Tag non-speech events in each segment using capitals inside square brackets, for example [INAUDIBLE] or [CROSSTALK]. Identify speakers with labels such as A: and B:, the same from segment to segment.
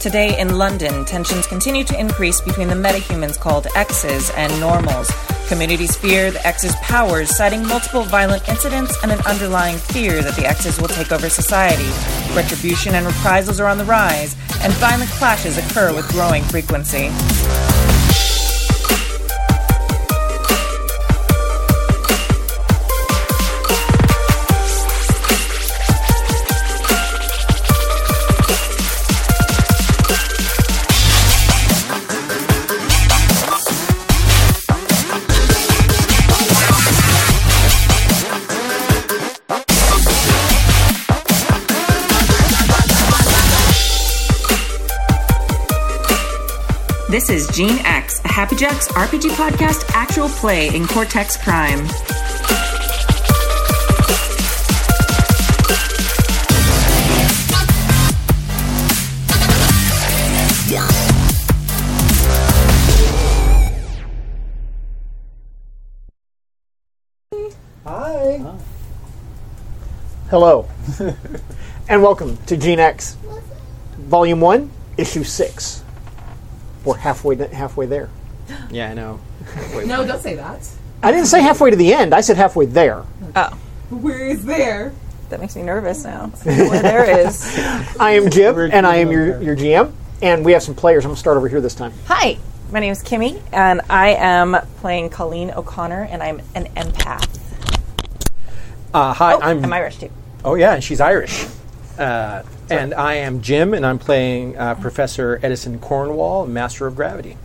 A: Today in London, tensions continue to increase between the metahumans called X's and normals. Communities fear the X's powers, citing multiple violent incidents and an underlying fear that the X's will take over society. Retribution and reprisals are on the rise, and violent clashes occur with growing frequency. This is Gene X, a Happy Jacks RPG podcast actual play in Cortex Crime.
B: Hi. Hello. [LAUGHS] and welcome to Gene X, Volume 1, Issue 6. We're halfway, th- halfway there.
C: Yeah, I know.
D: [LAUGHS] No, don't say that.
B: I didn't say halfway to the end, I said halfway there.
D: Where is there?
A: That makes me nervous now. Where there is.
B: I
D: [LAUGHS]
B: am Jib,
C: We're-
B: and I am your, your GM, and we have some players. I'm going to start over here this time.
A: Hi, my name is Kimmy, and I am playing Colleen O'Connor, and I'm an empath.
C: Uh, hi,
A: Oh,
C: I'm.
A: I'm Irish too.
C: oh yeah, and she's Irish. Uh, and I am Jim, and I'm playing uh, Professor Edison Cornwall, Master of Gravity.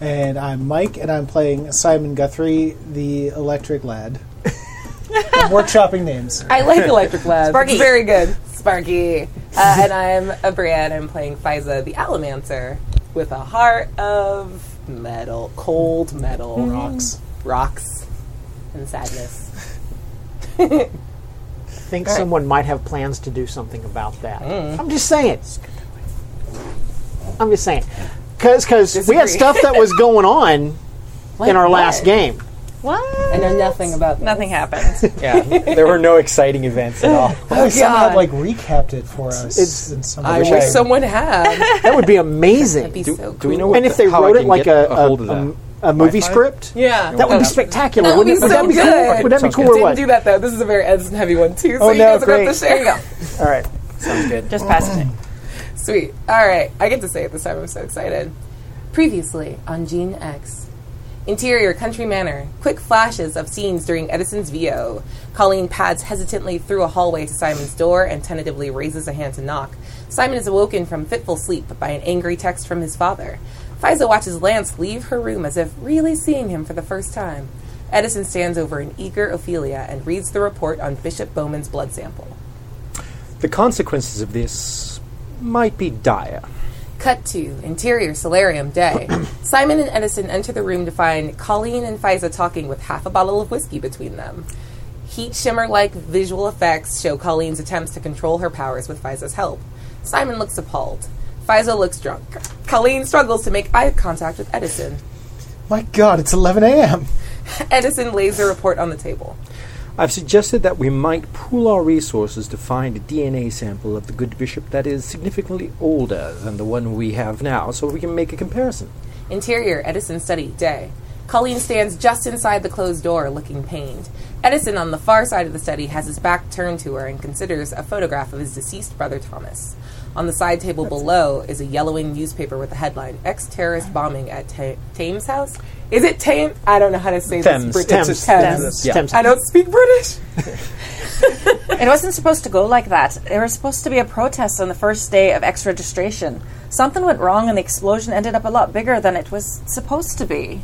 E: And I'm Mike, and I'm playing Simon Guthrie, the Electric Lad. I'm workshopping names.
D: I like Electric Lab.
A: Sparky.
D: It's very good. Sparky. Uh, and I'm a Brienne. I'm playing Fiza, the Alamancer, with a heart of metal, cold metal,
E: Rocks.
D: rocks, and sadness.
B: I think someone might have plans to do something about that.
D: Mm.
B: I'm just saying. I'm just saying. Because we had
D: Disagree.
B: stuff that
D: [LAUGHS]
B: was going on in our last
D: what?
B: game.
A: What?
D: I know nothing about that.
A: Nothing happened.
C: Yeah, [LAUGHS] there were no exciting events at [LAUGHS] all.
E: Oh, someone
D: God.
E: had, like recapped it for us.
B: It's-
E: in some
D: I
E: way.
D: wish someone [LAUGHS] had.
B: That would be amazing.
D: That'd be so cool.
C: do we know what-
B: and if they
C: how I
B: wrote it
C: can
B: like
C: get
B: a,
C: a um,
B: a,
C: hold of
B: a-
C: that.
B: a movie
C: Wi-Fi?
B: script,
D: yeah.
B: that would be spectacular.
D: That would
B: wouldn't
D: be
B: it?
D: so
B: that be
D: good.
B: cool? Would that be
C: Sounds good.
B: cool
C: Didn't
B: or
D: Didn't
B: what?
D: do that though. This is a very Edison heavy one too. So
B: Oh,
D: you
B: no,
D: guys are going to
B: great.
D: share. Here you go.
B: All right.
C: Sounds good.
A: Just passed it.
D: Sweet. All right. I get to say it this time. I'm so excited. Previously on Gene X. Interior Country Manor. Quick flashes of scenes during Edison's VO. Colleen pads hesitantly through a hallway to Simon's door and tentatively raises a hand to knock. Simon is awoken from fitful sleep by an angry text from his father. Fiza watches Lance leave her room as if really seeing him for the first time. Edison stands over an eager Ophelia and reads the report on Bishop Bowman's blood sample.
C: The consequences of this might be dire.
D: Cut to interior solarium day. Simon and Edison enter the room to find Colleen and Fiza talking with half a bottle of whiskey between them. Heat shimmer like visual effects show Colleen's attempts to control her powers with Fiza's help. Simon looks appalled. Fiza looks drunk. Colleen struggles to make eye contact with Edison.
E: My God, it's 11 a.m.
D: Edison lays the report on the table.
C: I've suggested that we might pool our resources to find a DNA sample of the good bishop that is significantly older than the one we have now, so we can make a comparison.
D: Interior Edison study day. Colleen stands just inside the closed door, looking pained. Edison, on the far side of the study, has his back turned to her and considers a photograph of his deceased brother Thomas. On the side table below is a yellowing newspaper with the headline "Ex terrorist bombing at Ta- Thames House." Is it Thames? I don't know how to say
C: Thames.
D: this. British.
B: Thames.
D: Thames.
C: Yeah.
B: Thames.
D: I don't speak British.
A: It wasn't supposed to go like that. There was supposed to be a protest on the first day of X registration. Something went wrong, and the explosion ended up a lot bigger than it was supposed to be.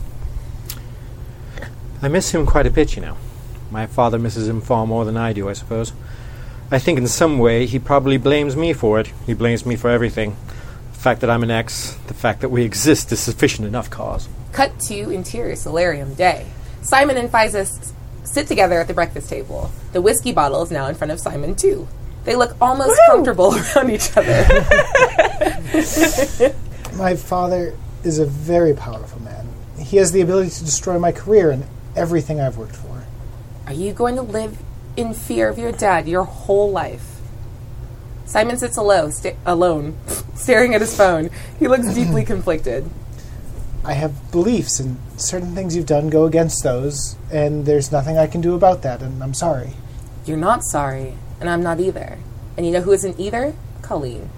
C: I miss him quite a bit, you know. My father misses him far more than I do, I suppose. I think in some way he probably blames me for it. He blames me for everything. The fact that I'm an ex, the fact that we exist is sufficient enough cause.
D: Cut to interior solarium day. Simon and Fiza s- sit together at the breakfast table. The whiskey bottle is now in front of Simon, too. They look almost comfortable [LAUGHS] around each other.
E: My father is a very powerful man. He has the ability to destroy my career and everything I've worked for.
D: Are you going to live in fear of your dad your whole life? Simon sits alo- sta- alone, [LAUGHS] staring at his phone. He looks deeply conflicted.
E: I have beliefs, and certain things you've done go against those, and there's nothing I can do about that, and I'm sorry.
D: You're not sorry, and I'm not either. And you know who isn't either? Colleen.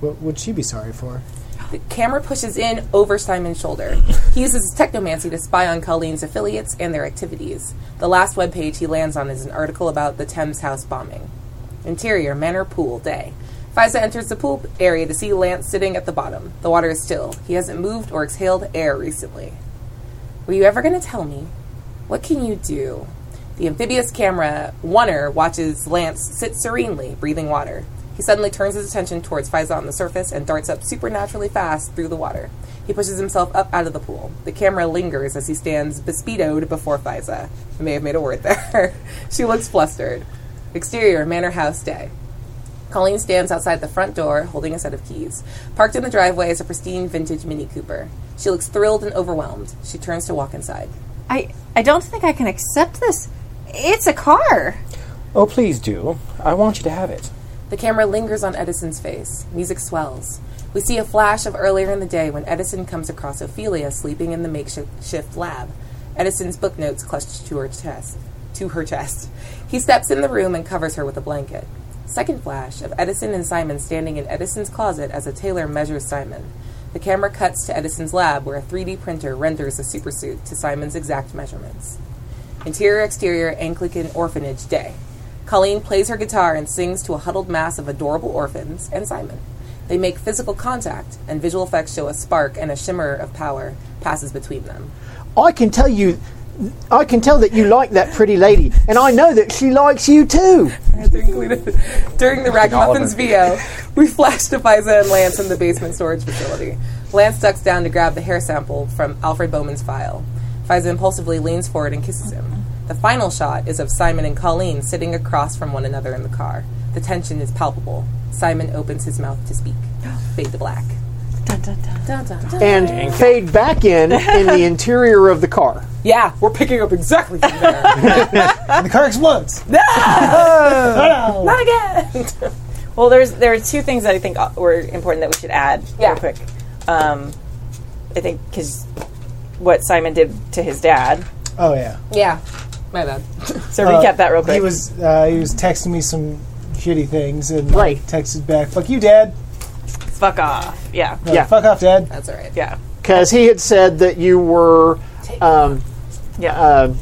E: What would she be sorry for?
D: The camera pushes in over Simon's shoulder. He uses his technomancy to spy on Colleen's affiliates and their activities. The last webpage he lands on is an article about the Thames House bombing. Interior, Manor Pool, day. Fiza enters the pool area to see Lance sitting at the bottom. The water is still. He hasn't moved or exhaled air recently. Were you ever going to tell me? What can you do? The amphibious camera, Oneer, watches Lance sit serenely, breathing water. He suddenly turns his attention towards Fiza on the surface and darts up supernaturally fast through the water. He pushes himself up out of the pool. The camera lingers as he stands bespeedoed before Fiza. I may have made a word there. [LAUGHS] she looks flustered. Exterior, Manor House Day. Colleen stands outside the front door holding a set of keys. Parked in the driveway is a pristine vintage Mini Cooper. She looks thrilled and overwhelmed. She turns to walk inside.
F: I I don't think I can accept this. It's a car.
C: Oh, please do. I want you to have it.
D: The camera lingers on Edison's face. Music swells. We see a flash of earlier in the day when Edison comes across Ophelia sleeping in the makeshift lab. Edison's book notes clutched to her chest. To her chest. He steps in the room and covers her with a blanket. Second flash of Edison and Simon standing in Edison's closet as a tailor measures Simon. The camera cuts to Edison's lab where a 3D printer renders a supersuit to Simon's exact measurements. Interior exterior Anglican orphanage day. Colleen plays her guitar and sings to a huddled mass of adorable orphans and Simon. They make physical contact, and visual effects show a spark and a shimmer of power passes between them.
B: I can tell you, I can tell that you like that pretty lady, and I know that she likes you too.
D: [LAUGHS] During the Ragamuffins VO, we flash to Fiza and Lance in the basement storage facility. Lance ducks down to grab the hair sample from Alfred Bowman's file. Fiza impulsively leans forward and kisses him. The final shot is of Simon and Colleen sitting across from one another in the car. The tension is palpable. Simon opens his mouth to [GASPS] speak. Fade to black. Dun, dun, dun.
B: And fade back in in
C: [LAUGHS]
B: the interior of the car.
D: Yeah,
B: We're picking up exactly from there.
E: And the car explodes. [LAUGHS] Oh,
D: not again.
A: [LAUGHS] Well, there's there are two things that I think uh, were important that we should add
D: Yeah.
A: real quick. Um, I think because what Simon did to his dad.
E: Oh yeah.
D: yeah, my bad.
A: So
E: Uh,
A: recap that real quick.
E: He was uh, he was texting me some shitty things and I
B: Right.
E: texted back, "Fuck you, Dad."
A: fuck off. Yeah,
E: Uh,
B: Yeah.
E: Fuck off, Dad.
D: That's all right.
A: yeah,
B: Because he had said that you were. Um,
A: yeah.
B: uh,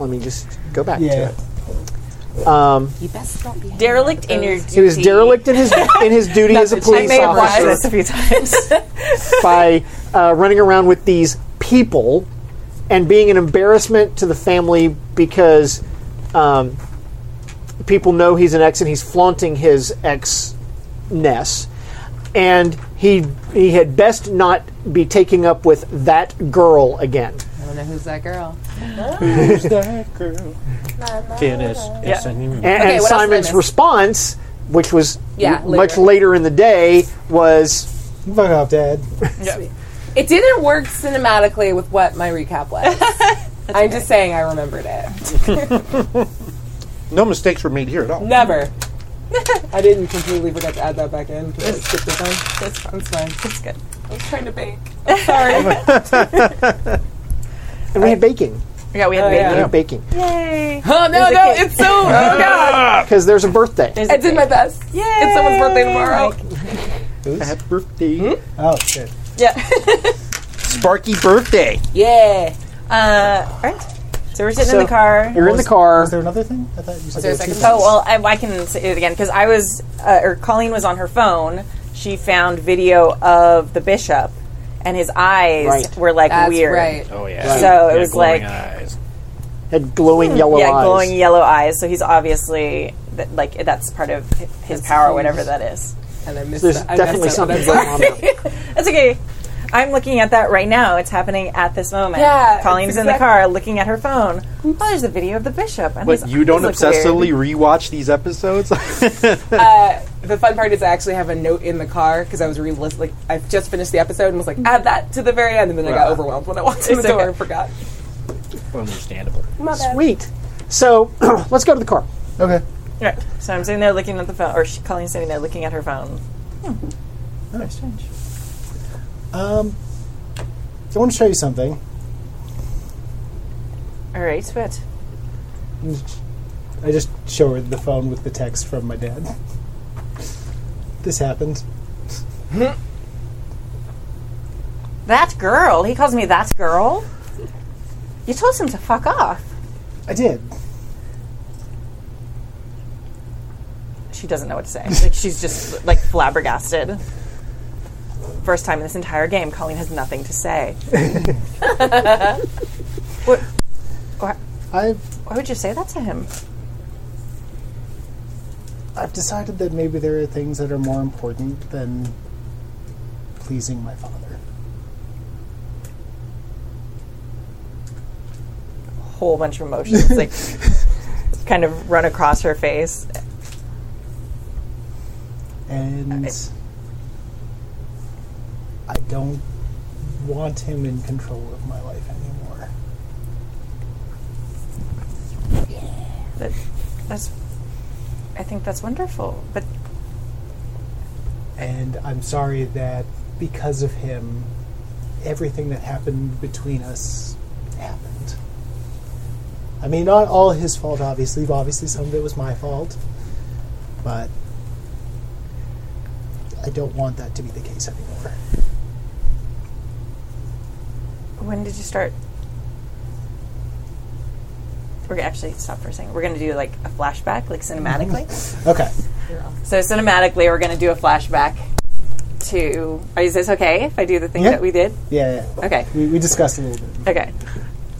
B: let me just go back
E: Yeah.
B: to it. Um,
D: You best not be.
A: derelict in your duty.
B: he was derelict in his
A: [LAUGHS]
B: in his duty as a
A: I
B: police
A: may have watched this
B: officer
A: a few
B: [LAUGHS]
A: times.
B: by uh, running around with these people and being an embarrassment to the family because um, people know he's an ex and he's flaunting his ex ness and he he had best not be taking up with that girl again
D: I don't know who's that girl.
C: Finish. It's
A: Yeah.
B: A- And,
D: Okay, what else did I
B: Simon's
D: miss?
B: response, which was
D: Yeah,
B: m- much later in the day, was
E: Fuck off, Dad.
D: It didn't work cinematically with what my recap [LAUGHS] was. I'm just saying I remembered it.
G: No mistakes were made here at all.
D: Never. I didn't completely forget to add that back in. Can I skip this one?
A: That's fine.
D: It's fine.
A: That's good.
D: I was trying to bake. I'm sorry.
B: and we had baking.
A: Yeah, we had
D: Oh,
A: baby.
B: We
D: yeah.
B: had baking.
A: Yay!
D: oh no,
A: There's a
D: no,
A: cake.
D: it's so. [LAUGHS] Oh god.
G: Uh,
B: Because there's a birthday.
A: There's
D: I
A: a
D: did my
A: cake.
D: best.
A: Yay!
D: It's someone's birthday tomorrow.
C: Happy birthday.
E: Oh shit.
A: Yeah.
G: Sparky birthday.
D: Yeah.
A: Uh, all right. So we're sitting
B: So-
A: in the car.
B: You're in the car.
E: Is there another thing? I thought you said
D: there a
E: were two
D: second
E: things.
D: part?
A: Oh well, I, I can say it again because I was, uh, or Colleen was on her phone. She found video of the bishop, and his eyes
B: Right.
A: were like
D: That's
A: weird.
D: right.
C: Oh, yeah.
A: So it
C: Yeah,
A: was
C: glowing
A: like-
C: eyes.
B: Had glowing yellow
A: yeah,
B: eyes.
A: glowing yellow eyes. So he's obviously th- like that's part of hi- his power, whatever that is.
D: And I missed
B: There's
D: that. I
B: definitely
D: messed up.
B: something
D: I'm
B: going
D: sorry.
B: on. there.
A: That's okay. I'm looking at that right now. It's happening at this moment.
D: Yeah,
A: Colleen's
D: it's
A: in the
D: exact-
A: car looking at her phone. Oh, there's the video of the bishop. And
C: But
A: his
C: you don't
A: eyes look weird.
C: obsessively rewatch these episodes? [LAUGHS]
D: The fun part is I actually have a note in the car because I was re like I just finished the episode and was like add that to the very end and then I got overwhelmed when I walked in the
A: It's
D: door
A: okay.
D: and forgot.
C: Understandable.
D: My bad.
B: Sweet. So [CLEARS THROAT] let's go to the car.
E: Okay.
A: Right. So I'm sitting there looking at the phone, or she, Colleen's sitting there looking at her phone.
H: Very strange.
E: Um, I want to show you something.
H: All right, sweat.
E: I just show her the phone with the text from my dad. This happened.
A: That girl. He calls me that girl. You told him to fuck off.
E: I did.
A: She doesn't know what to
C: [LAUGHS]
A: say. Like she's just like flabbergasted. First time in this entire game, Colleen has nothing to
C: [LAUGHS]
A: say. [LAUGHS] what, why,
E: I've
A: why would you say that to him?
E: I've decided that maybe there are things that are more important than pleasing my father.
A: whole bunch of
E: [LAUGHS]
A: emotions like kind of run across her face.
E: And I don't want him in control of my life anymore.
A: That, that's, I think that's wonderful. But
E: And I'm sorry that because of him, everything that happened between us happened. I mean, not all his fault, obviously. Obviously, some of it was my fault. But I don't want that to be the case anymore.
A: when did you start? We're gonna actually stop for a second. We're going to do like a flashback, like cinematically.
E: Okay. Mm-hmm.
A: so cinematically, we're going to do a flashback to. Are is this okay if I do the thing
E: Yeah.
A: that we did?
E: Yeah, yeah.
A: Okay.
E: We, we discussed a little bit.
A: Okay.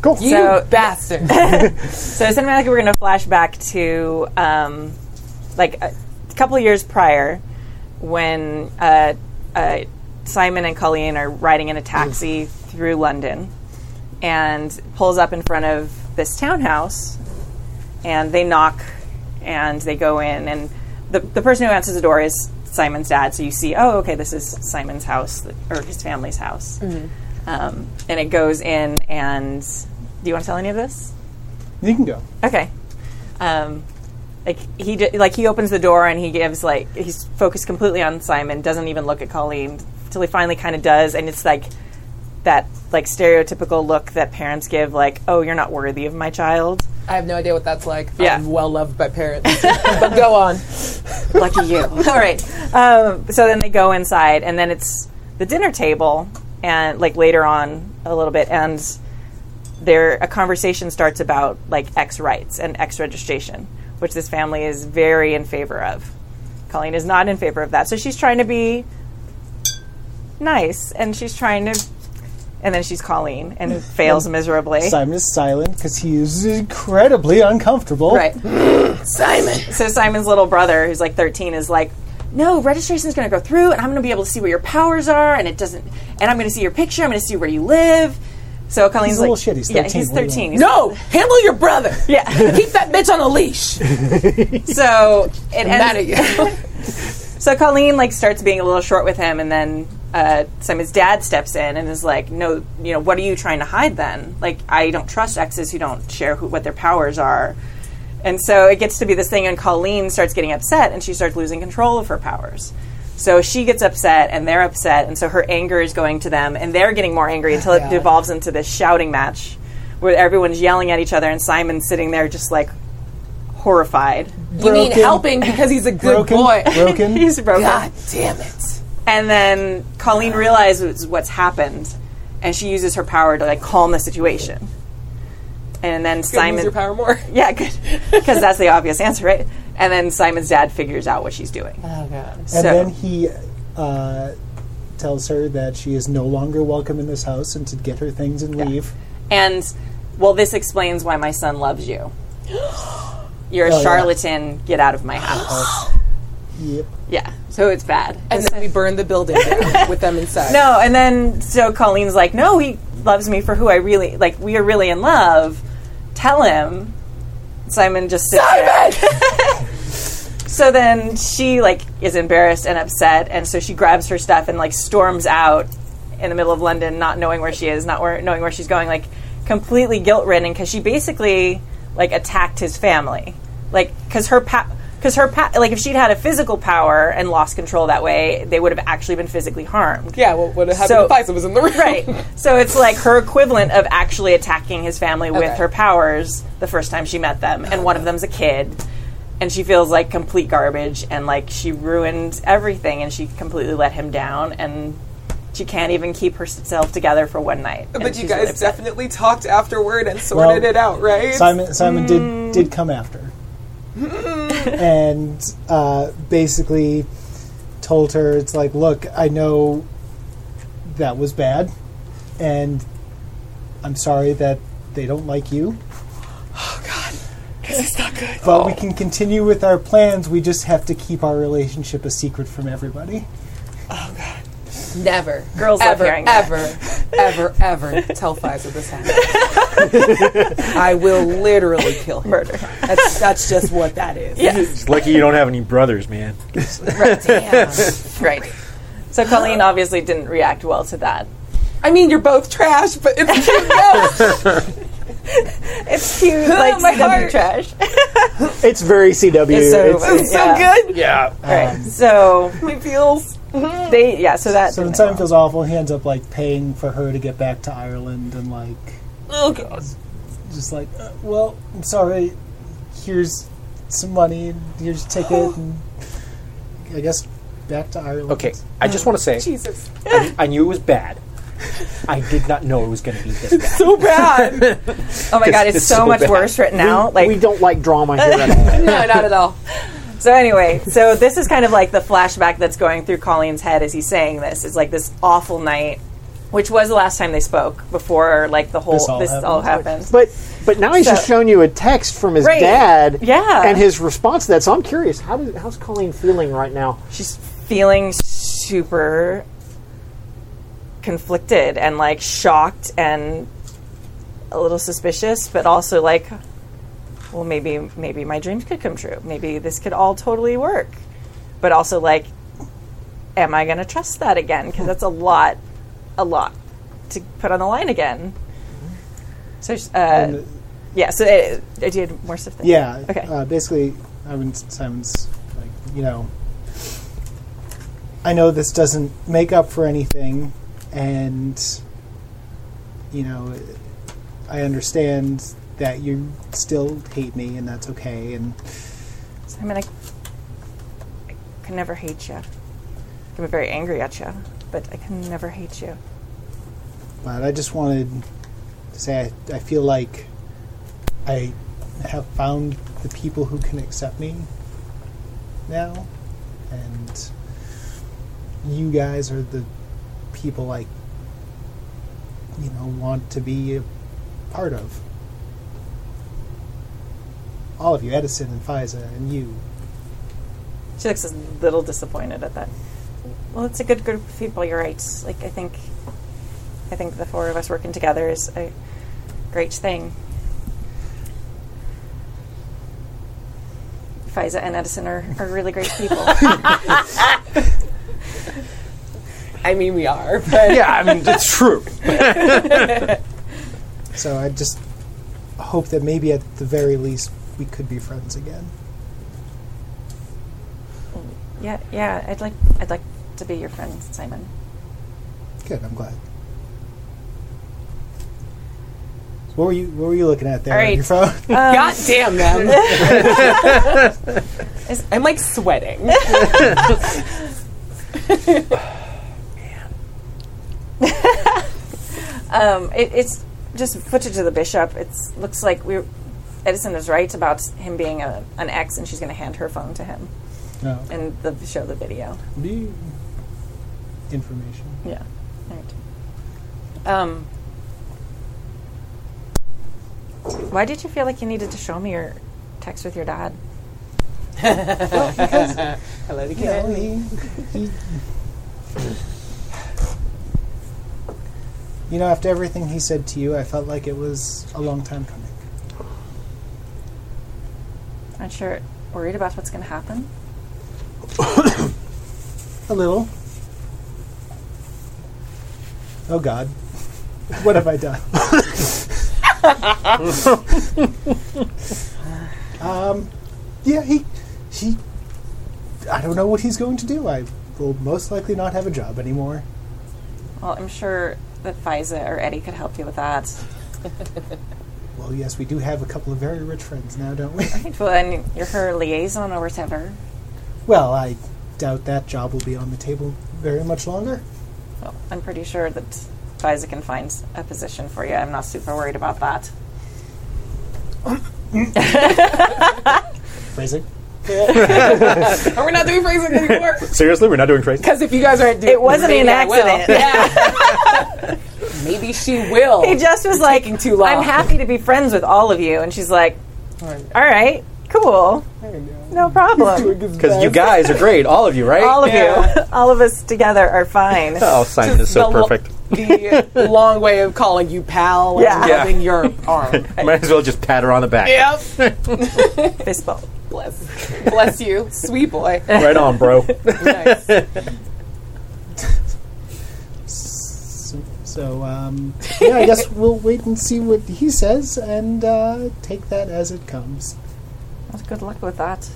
E: Cool.
D: You
A: So-
D: bastard.
A: So cinematically, we're going to flash back to um, like a couple of years prior when uh, uh, Simon and Colleen are riding in a taxi through London and pulls up in front of this townhouse and they knock and they go in and the, the person who answers the door is Simon's dad so you see oh okay this is Simon's house or his family's house um, and it goes in and do you want to tell any of this
E: You can go.
A: Okay. Um, like he d- like he opens the door and he gives like he's focused completely on Simon, doesn't even look at Colleen till he finally kind of does, and it's like that like stereotypical look that parents give, like "Oh, you're not worthy of my child."
D: I have no idea what that's like.
A: Yeah.
D: I'm well loved by parents. [LAUGHS] but go on.
A: Lucky you. All right. Um, so then they go inside, and then it's the dinner table, and like later on a little bit, and there a conversation starts about like X rights and X registration, which this family is very in favor of. Colleen is not in favor of that, so she's trying to be nice, and she's trying to, and then she's Colleen and fails miserably.
E: [LAUGHS] Simon is silent because he is incredibly uncomfortable.
A: Right.
D: Simon.
A: So Simon's little brother, who's like 13, is like, no, registration's going to go through, and I'm going to be able to see what your powers are, and it doesn't, and I'm going to see your picture, I'm going to see where you live. So Colleen's
E: He's a
A: like,
E: little shit, he's
A: yeah,
E: 13,
A: he's
E: what do you
A: 13.
E: want?
A: He's-
D: No, handle your brother.
E: [LAUGHS]
A: yeah.
D: Keep that bitch on a leash. I'm
A: so it ends,
D: mad at you.
A: So Colleen like starts being a little short with him, and then uh, Simon's dad steps in and is like, "No, you know, what are you trying to hide then? Like, I don't trust exes who don't share who, what their powers are." And so it gets to be this thing, and Colleen starts getting upset, and she starts losing control of her powers. So she gets upset, and they're upset, and so her anger is going to them, and they're getting more angry until it devolves into this shouting match where everyone's yelling at each other, and Simon's sitting there just like horrified.
D: You mean
E: Broken.
D: helping because he's a good
A: [LAUGHS]
E: Broken.
D: boy.
E: Broken.
A: He's broken.
D: God damn it.
A: And then Colleen realizes what's happened, and she uses her power to like calm the situation. And then
D: Simon. Use your
A: Simon,
D: power more.
A: yeah, because that's the obvious answer, right? And then Simon's dad figures out what she's doing.
D: Oh, God.
E: And
A: so
E: then he uh, tells her that she is no longer welcome in this house and to get her things and leave.
A: and well, this explains why my son loves you. You're a
E: Oh, yeah.
A: charlatan. Get out of my house.
D: [GASPS]
E: Yep.
A: yeah, so it's bad.
D: And then we burn the building
A: [LAUGHS]
D: down with them inside.
A: No, and then so Colleen's like, no, he loves me for who I really like. We are really in love. Tell him. Simon just sits Simon. [LAUGHS] so then she like is embarrassed and upset, and so she grabs her stuff and like storms out in the middle of London, not knowing where she is, not where, knowing where she's going, like completely guilt ridden because she basically like attacked his family, like because her pa- because her pa- like if she'd had a physical power and lost control that way, they would have actually been physically harmed.
D: Yeah, well, what happened
A: So-
D: if Faisal was in the room?
A: Right. So it's like her equivalent of actually attacking his family
D: Okay.
A: with her powers the first time she met them, and one of them's a kid, and she feels like complete garbage, and like she ruined everything, and she completely let him down, and she can't even keep herself together for one night. and
D: [LAUGHS] But you
A: she's really
D: guys
A: upset.
D: definitely talked afterward and
E: Well,
D: sorted it out, right?
E: Simon Simon did did come after, and uh, basically told her it's like, look, I know that was bad, and I'm sorry that they don't like you. Oh God, this is not good. But we can continue with our plans. We just have to keep our relationship a secret from everybody.
D: Never.
A: Girls love
D: ever,
A: hearing that.
D: ever, ever, ever tell Faisal this happened.
A: [LAUGHS]
D: I will literally kill him. Murder. That's, that's just what that is.
I: It's lucky you don't have any brothers, man.
A: Right. So Colleen obviously didn't react well to that.
D: I mean, you're both trash, but it's
A: [LAUGHS]
D: cute. [LAUGHS]
A: It's cute, like
D: Oh My
A: my
D: heart.
A: trash.
B: It's very CW.
A: so,
B: It's-
D: so good.
I: Yeah.
A: Right. So
D: My feels.
A: they yeah. So that.
E: So when
A: didn't-
E: Simon feels awful, he ends up like paying for her to get back to Ireland and like
D: Oh, God.
E: just like, uh, well, I'm sorry. Here's some money. and Here's a
D: [GASPS]
E: ticket. and I guess back to Ireland.
G: Okay, I just want to say
D: Jesus.
G: I, I knew it was bad. I did not know it was going to be this bad.
A: [LAUGHS]
D: So bad.
A: oh my god, it's,
G: it's
A: so,
G: so
A: much
G: bad.
A: worse written out. Like [LAUGHS]
B: we don't like drama here at all.
D: no, not at all.
A: So anyway, so this is kind of like the flashback that's going through Colleen's head as he's saying this. It's like this awful night, which was the last time they spoke before like the whole
E: This
A: this
E: all
A: all,
E: happened.
A: happened.
B: But but now he's
A: So-
B: just shown you a text from his
A: Right.
B: dad.
A: Yeah.
B: And his response to that. So I'm curious, how do, how's Colleen feeling right now?
A: She's feeling super conflicted and like shocked and a little suspicious, but also like, well, maybe maybe my dreams could come true. Maybe this could all totally work, but also like, am I going to trust that again? Because that's a lot, a lot to put on the line again.
E: Mm-hmm.
A: So, uh, yeah. So it, I did more stuff. There.
E: Yeah.
A: Okay.
E: Uh, basically, I mean, Simon's like, you know, I know this doesn't make up for anything, and you know, I understand that you still hate me, and that's okay. And
A: So, I mean, I, I can never hate you. I can be very angry at you, but I can never hate you.
E: But I just wanted to say I, I feel like I have found the people who can accept me now, and you guys are the people I, you know, want to be a part of. All of you, Edison and Fiza, and you.
A: She looks a little disappointed at that. Well, it's a good group of people. You're right. Like I think, I think the four of us working together is a great thing. Fiza and Edison are, are really great people.
D: I mean, we are, [LAUGHS] but
G: Yeah, I mean, it's true.
E: So I just hope that maybe at the very least we could be friends again.
A: yeah, yeah. I'd like I'd like to be your friend, Simon.
E: Good. I'm glad. What were you What were you looking at there?
A: All right.
E: Your phone.
A: [LAUGHS]
E: [LAUGHS]
D: God damn [LAUGHS] them.
A: Is-
D: I'm like sweating.
A: Um, it, it's just footage of the bishop. It looks like we Edison is right about him being a, an ex, and she's going to hand her phone to him
E: no.
A: and the, show the video.
E: Beep. Information.
A: Yeah. Right. Um, why did you feel like you needed to show me your text with your dad?
D: Hello to
E: Yeah.
D: Karen.
E: you know, after everything he said to you, I felt like it was a long time coming.
A: Aren't you worried about what's going to happen?
E: A little. Oh God, what have I done? [LAUGHS] um, yeah, he, he don't know what he's going to do. I will most likely not have a job anymore.
A: Well, I'm sure that Fiza or Eddie could help you with that.
E: Well, yes, we do have a couple of very rich friends now, don't we? [LAUGHS]
A: Well, and you're her liaison or whatever.
E: well, I doubt that job will be on the table very much longer.
A: Well, I'm pretty sure that Fiza can find a position for you. I'm not super worried about that.
E: Phrasing.
D: And we're not doing [LAUGHS] phrasing anymore.
G: Seriously, we're not doing crazy.
D: Because if you guys aren't doing
A: It wasn't an
D: maybe I will.
A: accident.
D: [LAUGHS] Yeah. maybe she will.
A: He just was like,
D: taking too long.
A: I'm happy to be friends with all of you. And she's like, all right, cool, no problem.
G: Because you guys are great, all of you, right?
A: All of you, [LAUGHS] all of us together are fine. [LAUGHS]
G: Oh, Simon is so
D: the lo-
G: perfect.
D: the long way of calling you pal and
A: Yeah.
D: loving your arm.
G: Might as well just pat her on the back.
D: yep.
A: Fist bump.
D: Bless, bless you, sweet boy.
G: Right on, bro.
D: Nice.
E: So, so um, yeah, I guess we'll wait and see what he says and uh, take that as it comes.
A: Well, good luck with that.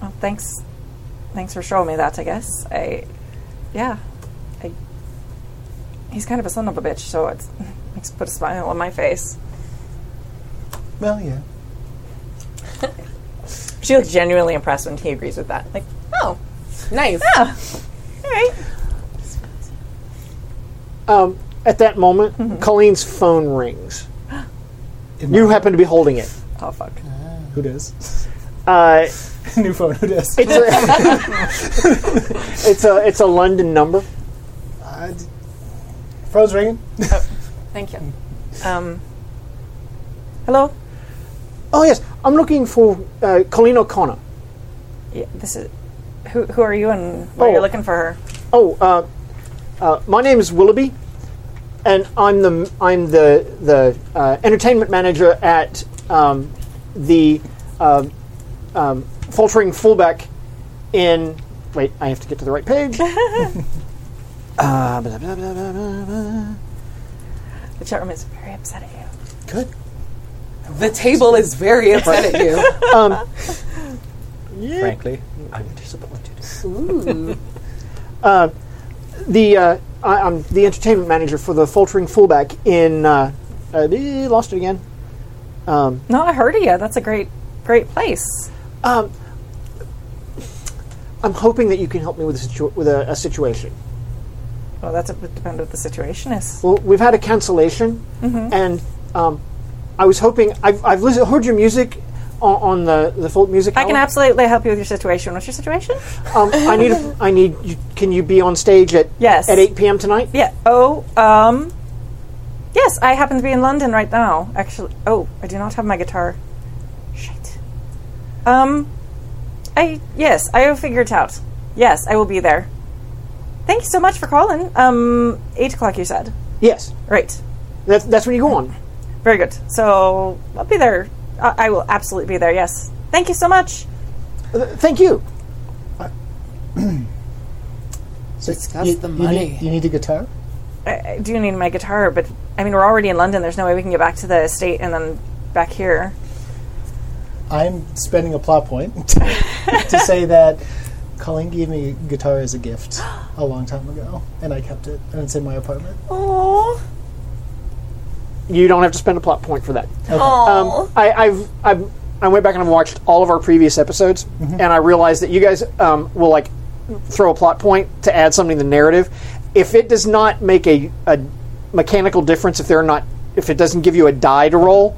A: Well, thanks, thanks for showing me that. I guess I, yeah, I. He's kind of a son of a bitch, so it [LAUGHS] makes put a smile on my face.
E: Well, yeah.
A: She looks genuinely impressed when he agrees with that. Like, oh,
D: nice.
A: all right.
B: Um, at that moment, Colleen's phone rings. you happen to be holding it.
A: Oh fuck.
E: Who does? [LAUGHS]
B: Uh,
E: New phone. Who does?
B: it's, a, it's a it's a London number.
E: Uh, d- phone's ringing.
A: Thank you. Um. Hello.
B: Oh yes, I'm looking for uh, Colleen O'Connor.
A: Yeah, this is. Who, who are you and where
B: Oh.
A: you're looking for her?
B: Oh, uh, uh, my name is Willoughby, and I'm the I'm the the uh, entertainment manager at um, the uh, um, faltering fullback in. Wait, I have to get to the right page. Uh, blah, blah, blah, blah, blah, blah.
A: The chat room is very upset at you.
E: Good.
D: The table is very upset at [LAUGHS] you.
J: Frankly, I'm disappointed.
B: the uh, I, I'm the entertainment manager for the faltering fullback in. Uh, uh, eh, lost it again.
A: No, I heard of you. That's a great, great place.
B: I'm hoping that you can help me with a, situa- with a, a situation.
A: Well, that's would depend what the situation is.
B: Well, we've had a cancellation,
A: Mm-hmm.
B: and um, I was hoping I've, I've listened, heard your music on, on the the folk music.
A: I can
B: album.
A: absolutely help you with your situation. What's your situation?
B: Um, I
A: [LAUGHS]
B: need a, I need. You, can you be on stage at
A: Yes.
B: at 8 p.m. tonight?
A: Yeah. Oh, um, yes, I happen to be in London right now. Actually, oh, I do not have my guitar. Shit. Um, I yes, I will figure it out. Yes, I will be there. Thank you so much for calling. Um, eight o'clock, you said.
B: Yes.
A: Right.
B: That's that's when you go on.
A: Very good. So I'll be there. I, I will absolutely be there. Yes. Thank you so much.
B: Uh, Thank you.
E: Uh, [CLEARS THROAT]
D: Discuss
E: You-
D: the
E: you
D: money.
E: need- you need a guitar.
A: I, I do need my guitar, but I mean, we're already in London. There's no way we can get back to the estate and then back here.
E: I'm spending a plot point [LAUGHS] to say that Colleen gave me a guitar as a gift a long time ago, and I kept it, and it's in my apartment.
A: Oh,
B: You don't have to spend a plot point for that. Um, I, I've, I've I went back and I watched all of our previous episodes, and I realized that you guys um, will like throw a plot point to add something to the narrative. If it does not make a, a mechanical difference, if they're not, if it doesn't give you a die to roll,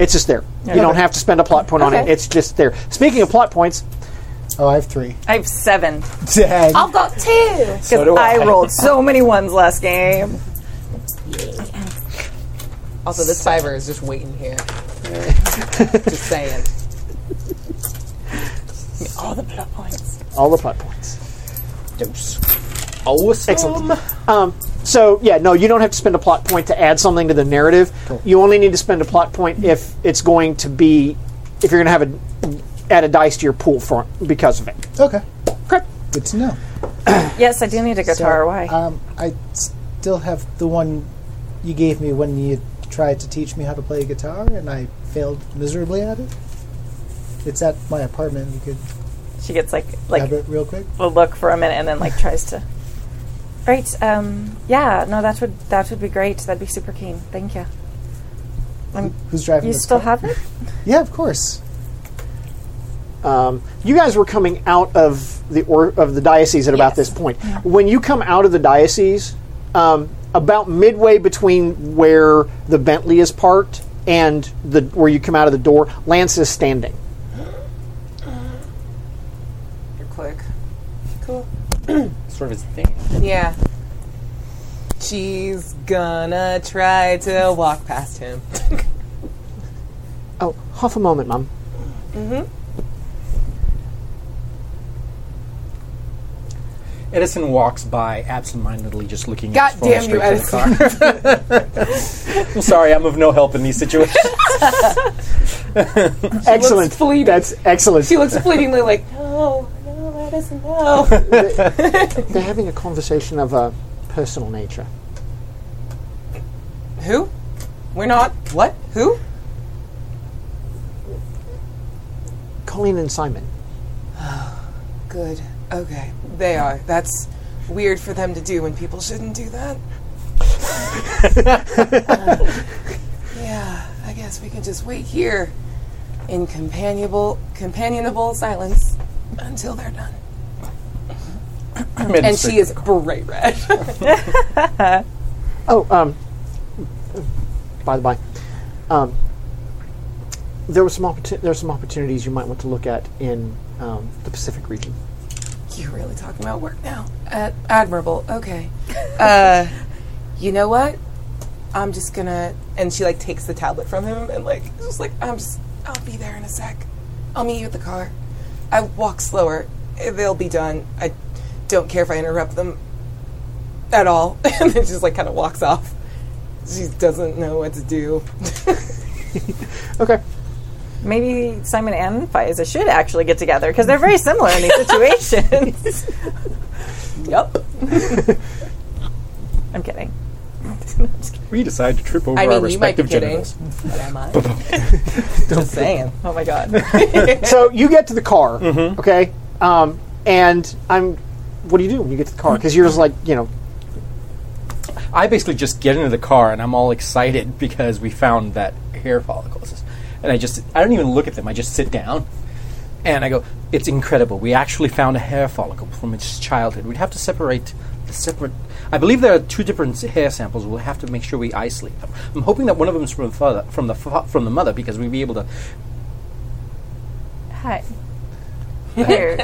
B: it's just there. You don't have to spend a plot point on it.
D: Okay.
B: It's just there. Speaking of plot points,
E: Oh, I have three.
A: I have seven
E: [LAUGHS] Dang.
D: I've got two.
A: because I. rolled so many ones last game.
D: Also, this fiver is just waiting [LAUGHS] here. just saying. All the plot points.
B: all the plot points.
G: Awesome.
B: Excellent. Um, so yeah, no, you don't have to spend a plot point to add something to the narrative. You only need to spend a plot point if it's going to be, if you're going to have a add a dice to your pool for because of it.
E: Okay.
B: Okay.
E: Good to know.
A: Yes, I do need a guitar.
E: So,
A: Why?
E: Um, I still have the one you gave me when you tried to teach me how to play guitar, and I failed miserably at it. it's at my apartment. You could
A: She gets like like
E: grab it real quick.
A: a look for a minute and then like tries to. Right. Um. Yeah. No. That would that would be great. That'd be super keen. Thank you. I'm,
E: Who's driving?
A: you
E: this
A: still
E: car?
A: have it?
E: Yeah, of course.
B: Um, you guys were coming out of the or, of the diocese at about this point. When you come out of the diocese, um, about midway between where the Bentley is parked and the where you come out of the door, Lance is standing.
D: You're quick. Cool.
G: Sort of his thing.
D: Yeah. She's gonna try to walk past him. [LAUGHS]
B: Oh, half a moment, Mum.
G: Edison walks by absentmindedly, just looking
D: God
G: at his phone
D: damn you,
G: straight to the car. [LAUGHS] I'm sorry, I'm of no help in these situations.
B: excellent.
D: fleeting.
B: That's excellent.
D: She looks fleetingly like, no, no, Edison, no. [LAUGHS]
B: They're having a conversation of a personal nature.
D: Who? We're not. What? Who?
B: Colleen and Simon.
D: Good. Okay. They are. That's weird for them to do when people shouldn't do [LAUGHS] that. yeah, I guess we can just wait here in companionable, companionable silence until they're done. and she is bright red.
B: Oh, um, by the by, um, there was some opportu- there are some opportunities you might want to look at in um, the Pacific region.
D: You're really talking about work now. Ad- Uh, admirable. [LAUGHS] Okay. Uh, you know what? I'm just gonna. And she like takes the tablet from him and like is just like I'm just. I'll be there in a sec. I'll meet you at the car. I walk slower. Eh, They'll be done. I don't care if I interrupt them at all. [LAUGHS] and then she just like kind of walks off. She doesn't know what to do. [LAUGHS]
B: Okay.
A: Maybe Simon and Fiza should actually get together because they're very similar in [LAUGHS] these situations.
D: Yep.
A: [LAUGHS] I'm kidding.
C: We [LAUGHS] decide to trip over
D: I
C: our
D: mean, you might be
C: respective
D: kidding,
C: genitals.
D: but am
C: [LAUGHS]
D: I? just saying.
A: Oh my god.
B: So you get to the car,
G: Mm-hmm.
B: okay? Um, and I'm. What do you do when you get to the
G: Hmm.
B: car? Because you're just like you know.
G: I basically just get into the car and I'm all excited [LAUGHS] because we found that hair follicles. And I just, I don't even look at them, I just sit down and I go, it's incredible. We actually found a hair follicle from its childhood. We'd have to separate the separate. I believe there are two different hair samples. We'll have to make sure we isolate them. I'm hoping that one of them's from the father, from the fa- from the mother, because we'd be
A: [LAUGHS]
G: able to. [LAUGHS]
A: Hi. Here.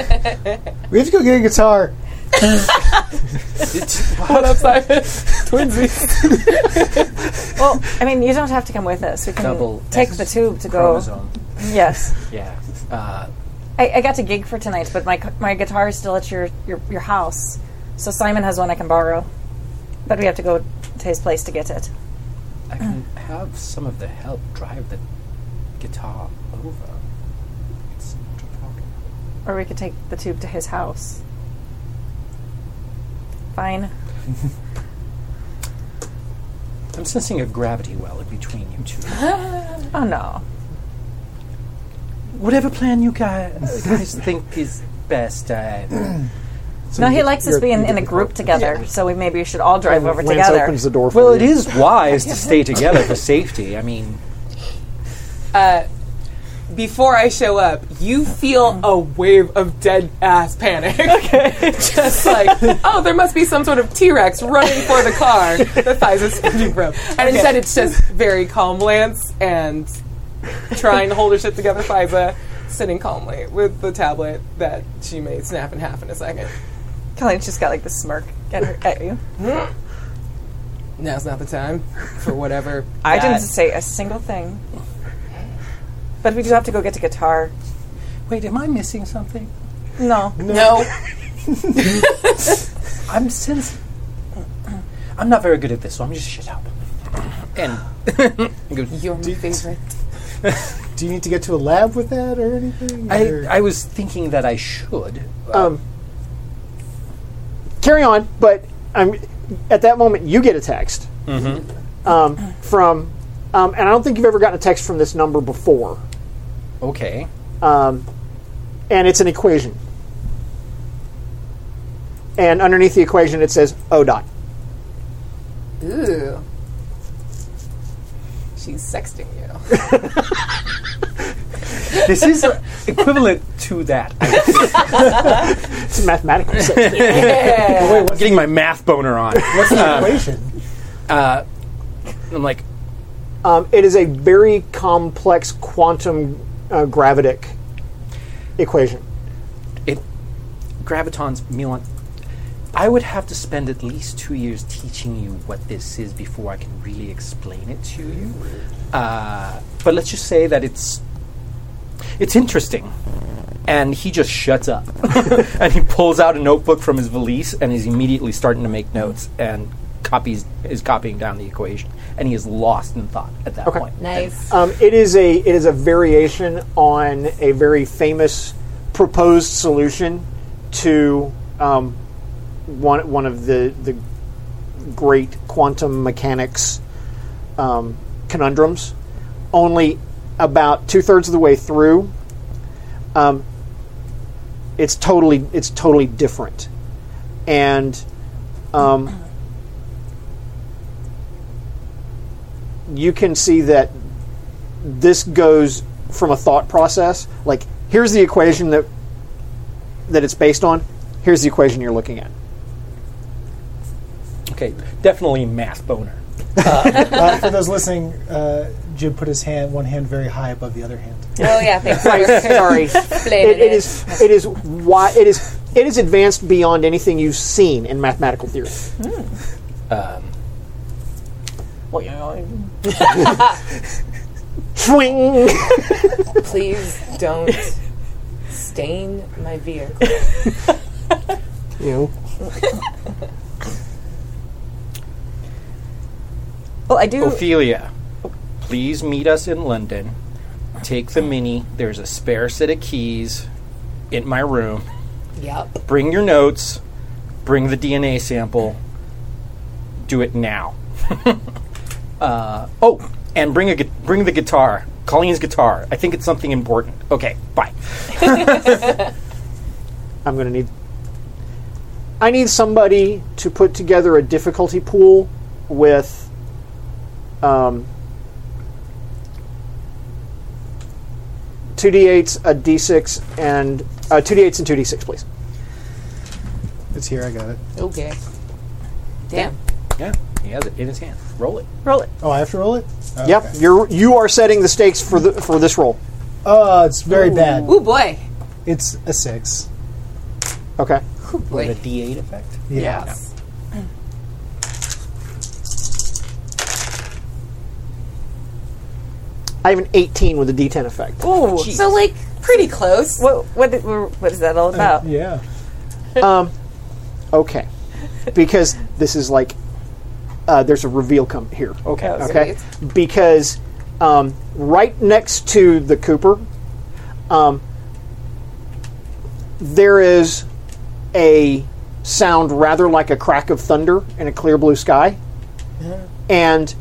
E: We have to go get a guitar.
G: It's,
D: What up, Simon? Twinsies.
A: Well, I mean, you don't have to come with us. We can
G: Double
A: take
G: X
A: the tube to go.
G: chromosome.
A: Yes.
G: Yeah. Uh,
A: I, I got to gig for tonight, but my cu- my guitar is still at your, your your house. So Simon has one I can borrow, but we have to go to his place to get it.
G: I can have some of the help drive the guitar over. It's not a problem.
A: Or we could take the tube to his house. Fine.
G: I'm sensing a gravity well in between you two.
A: Oh no.
G: [LAUGHS] Whatever plan you guys, [LAUGHS] guys think is best, uh, I, [CLEARS THROAT]
E: So
A: No,
E: you
A: he
E: get-
A: likes us
E: you're-
A: being
E: you
A: in
E: get
A: a
E: the
A: group
E: car.
A: together. So we maybe should all drive over
B: Lance
A: together.
B: opens the door. For
G: Well,
B: you.
G: it is wise [LAUGHS] to stay together for safety. I mean,
D: Uh, before I show up, you feel a wave of dead ass panic. [LAUGHS] Okay. Just like, oh, there must be some sort of T Rex running for the car that thighs is spinning from. And instead, it's just very calm Lance and trying to hold her shit together, Fiza. Sitting calmly with the tablet that she may snap in half in a second.
A: Colleen's just got like this smirk at, her, at you.
D: Now's not the time for whatever.
A: I didn't
D: that-
A: say a single thing. But we do have to go get a guitar.
G: wait, am I missing something?
A: No.
D: No,
G: I'm sensing. [CLEARS THROAT] I'm not very good at this, so I'm just shut up. And
D: you're my favorite.
E: Do you need to get to a lab with that or anything?
G: I,
E: Or-
G: I was thinking that I should.
B: Um, Carry on, but I'm at that moment you get a text um, from, um, and I don't think you've ever gotten a text from this number before.
G: [LAUGHS] Okay.
B: um, and it's an equation. And underneath the equation, it says O dot.
D: Ooh. She's sexting you.
G: This is equivalent to [LAUGHS] that.
B: It's a mathematical system.
G: I'm getting my math boner on.
E: What's the equation?
G: I'm like,
B: Um, it is a very complex quantum uh, gravitic equation.
G: it gravitons muon i would have to spend at least two years teaching you what this is before i can really explain it to you uh, but let's just say that it's it's interesting and he just shuts up [LAUGHS] and he pulls out a notebook from his valise and is immediately starting to make notes and copies is copying down the equation and he is lost in thought at that point
D: Nice.
B: Um, it is a it is a variation on a very famous proposed solution to um, one one of the the great quantum mechanics um, conundrums. Only about two thirds of the way through, um, it's totally it's totally different, and um, you can see that this goes from a thought process like here's the equation that that it's based on here's the equation you're looking at
G: okay definitely math boner
E: Uh, for those listening, uh, Jib put his hand, one hand very high above the other hand.
D: Oh
A: [LAUGHS]
D: yeah, thanks. Sorry.
B: [LAUGHS] it, it is it is why it is it is advanced beyond anything you've seen in mathematical theory Swing.
D: Please don't stain my vehicle.
B: you
F: Well, I do.
G: Ophelia, please meet us in London. Take the mini. There's a spare set of keys in my room.
D: Yep.
G: Bring your notes. Bring the DNA sample. Do it now. [LAUGHS] uh, oh, and bring a gu- bring the guitar. Colleen's guitar. I think it's something important. Okay, bye.
B: i'm going to need i need somebody to put together a difficulty pool with um 2d8s a d6 and uh, 2d8s and 2d6 please
E: It's here. I got it.
D: Okay. Damn.
G: Yeah, he has it in his hand. Roll it.
F: Roll it.
E: Oh, I have to roll it. Oh,
B: Yep,
E: okay.
B: you're you are setting the stakes for the for this roll.
E: Oh, it's very bad.
D: Ooh boy.
E: It's a six.
B: Okay,
D: Ooh
G: The
D: boy.
G: D8 effect.
E: Yeah.
D: Yes.
B: I have an 18 with a D10 effect.
F: Ooh.
D: So like pretty close.
F: What what did- what is that all about?
E: Yeah.
B: Okay, because this is like uh, there's a reveal come here. Okay, okay, because um, right next to the Cooper, um, there is a sound rather like a crack of thunder in a clear blue sky, and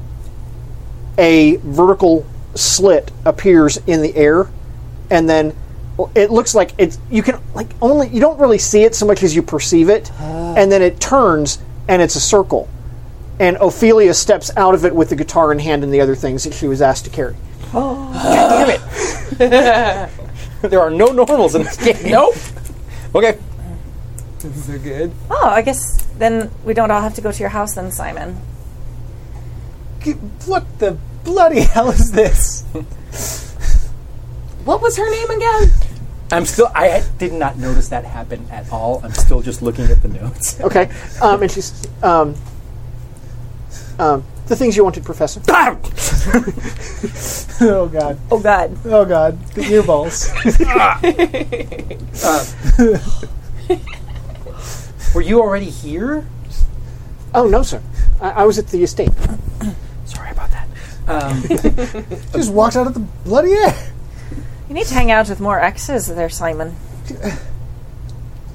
B: a vertical slit appears in the air, and then it looks like it's you can like only you don't really see it so much as you perceive it, and then it turns and it's a circle, and Ophelia steps out of it with the guitar in hand and the other things that she was asked to carry.
G: [LAUGHS] there are no normals in this game. nope. Okay.
F: Oh, I guess then we don't all have to go to your house then, Simon.
E: G- What the bloody hell is this?
D: What was her name again?
G: I'm still. I did not notice that happen at all. I'm still just looking at the notes. [LAUGHS]
B: Okay, um, and she's um, um, the things you wanted, Professor.
E: [LAUGHS] oh god.
F: Oh God.
E: Oh god. The ear balls.
G: Were you already here?
B: Oh no, sir, I, I was at the estate.
G: Sorry about that.
E: Just walked out of the bloody air.
F: You need to hang out with more exes there, Simon.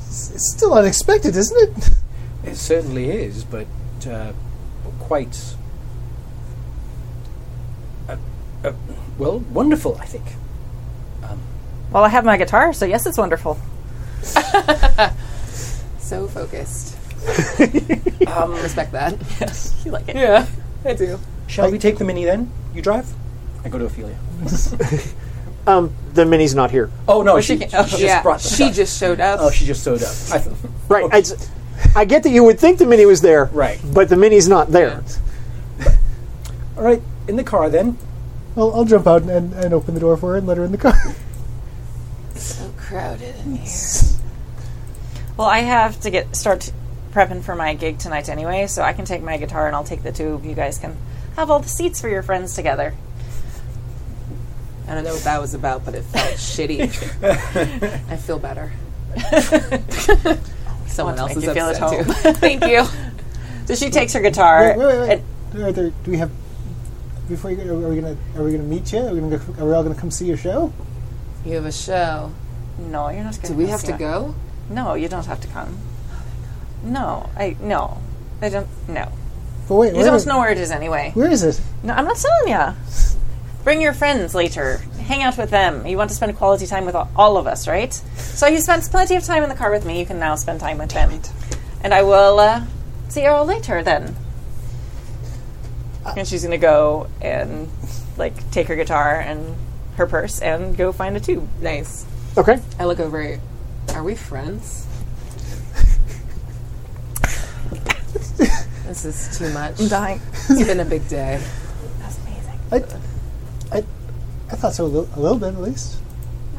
E: It's still unexpected, isn't it? [LAUGHS]
G: It certainly is, but uh, quite. Uh, uh, well, wonderful. I think. Um,
A: Well, I have my guitar, so yes, it's wonderful.
D: So
G: [LAUGHS]
D: focused. Respect that. Um, Yes. [LAUGHS] You like
A: it.
D: Yeah, I do.
G: Shall we take the mini then? You drive? I go to Ophelia.
B: Um, the mini's not here.
G: Oh no, she, she,
D: Oh,
G: just
D: yeah.
G: brought the
D: she
G: stuff.
D: just showed up.
G: Oh, she just sewed up. I th-
B: Right. I s- I, get that you would think the mini was there.
G: Right.
B: But the mini's not there.
G: All right, in the car then.
E: Well, I'll jump out and, and open the door for her and let her in the car.
D: so crowded in here.
A: Well, I have to get start prepping for my gig tonight anyway, so I can take my guitar and I'll take the two of you guys can have all the seats for your friends together.
D: I don't know what that was about, but it [LAUGHS] felt shitty. I feel [LAUGHS] better. Someone else
A: Make
D: is
A: you feel
D: upset
A: at home.
D: too. [LAUGHS]
A: Thank you. So she takes her guitar.
E: wait, wait, wait.
A: and-
E: Are there, do we have? Before you, go- are we gonna are we gonna meet you? Are we gonna go, are we all gonna come see your show?
D: You have a show.
A: no, you're not going.
D: Do we have to go?
A: No, you don't have to come. Oh, No, I no, I don't. No,
E: But wait,
A: you
E: where,
A: don't know where it is anyway.
E: where is it?
A: No, I'm not telling ya. Bring your friends later. Hang out with them. You want to spend quality time with all- all of us, right? So you spent plenty of time in the car with me. You can now spend time with them. And I will uh, see you all later then. And she's gonna go and like take her guitar and her purse and go find a tube.
D: Nice.
B: Okay.
D: I look over. Are we friends? this is too much.
A: Dying.
D: It's been a big day.
A: That's amazing.
E: I, I, I thought so a little, a little bit at least.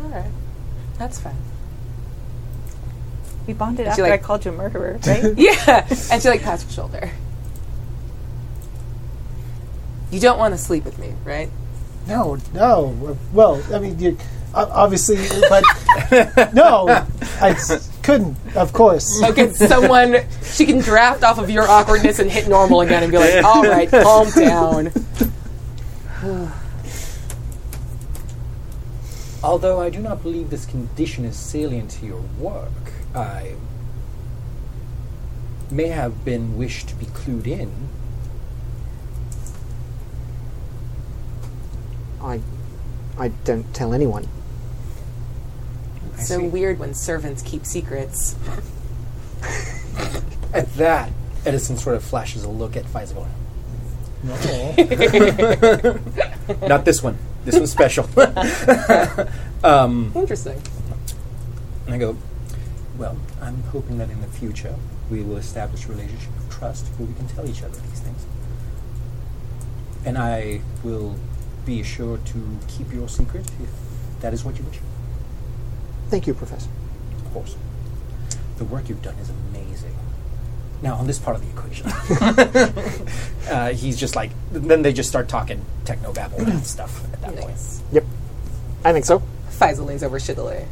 D: All right. That's fine.
A: We bonded
D: Did
A: after
D: you, like-
A: I called you a murderer, right?
D: Yeah. And she like pats her shoulder. You don't want to sleep with me, right?
E: No, no. Well, I mean, you, o- obviously, but no, I s- couldn't. Of course.
D: Oh, can someone she can draft off of your awkwardness and hit normal again and be like, all right, calm down.
G: Although I do not believe this condition is salient to your work, I may have been wished to be clued in.
B: I I don't tell anyone.
G: I
D: So
G: see.
D: weird when servants keep secrets.
G: At that, Edison sort of flashes a look at Pfizer going, [LAUGHS] No. Not this one. This one's [LAUGHS] special. um,
D: Interesting.
G: and I go, Well, I'm hoping that in the future we will establish a relationship of trust where we can tell each other these things. And I will be sure to keep your secret if that is what you wish.
B: Thank you, Professor.
G: Of course. The work you've done is amazing. Now, on this part of the equation,
D: [LAUGHS]
G: uh, he's just like, then they just start talking techno babble and stuff at that point.
D: Nice.
B: Yep. I think so.
D: Faisal leans over shittily.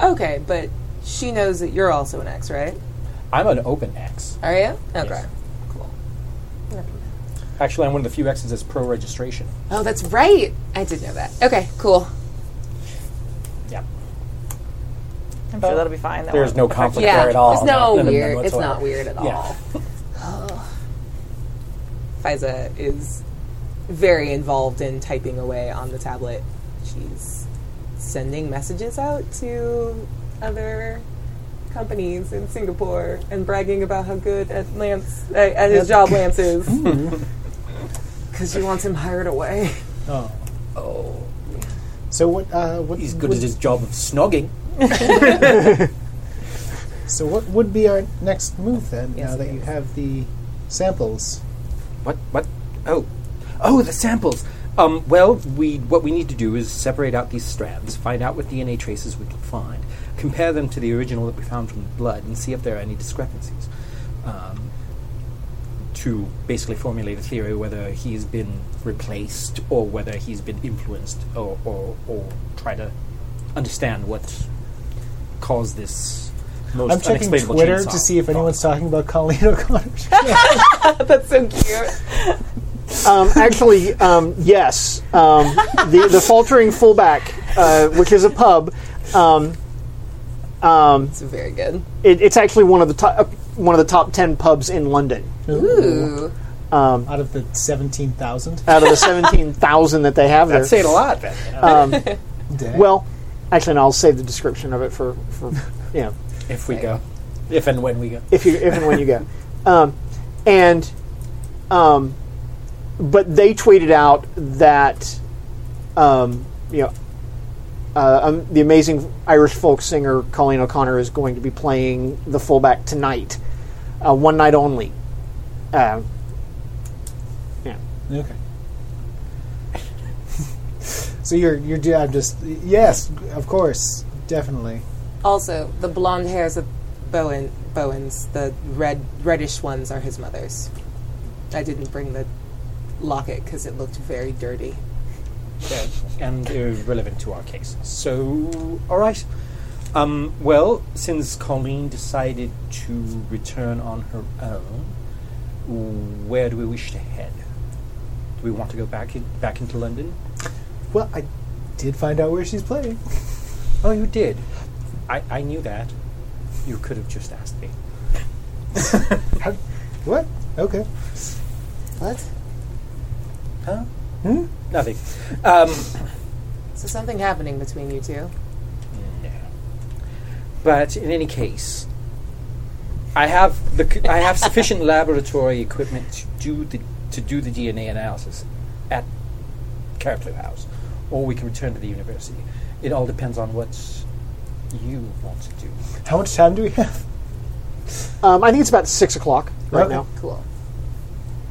D: Okay, but she knows that you're also an ex, right?
G: I'm an open X.
D: Are you? Okay.
G: Cool. Actually, I'm one of the few X's that's pro registration.
D: Oh, that's right. I did know that. Okay, cool.
G: Yeah.
A: I'm sure that'll be fine. That
G: There's
A: won't
G: no
A: affect
G: conflict
D: yeah,
G: there at all.
D: it's no,
G: none of them
D: weird. it's
G: whatsoever.
D: not weird at all.
G: Yeah. [LAUGHS]
D: Faiza is very involved in typing away on the tablet. She's sending messages out to other companies in Singapore and bragging about how good at Lance uh, at his job Lance is
G: [LAUGHS]
D: [LAUGHS] because she wants him hired away.
E: Oh.
G: Oh,
E: So what? Uh, what
G: he's good
E: what-
G: at his job of snogging.
E: So what would be our next move then?
D: Yes,
E: now that you
D: yes.
E: have the samples.
G: What? What? Oh, oh, the samples. Um, well, we what we need to do is separate out these strands, find out what DNA traces we can find, compare them to the original that we found from the blood, and see if there are any discrepancies. Um, to basically formulate a theory whether he's been replaced or whether he's been influenced, or or, or try to understand what caused this. Most
E: I'm checking
G: unexplainable
E: Twitter
G: chainsaw
E: to see if
G: thought.
E: anyone's talking about Colleen [LAUGHS] O'Connor.
D: That's so cute.
B: [LAUGHS] Um, actually, um, yes. Um, the, the faltering fullback, uh, which is a pub, um, um,
D: It's very good.
B: it, it's actually one of the top, uh, one of the top ten pubs in London.
D: Ooh,
E: Out of the seventeen
G: Uh,
E: thousand.
B: Out of the seventeen thousand that they have there,
G: That's saying a lot. Then.
B: Well, Actually, no, I'll save the description of it for, for you know,
G: if we go, if and when we go.
B: if you if and when you go. Um, and um, but they tweeted out that um, you know uh, um, the amazing Irish folk singer Colleen O'Connor is going to be playing the fullback tonight, uh, one night only. Uh, yeah.
E: Okay. so you're you're do- I'm just yes, of course, definitely.
D: Also, the blonde hairs of Bowen Bowens, the red reddish ones, are his mother's. I didn't bring the locket because it looked very dirty.
G: Yeah, and irrelevant to our case. So, all right. Um, well, since Colleen decided to return on her own, where do we wish to head? Do we want to go back in, back into London?
E: Well, I did find out where she's playing.
G: Oh, you did. I, I knew that. You could have just asked me.
E: What? Okay.
D: What?
G: Huh? Nothing. Um,
D: So something happening between you two.
G: No. But in any case, I have the c- I have [LAUGHS] sufficient laboratory equipment to do the to do the DNA analysis at Caribou House, or we can return to the university. It all depends on what you want to do.
E: How much time do we have? [LAUGHS]
B: Um, I think it's about six o'clock right
E: Okay.
B: now.
D: Cool.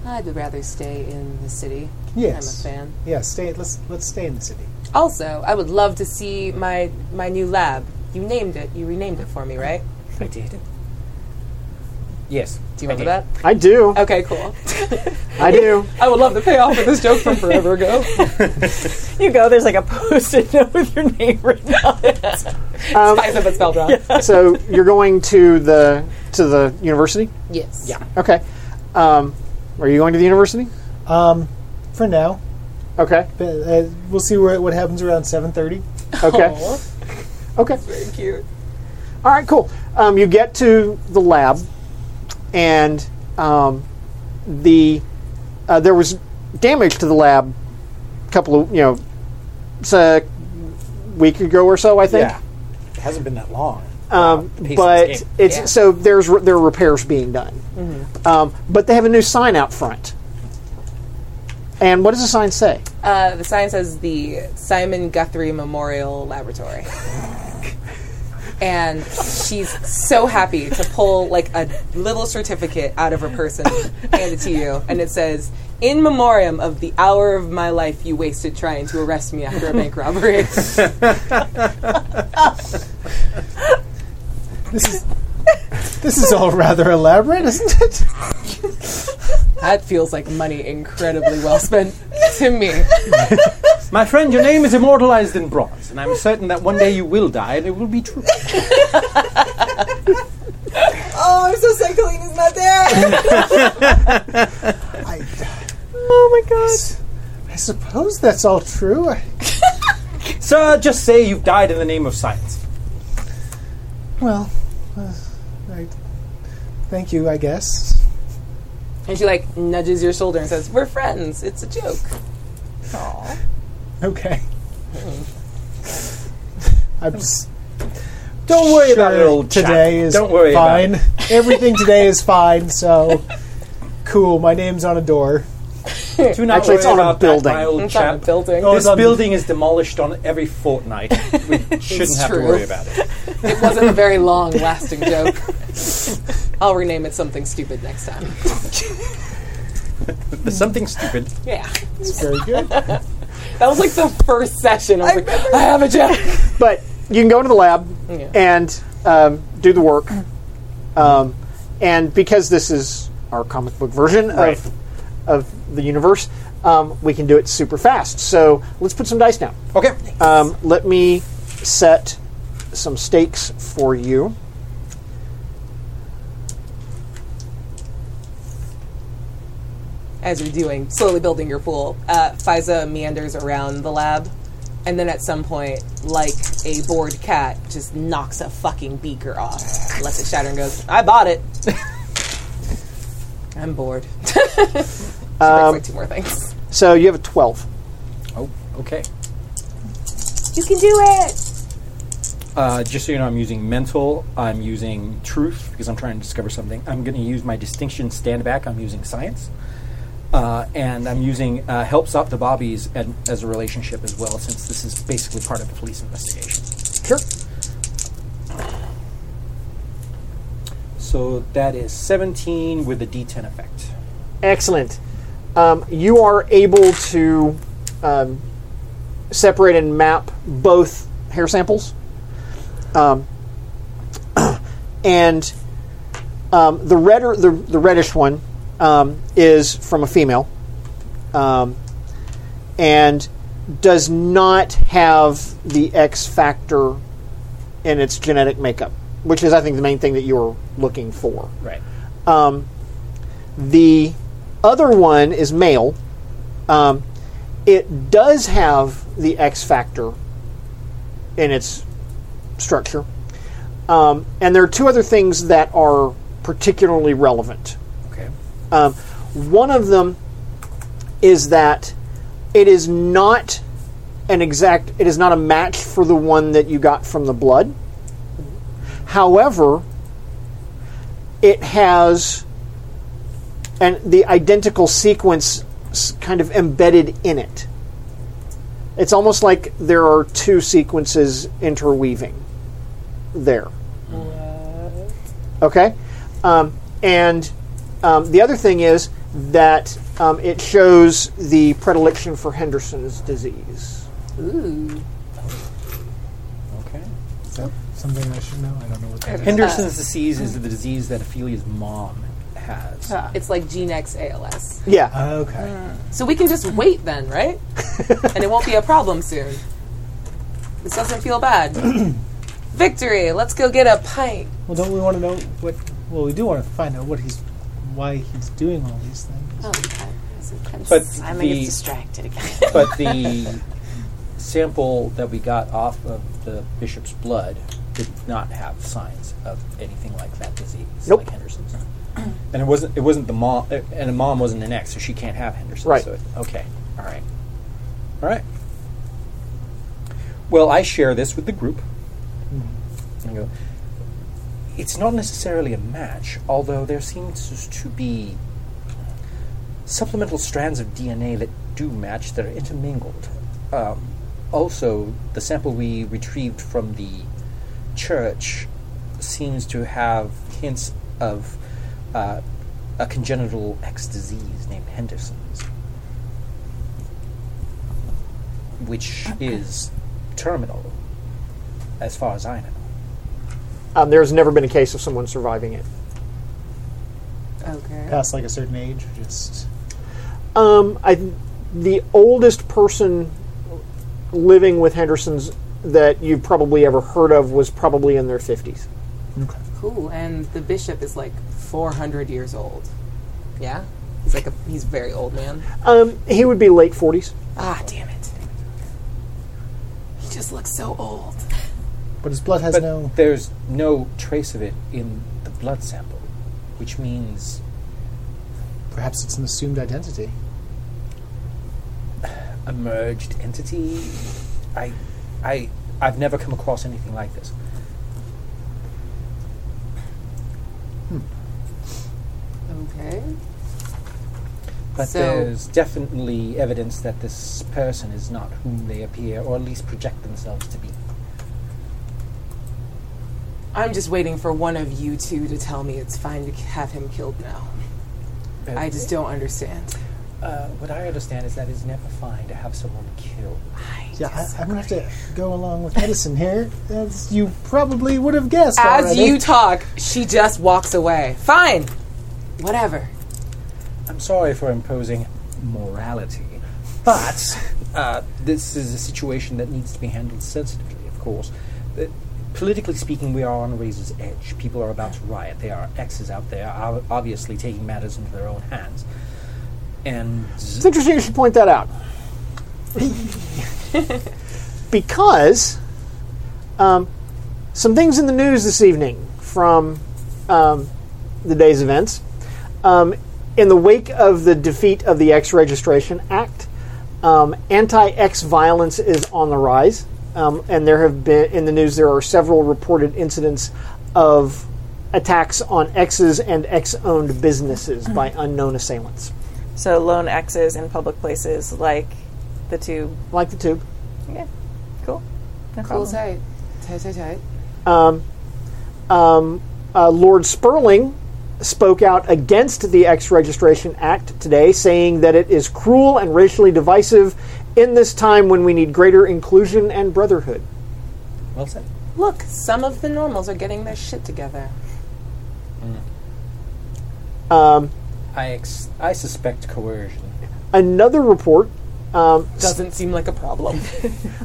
D: I'd rather stay in the city.
E: Yes.
D: I'm a fan.
E: Yeah, stay. Let's let's stay in the city.
D: Also, I would love to see my my new lab. You named it. You renamed it for me, right?
G: I did. Yes.
D: Do you
G: I
D: remember
G: did.
D: that?
B: I do.
D: Okay, cool.
B: I do.
D: I would love the payoff for this
F: [LAUGHS]
D: joke from forever ago.
F: You go, there's like a post-it note with your name written on
D: [LAUGHS] [LAUGHS]
F: it.
D: I said that spelled
F: [LAUGHS]
D: wrong.
B: Um, so you're going to the to the university?
D: Yes. Yeah.
B: Okay. Um, are you going to the university?
E: Um, for now,
B: Okay.
E: but, uh, we'll see where, what happens around seven thirty.
B: Okay. Okay.
D: Very cute.
B: All right. Cool. Um, you get to the lab, and um, the uh, there was damage to the lab a couple of you know s- a week ago or so I think.
G: It hasn't been that long.
B: Um,
G: Pace this
B: but
G: game.
B: it's
D: Yeah.
B: so there's r- there are repairs being done, um, but they have a new sign out front. And what does the sign say?
D: Uh, the sign says the Simon Guthrie Memorial Laboratory. and she's so happy to pull like a little certificate out of her person and hand it to you. And it says, In memoriam of the hour of my life you wasted trying to arrest me after a bank robbery.
E: This is this is all [LAUGHS] rather elaborate, isn't it?
D: that feels like money incredibly well spent to me.
G: My friend, your name is immortalized in bronze, and I'm certain that one day you will die, and it will be [LAUGHS] true.
D: Oh, I'm so sad Colleen is not there.
E: I, oh my god! I suppose that's all true. I,
G: Sir, just say you've died in the name of science.
E: well, uh, I, thank you. I guess.
D: and she like nudges your shoulder and says, We're friends. It's a joke.
G: [LAUGHS]
E: Okay. I'm s-
G: Don't worry about
E: sure
G: it, old chap.
E: today is
G: Don't worry about
E: fine.
G: [LAUGHS]
E: Everything today is fine. So cool. My name's on a door.
G: Do not
B: Actually, it's
G: worry
B: on a
G: about
B: building.
G: That, my old
D: It's not a
G: chap.
D: building.
E: Oh,
G: This
E: it's on-
G: building is demolished on every fortnight. We
D: [LAUGHS]
G: shouldn't have
D: true.
G: to worry about it.
D: It wasn't a very long lasting joke. I'll rename it something stupid next time.
G: There's something stupid.
D: Yeah.
E: It's very good.
D: That was like the first session. I was like, I have a joke.
B: But you can go into the lab
D: Yeah.
B: and um, do the work. Um, and because this is our comic book version
G: Right.
B: of, of the universe, um, we can do it super fast. So let's put some dice down.
G: Okay.
B: Um, let me set some stakes for you.
D: As you're doing, slowly building your pool, uh, Fiza meanders around the lab. And then at some point, like a bored cat, just knocks a fucking beaker off, lets it shatter, and goes, I bought it. I'm bored. [LAUGHS] She brings, like two more things.
B: So you have a 12.
G: Oh, okay.
D: You can do it.
G: Uh, just so you know, I'm using mental. I'm using truth because I'm trying to discover something. I'm going to use my distinction stand back. I'm using science, uh, and I'm using uh, helps out the bobbies and, as a relationship as well, since this is basically part of a police investigation.
B: Sure.
G: So that is 17 with the D10 effect.
B: Excellent. Um, you are able to um, separate and map both hair samples. Um, [CLEARS THROAT] and um, the redder, the, the reddish one, um, is from a female, um, and does not have the X factor in its genetic makeup, which is, I think, the main thing that you were looking for.
G: Right.
B: Um, the other one is male. Um, it does have the X factor in its structure. Um, and there are two other things that are particularly relevant.
G: Okay.
B: Um, one of them is that it is not an exact, it is not a match for the one that you got from the blood. However, it has and the identical sequence s- kind of embedded in it. It's almost like there are two sequences interweaving there. Okay? Um, and um, the other thing is that um, it shows the predilection for Henderson's disease.
G: Okay.
E: Is that something I should know? I don't know what that is.
G: Henderson's disease is the disease that Ophelia's mom has.
D: It's like Gene X ALS.
B: Yeah.
E: Okay.
D: So we can just wait then, right? and it won't be a problem soon. This doesn't feel bad. Victory! Let's go get a pint.
E: Well, don't we want to know what? Well, we do want to find out what he's, why he's doing all these things.
A: Oh,
G: But
A: Simon gets
G: the,
A: distracted again.
G: but the sample that we got off of the bishop's blood did not have signs of anything like that disease,
B: Nope.
G: like Henderson's. And it wasn't it wasn't the mom, and the mom wasn't an X, so she can't have Henderson.
B: Right.
G: So it, okay. All right. All right. Well, I share this with the group. I go, it's not necessarily a match, although there seems to be supplemental strands of DNA that do match that are intermingled. Um, also, the sample we retrieved from the church seems to have hints of uh, a congenital X disease named Henderson's, which is terminal, as far as I know.
B: Um, there's never been a case of someone surviving it.
D: Okay.
E: Past like a certain age, or just
B: Um, I, the oldest person living with Henderson's that you've probably ever heard of was probably in their 50s.
D: Cool. And the bishop is like 400 years old. Yeah? He's like a he's a very old man.
B: Um, he would be late 40s.
D: Ah, damn it. He just looks so old.
E: but his blood has
G: But
E: no.
G: there's no trace of it in the blood sample, which means
E: Perhaps it's an assumed identity.
G: a merged entity. I, I, I've never come across anything like this.
D: Okay.
G: But
D: So-
G: there's definitely evidence that this person is not whom they appear, or at least project themselves to be.
D: I'm just waiting for one of you two to tell me it's fine to have him killed now. I just don't understand.
G: Uh, what I understand is that it's never fine to have someone killed.
E: Yeah, I, I'm gonna have to go along with medicine here, as you probably would have guessed.
D: As
E: already.
D: you talk, she just walks away. Fine. Whatever.
G: I'm sorry for imposing morality, but uh, this is a situation that needs to be handled sensitively, of course. Uh, politically speaking, we are on a razor's edge. People are about to riot. There are X's out there, ob- obviously taking matters into their own hands. And
B: It's interesting you should point that out. because um, some things in the news this evening from um, the day's events. Um, in the wake of the defeat of the X Registration Act, um, anti X violence is on the rise. Um, um, and there have been in the news there are several reported incidents of attacks on exes and ex-owned businesses by unknown assailants,
F: So lone X's in public places like the tube.
B: like the tube.
F: Yeah, cool. No
D: Cool
F: problem.
D: tight. Tight, tight, tight.
B: Uh, Lord Sperling spoke out against the Ex Registration Act today, saying that it is cruel and racially divisive in this time when we need greater inclusion and brotherhood.
G: Well said.
D: Look, some of the normals are getting their shit together.
G: I ex- I suspect coercion.
B: Another report
D: Doesn't seem like a problem.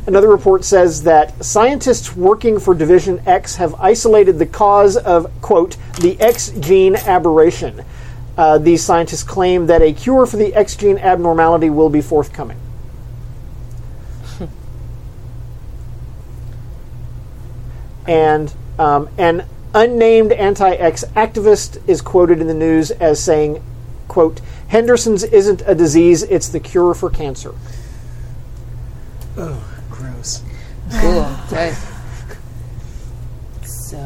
B: Another report says that scientists working for Division X have isolated the cause of, quote, the X gene aberration. Uh, these scientists claim that a cure for the X gene abnormality will be forthcoming. and um, an unnamed anti-X activist is quoted in the news as saying, quote, Henderson's isn't a disease, it's the cure for cancer.
E: Gross.
D: cool. Tight. So,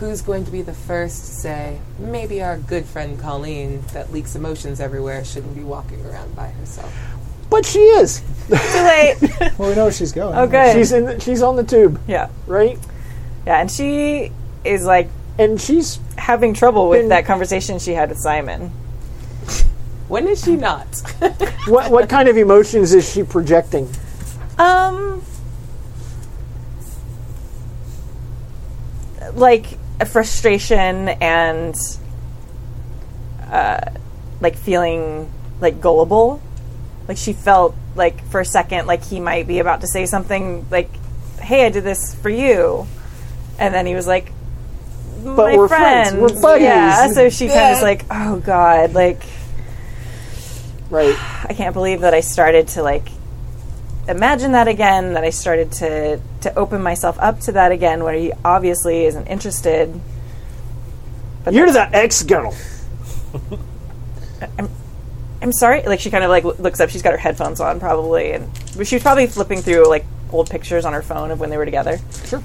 D: who's going to be the first to say, maybe our good friend Colleen, that leaks emotions everywhere, shouldn't be walking around by herself?
B: But she is.
F: Too late.
E: Well, [LAUGHS] we know where she's going.
F: Oh, good.
B: She's in. The, she's on the tube,
F: yeah,
B: right?
F: yeah, and she is like
B: And she's
F: having trouble with
B: Been-
F: that conversation she had with Simon.
D: When is she [LAUGHS] not?
B: what? What kind of emotions is she projecting?
F: Um, like a frustration and uh, like feeling like gullible. Like she felt like for a second like he might be about to say something like, "Hey, I did this for you," and then he was like.
B: But
F: my
B: we're
F: friend.
B: friends. We're buddies.
F: Yeah, so she kind of was like, "Oh God, like [SIGHS]
B: Right.
F: I can't believe that I started to like imagine that again, that I started to to open myself up to that again where he obviously isn't interested.
B: You're the ex girl.
F: I'm sorry. Like she kind of like loo- looks up. She's got her headphones on probably and but she was probably flipping through like old pictures on her phone of when they were together. Sure.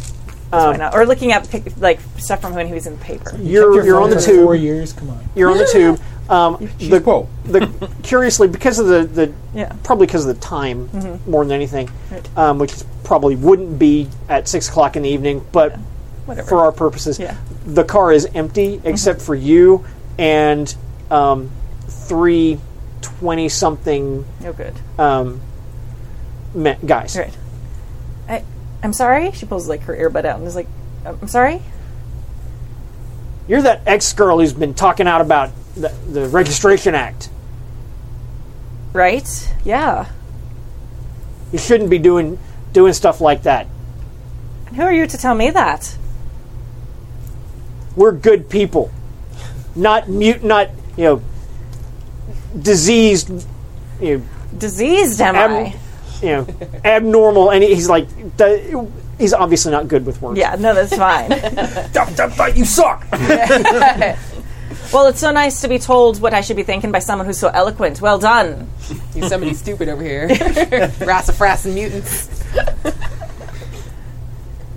F: Um, why not? Or looking at pic- like stuff from when he was in the paper.
E: Kept
B: You're
E: your
B: you're
E: phone
B: on the
E: for Four
B: tube.
E: years. Come on.
B: You're on the
F: [LAUGHS]
B: tube. Um, the,
G: Whoa.
B: the
E: [LAUGHS]
B: curiously because of the the
F: Yeah. Mm-hmm.
B: probably because of the time more than anything, um, which is probably wouldn't be at six o'clock in the evening, but
F: Whatever.
B: for our purposes,
F: Yeah. Mm-hmm.
B: the car is empty except for you and um, three twenty something
F: no Oh, good.
B: me- guys.
F: Right. Uh, I I'm sorry. She pulls like her earbud out and is like, "Um, "I'm sorry."
B: You're that ex girl who's been talking out about the, the Registration Act.
F: Right? Yeah.
B: You shouldn't be doing doing stuff like that.
F: And who are you to tell me that?
B: We're good people, not mute, not you know, diseased, you know,
F: Diseased am
B: Am-
F: I?
B: you know abnormal. And he's like, the, he's obviously not good with words.
F: Yeah, no, that's fine. [LAUGHS]
B: you suck.
F: well, it's so nice to be told what I should be thinking by someone who's so eloquent. Well done.
D: You're somebody stupid over [LAUGHS] here. Rassafras and mutants.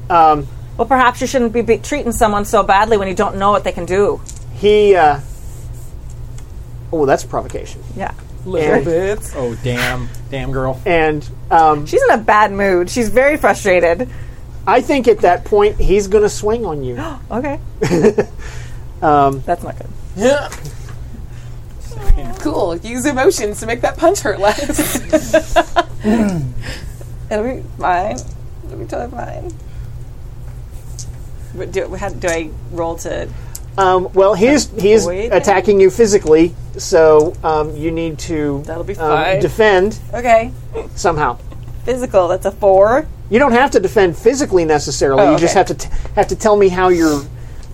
F: Well, perhaps you shouldn't be, be treating someone so badly when you don't know what they can do.
B: He. Uh, oh, that's provocation.
F: Yeah.
B: Little
D: bit.
G: Oh damn, damn girl.
B: And um,
F: She's in a bad mood. She's very frustrated.
B: I think at that point he's going to swing on
F: [GASPS]
B: you. [GASPS]
F: Okay. that's not good.
D: Cool. Use emotions to make that punch hurt less.
F: It'll be fine. It'll be totally fine. But do, how, do I roll to.
B: Um, well, he is he is
F: Avoid
B: attacking you physically, so um, you need to
F: That'll be
B: um,
F: fine.
B: defend
F: Okay.
B: somehow.
F: Physical, that's a four.
B: You don't have to defend physically necessarily.
F: Oh,
B: You just have
F: okay.
B: to t- have to tell me how you're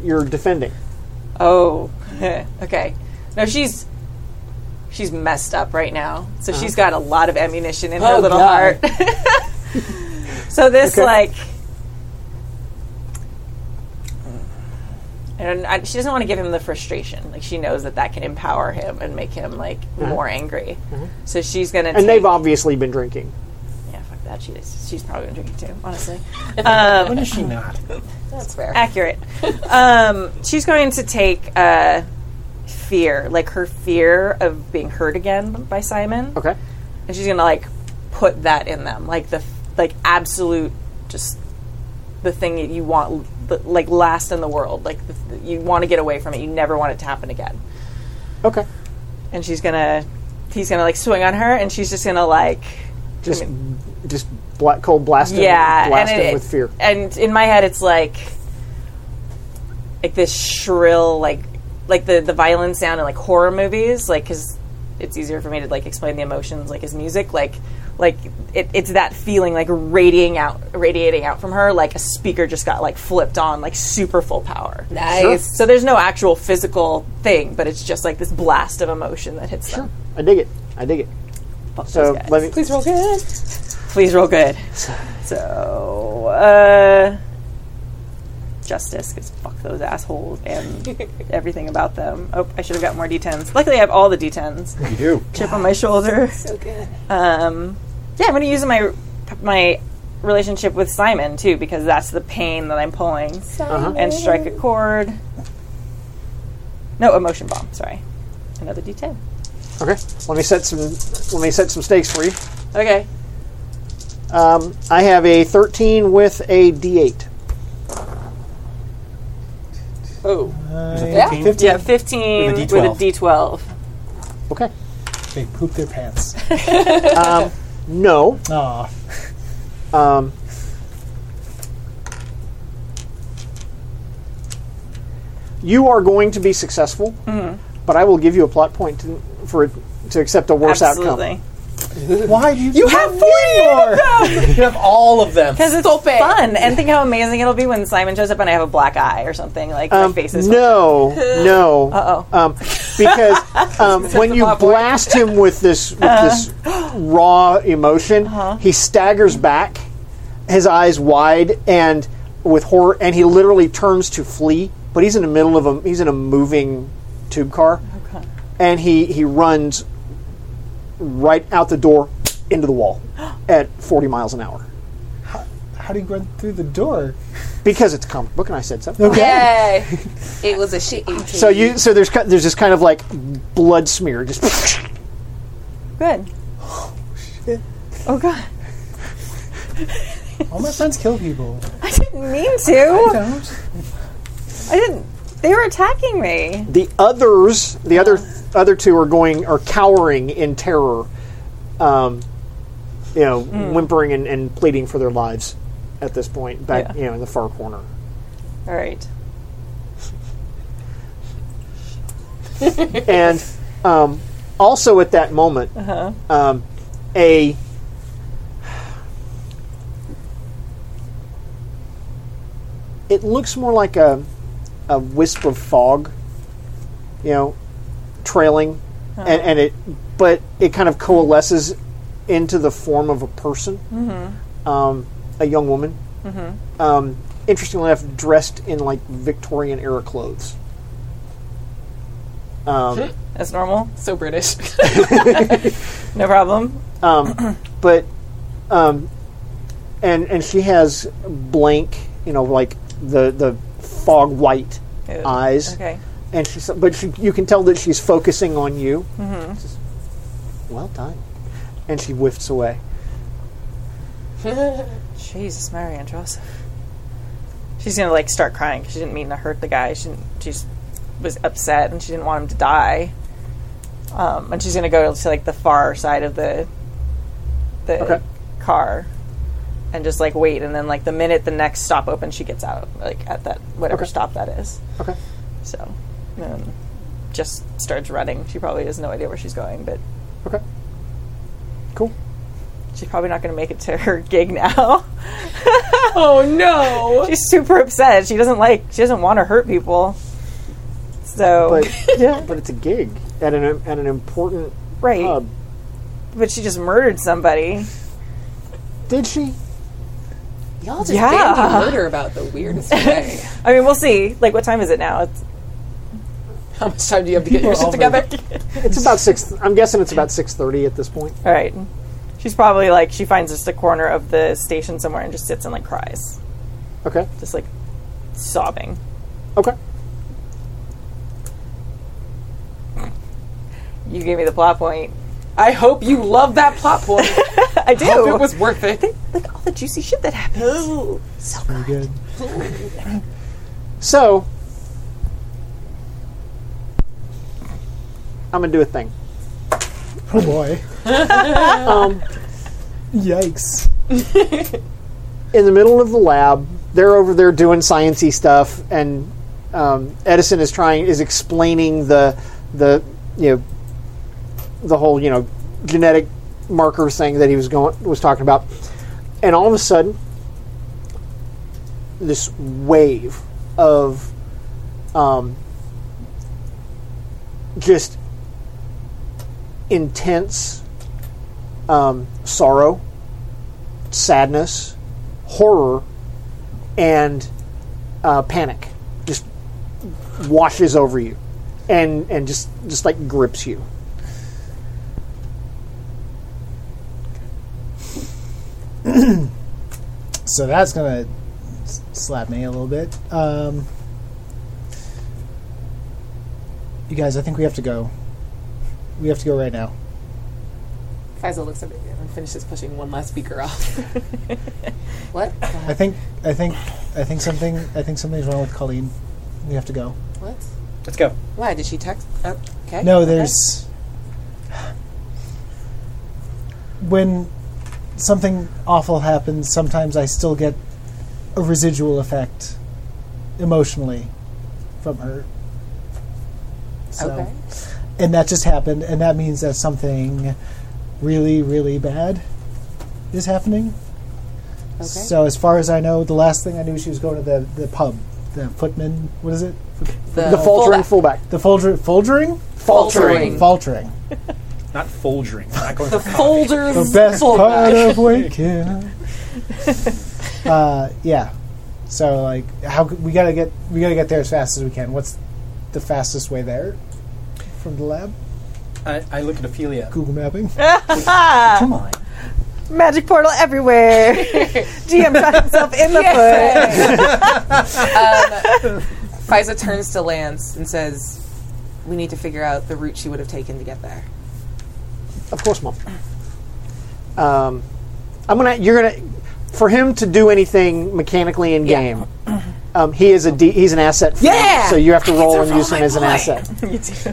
B: you're defending.
F: Oh, [LAUGHS] okay. No, she's she's messed up right now, so she's got a lot of ammunition in her little
D: God.
F: heart. so this
B: Okay.
F: like, and I, she doesn't want to give him the frustration. Like she knows that that can empower him and make him like more angry. So she's gonna.
B: And
F: take,
B: they've obviously been drinking.
F: yeah, fuck that she is. She's probably going to drink it too, honestly. Um,
E: When is she not?
F: [LAUGHS]
D: That's fair.
F: Accurate. um, she's going to take uh, fear, like her fear of being hurt again by Simon.
B: Okay.
F: and she's gonna like put that in them like the like absolute just the thing that you want the- like last in the world like the, you want to get away from it you never want it to happen again
B: Okay.
F: and she's gonna he's gonna like swing on her and she's just gonna like
B: Just just black cold blasting
F: yeah
B: blasting
F: and it-
B: with fear.
F: and in my head it's like like this shrill like like the the violin sound in like horror movies like because it's easier for me to like explain the emotions like as music like like it, it's that feeling like radiating out radiating out from her like a speaker just got like flipped on like super full power
D: Nice.
F: so there's no actual physical thing but it's just like this blast of emotion that hits them
B: I dig it. I dig it.
F: Fuck those
B: So
F: guys.
B: let me
D: Please roll good.
F: Please roll good. So, uh, justice, because fuck those assholes [LAUGHS] and everything about them. Oh, I should have got more d10s. Luckily, I have all the d10s.
G: You do.
F: Chip on my shoulder. [LAUGHS] So good. Um, yeah, I'm going to use my my relationship with Simon too, because that's the pain that I'm pulling, and strike a chord. No, emotion bomb. Sorry, another d10.
B: okay. Let me set some let me set some stakes for you.
F: Okay.
B: Um, I have a 13 with a D8.
F: Oh,
E: Uh,
D: fifteen?
E: 15.
F: yeah, 15
G: With a
F: with
G: D12.
F: a d12.
B: Okay.
E: They poop their pants.
B: No.
E: Aw.
B: Um, you are going to be successful, but I will give you a plot point to, for to accept a worse
F: Absolutely.
B: outcome.
E: Why do you? You have
G: you have all of them.
F: Because it's fun, and think how amazing it'll be when Simon shows up and I have a black eye or something. Like my
A: [LAUGHS]
F: face is
B: Um, No, no.
F: Uh-oh.
B: Um, because um, when you blast him with this with this raw emotion, he staggers back, his eyes wide and with horror, and he literally turns to flee. But he's in the middle of a he's in a moving tube car, and he he runs right out the door into the wall at forty miles an hour
E: How do you run through the door?
B: because it's a comic book, and I said so.
D: Yay. [LAUGHS] it was a shit 18.
B: So you so there's ki- there's this kind of like blood smear just [LAUGHS]
F: good. Oh god,
E: All my friends kill people.
F: I didn't mean
E: I
F: to.
E: don't.
F: I didn't. They were attacking me.
B: the others the other other two are going are cowering in terror um, you know whimpering and, and pleading for their lives at this point back
F: Yeah.
B: you know in the far corner
F: All right.
B: and um, also at that moment um, a it looks more like a a wisp of fog you know trailing and, and it but it kind of coalesces into the form of a person um, a young woman um, interestingly enough dressed in like victorian era clothes um,
F: That's normal.
D: so British.
F: No problem.
B: um, but um, and and she has blank, you know, like the the fog white
F: Ew.
B: eyes,
F: Okay.
B: and she's but she, you can tell that she's focusing on you.
F: Mm-hmm.
B: Says, well done, and she whiffs away.
F: Jesus, Mary and Joseph. She's gonna like start crying 'cause she didn't mean to hurt the guy. She didn't, she just was upset and she didn't want him to die. Um, and she's gonna go to like the far side of the the
B: Okay.
F: car and just like wait. And then like the minute the next stop opens, she gets out like at that whatever stop that is.
B: Okay.
F: So, um, just starts running. She probably has no idea where she's going, but
B: Okay. Cool.
F: she's probably not gonna make it to her [LAUGHS] gig now.
D: oh [LAUGHS] no.
F: [LAUGHS] She's super upset. She doesn't like. She doesn't want to hurt people. So [LAUGHS]
B: But yeah, but it's a gig at an at an important
F: right,
B: pub.
F: but she just murdered somebody.
B: Did she?
D: Y'all just
F: Yeah.
D: bandy murder about the [LAUGHS] weirdest way.
F: I mean, we'll see. Like, what time is it now? It's
D: How much time do you have to get your shit
E: over-
D: together?
B: It's about six. I'm guessing it's about six thirty at this point.
F: all right. She's probably like she finds just a corner of the station somewhere and just sits and like cries,
B: Okay.
F: just like sobbing.
B: Okay.
F: You gave me the plot point.
D: I hope you love that plot [LAUGHS] point.
F: I do.
D: hope it was worth it.
F: like all the juicy shit that happens.
E: Pretty good.
B: So I'm gonna do a thing.
E: Oh boy. [LAUGHS]
B: Um,
E: Yikes.
B: in the middle of the lab, they're over there doing sciency stuff, and um, Edison is trying is explaining the the you know the whole you know genetic markers thing that he was going was talking about, and all of a sudden, this wave of um, just intense um, sorrow, sadness, horror, and uh, panic just washes over you, and and just just like grips you.
E: So that's gonna s- slap me a little bit. Um, you guys, I think we have to go. We have to go right now.
D: Faisal looks up at you and finishes pushing one last speaker off. [LAUGHS] what?
E: I think, I think, I think something, I think something's wrong with Colleen. We have to go.
D: What?
G: Let's go.
D: Why did she text? Oh, Okay.
E: No,
D: Okay.
E: there's when something awful happens. Sometimes I still get a residual effect emotionally from her. So,
D: Okay.
E: and that just happened, and that means that something really, really bad is happening.
D: Okay.
E: So, as far as I know, the last thing I knew, she was going to the, the pub, the footman. What is it?
B: The
D: Uh,
B: faltering fullback,
E: The folder, foldering,
D: Faltering.
E: faltering.
G: Not foldering.
B: [LAUGHS]
G: We're not going
D: The folders.
E: the best part
D: fullback.
E: of waking. uh, yeah. So like, how c- we gotta get we gotta get there as fast as we can. What's the fastest way there from the lab?
G: I, I look at Ophelia.
E: Google [LAUGHS] mapping.
G: Come on.
F: Magic portal everywhere. GM shot himself in the
D: Faisal turns to Lance and says, "We need to figure out the route she would have taken to get there."
B: of course, mom. Um, I'm gonna. You're gonna. For him to do anything mechanically in game, um, he is a D, he's an asset. For you,
D: Yeah!
B: so you have to roll and use him as an asset.
F: foot.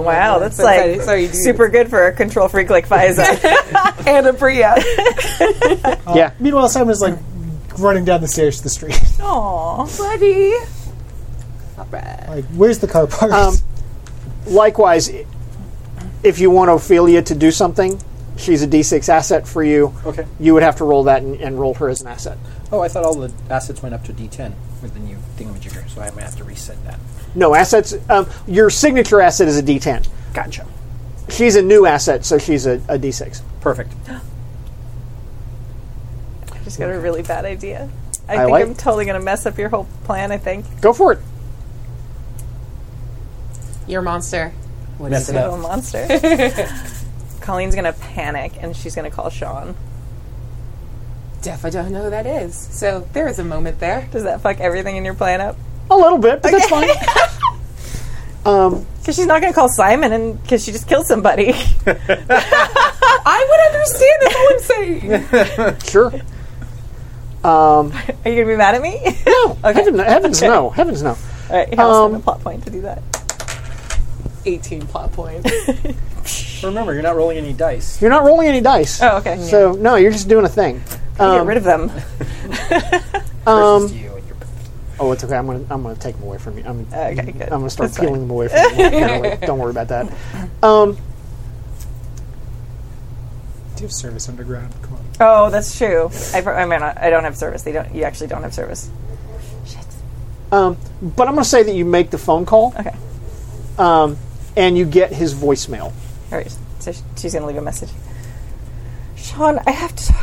D: Wow,
F: that's like Super good for a control freak like [LAUGHS] Fiza.
D: and a Priya.
B: yeah.
E: Meanwhile, Simon's like running down the stairs to the street.
F: Aww.
D: buddy. All right.
E: like, where's the car park?
B: Um, Likewise, i- if you want Ophelia to do something, she's a D6 asset for you.
G: Okay.
B: You would have to roll that and, and roll her as an asset.
G: Oh, I thought all the assets went up to D10 with the new thingamajigger, so I might have to reset that.
B: No assets. Um, your signature asset is a D10.
G: Gotcha.
B: She's a new asset, so she's a a D6.
G: Perfect.
F: I just got a really bad idea. I,
B: I
F: think
B: like-
F: I'm totally going to mess up your whole plan, I think.
B: Go for it.
D: You're a monster. What
G: Mess
D: is
G: it
F: Little
G: up.
F: monster. Colleen's going to panic and she's going to call Sean.
D: Deaf, I don't know who that is. So there is a moment there.
F: Does that fuck everything in your plan up?
B: A little bit, but that's fine. Um,
F: Because she's not going to call Simon and because she just killed somebody. [LAUGHS]
D: I would understand. That's all I'm saying.
B: sure.
F: [LAUGHS] Are you going to be mad at me? [LAUGHS]
B: No. Heaven, heavens no. Heavens no.
F: All right, here, I'll send
B: Um,
F: a plot point to do that.
D: 18 plot points.
G: Remember, you're not rolling any dice.
B: You're not rolling any dice.
F: Oh, okay.
B: So no, you're just doing a thing. Um,
F: Get rid of them.
G: Versus you and your
B: Oh, it's okay. I'm gonna I'm gonna take them away from you. I'm
F: Okay, good.
B: I'm gonna start
F: That's fine.
B: peeling them away from you. momentarily. Don't worry about
F: [LAUGHS]
B: that. Um,
E: Do you have service underground? Come on.
F: Oh, that's true. I, pro- I mean, I don't have service. They don't. You actually don't have service.
B: um, but I'm gonna say that you make the phone call.
F: Okay.
B: Um, and you get his voicemail.
F: All right. So sh- she's gonna leave a message. Sean, I have to.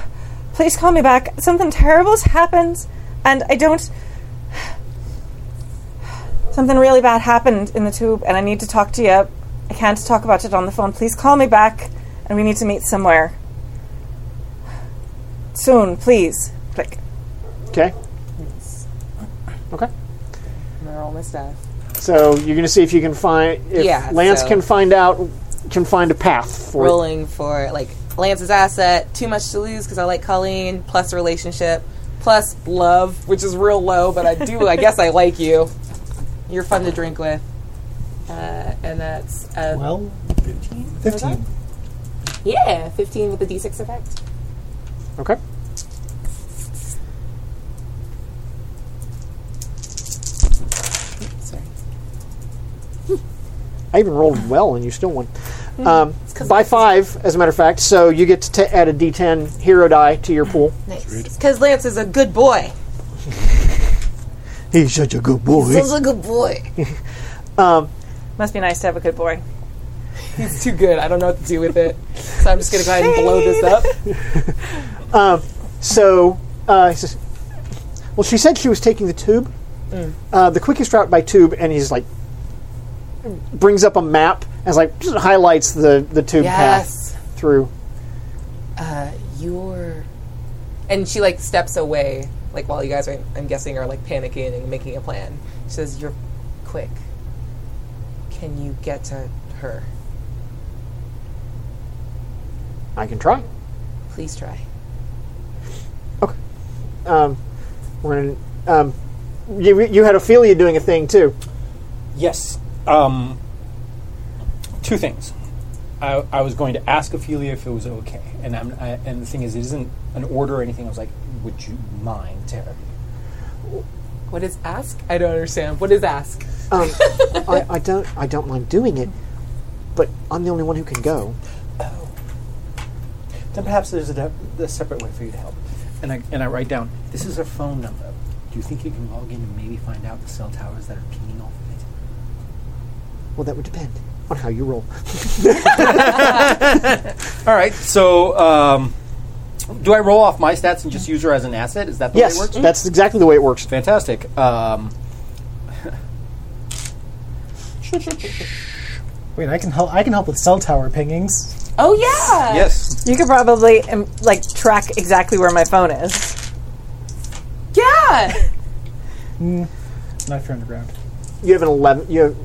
F: Please call me back. Something terrible's happened, and I don't. Something really bad happened in the tube, and I need to talk to you. I can't talk about it on the phone. Please call me back, and we need to meet somewhere. Soon, please. Click.
B: Okay. Okay.
D: I'm gonna roll my stuff.
B: So you're going to see if you can find if
D: Yeah,
B: Lance
D: so-
B: can find out can find a path for it.
D: Rolling for like Lance's asset, too much to lose because I like Colleen, plus relationship, plus love, which is real low, but I do. I guess I like you. You're fun to drink with. Uh, and that's uh,
E: Well, 15.
D: yeah, 15 with the d6 effect.
B: Okay.
D: Sorry.
B: I even rolled well, and you still won. Um, by five, as a matter of fact. So you get to t- add a D10 hero die to your pool.
D: Nice. Because Lance is a good boy.
B: He's such a good boy.
D: He's a good boy.
F: Must be nice to have a good boy.
D: He's too good. I don't know what to do with it. So I'm just going to go ahead and blow this up.
B: So uh, he says, "Well, she said she was taking the tube, uh, the quickest route by tube." And he's like, brings up a map and is like just highlights the the tube
D: Yes.
B: path through.
D: Uh, Your. And she like steps away, like while you guys are, I'm guessing, are like panicking and making a plan. She says, "You're quick. Can you get to her?
B: I can try.
D: Please try."
B: Um, We're in. Um, you, you had Ophelia doing a thing too.
G: Yes. Um, two things. I, I was going to ask Ophelia if it was okay, and I'm, I, and the thing is, it isn't an order or anything. I was like, "Would you mind, Tara?"
D: What is ask? I don't understand. What is ask?
B: Um, I, I don't. I don't mind doing it, but I'm the only one who can go.
G: Then perhaps there's a, a separate way for you to help. And I and I write down, "This is her phone number. Do you think you can log in and maybe find out the cell towers that are pinging off of it?"
B: Well, that would depend on how you roll.
G: All right. So, um, do I roll off my stats and just use her as an asset? Is that the way it
B: yes,
G: works?
B: that's exactly the way it works.
G: Fantastic. Um,
E: Wait, I can help. I can help with cell tower pingings.
D: Oh
A: Uh,
D: yeah.
F: [LAUGHS]
G: yes.
F: You could probably um, like track exactly where my phone is.
D: Yeah.
E: Not if you're underground.
B: You have an eleven. You have,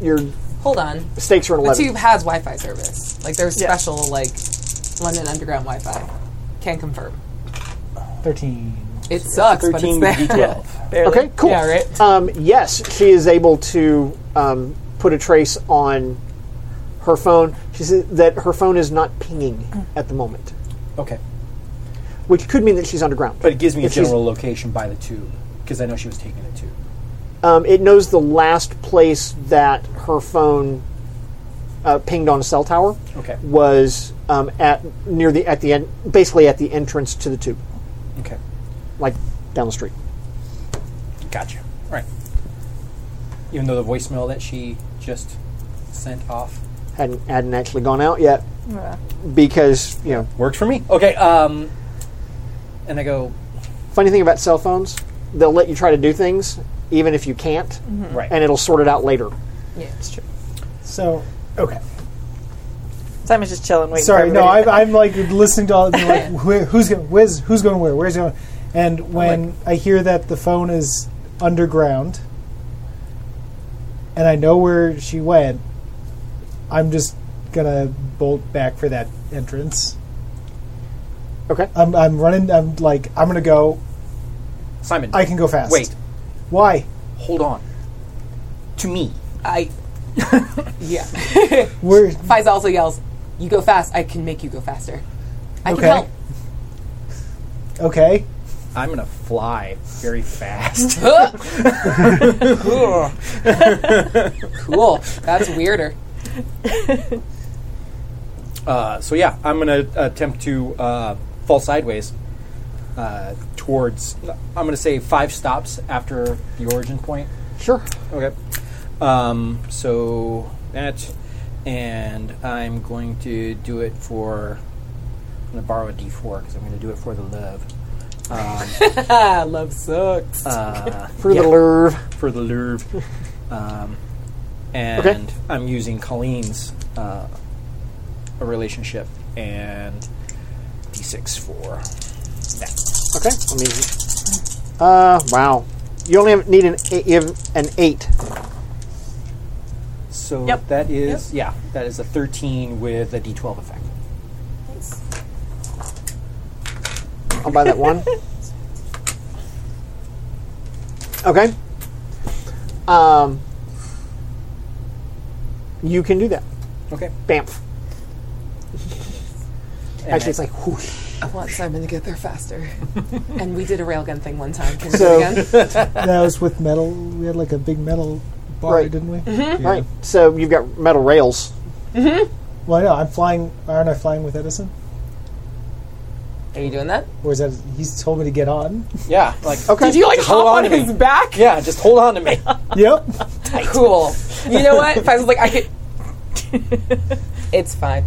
B: your
D: Hold on.
B: stakes are an
D: The
B: eleven.
D: tube has Wi-Fi service. Like there's special like London Underground Wi-Fi. Can confirm.
E: Thirteen.
D: It sucks, but it's
G: Thirteen
D: there.
B: [LAUGHS]
G: D twelve.
B: Okay, cool.
D: Yeah, right.
B: Um, yes, she is able to um, put a trace on her phone. She says that her phone is not pinging at the moment,
G: Hmm. Okay.
B: which could mean that she's underground.
G: But it gives me
B: If
G: a
B: she's-
G: general location by the tube because I know she was taking the tube.
B: um, it knows the last place that her phone uh, pinged on a cell tower
G: Okay.
B: was um, at near the at the end, basically at the entrance to the tube,
G: Okay.
B: like down the street.
G: Gotcha. All right. Even though the voicemail that she just sent off
B: hadn't hadn't actually gone out yet because you know
G: works for me. Okay. Um, and I go
B: funny thing about cell phones they'll let you try to do things even if you can't
D: Mm-hmm.
G: right.
B: and it'll sort it out later
D: Yeah, it's true.
E: So okay.
F: Simon's just chilling, waiting.
E: Sorry,
F: for
E: no,
F: everybody to-
E: I, I'm like listening to all of them, like wh- who's going, where's who's going where, where's going, and when I hear that the phone is underground, and I know where she went, I'm just gonna bolt back for that entrance.
B: okay
E: I'm I'm running. I'm like I'm gonna go.
G: Simon.
E: I can go fast.
G: Wait.
E: why?
G: Hold on. To me.
D: I. yeah.
E: Where?
D: Fiza also yells, "You go fast. I can make you go faster. I
E: Okay.
D: can help."
E: Okay.
G: I'm gonna fly very fast.
E: [LAUGHS]
D: cool.
G: [LAUGHS]
D: cool. That's weirder.
G: Uh, so yeah, I'm gonna attempt to uh, fall sideways uh, towards. I'm gonna say five stops after the origin point.
B: sure
G: Okay. Um, so that, and I'm going to do it for. I'm gonna borrow a D4 because I'm gonna do it for the love. Um,
D: Ah, love sucks.
G: uh,
B: for
G: yeah,
B: the lerv
G: for the Louvre. Um, and I'm using Colleen's uh, a relationship and D6 for that.
B: Okay, let me. Uh, wow. You only have, need an eight, you have an eight.
G: So
A: Yep.
G: that is yeah, that is a thirteen with a D twelve effect.
B: I'll buy that
D: [LAUGHS]
B: one. okay. Um, you can do that.
G: Okay.
B: Bamf.
G: And
B: Actually, it's
G: I-
B: like whoosh.
D: I want Simon to get there [LAUGHS] faster. and we did a railgun thing one time. Can we
B: So-
D: do it again?
E: That was with metal. We had like a big metal bar,
B: Right.
E: didn't we?
B: All right. So you've got metal rails.
E: Well, no, I'm flying. Aren't I flying with Edison?
D: Are you doing that?
E: Or is that he's told me to get on? [LAUGHS]
G: yeah, like
B: Okay.
D: Did you like
G: Hold
D: hop
G: on to
D: on,
G: me.
D: his back?
G: yeah, just hold on to me.
E: yep.
D: Cool. You know what? If I was like, I could. [LAUGHS] it's fine.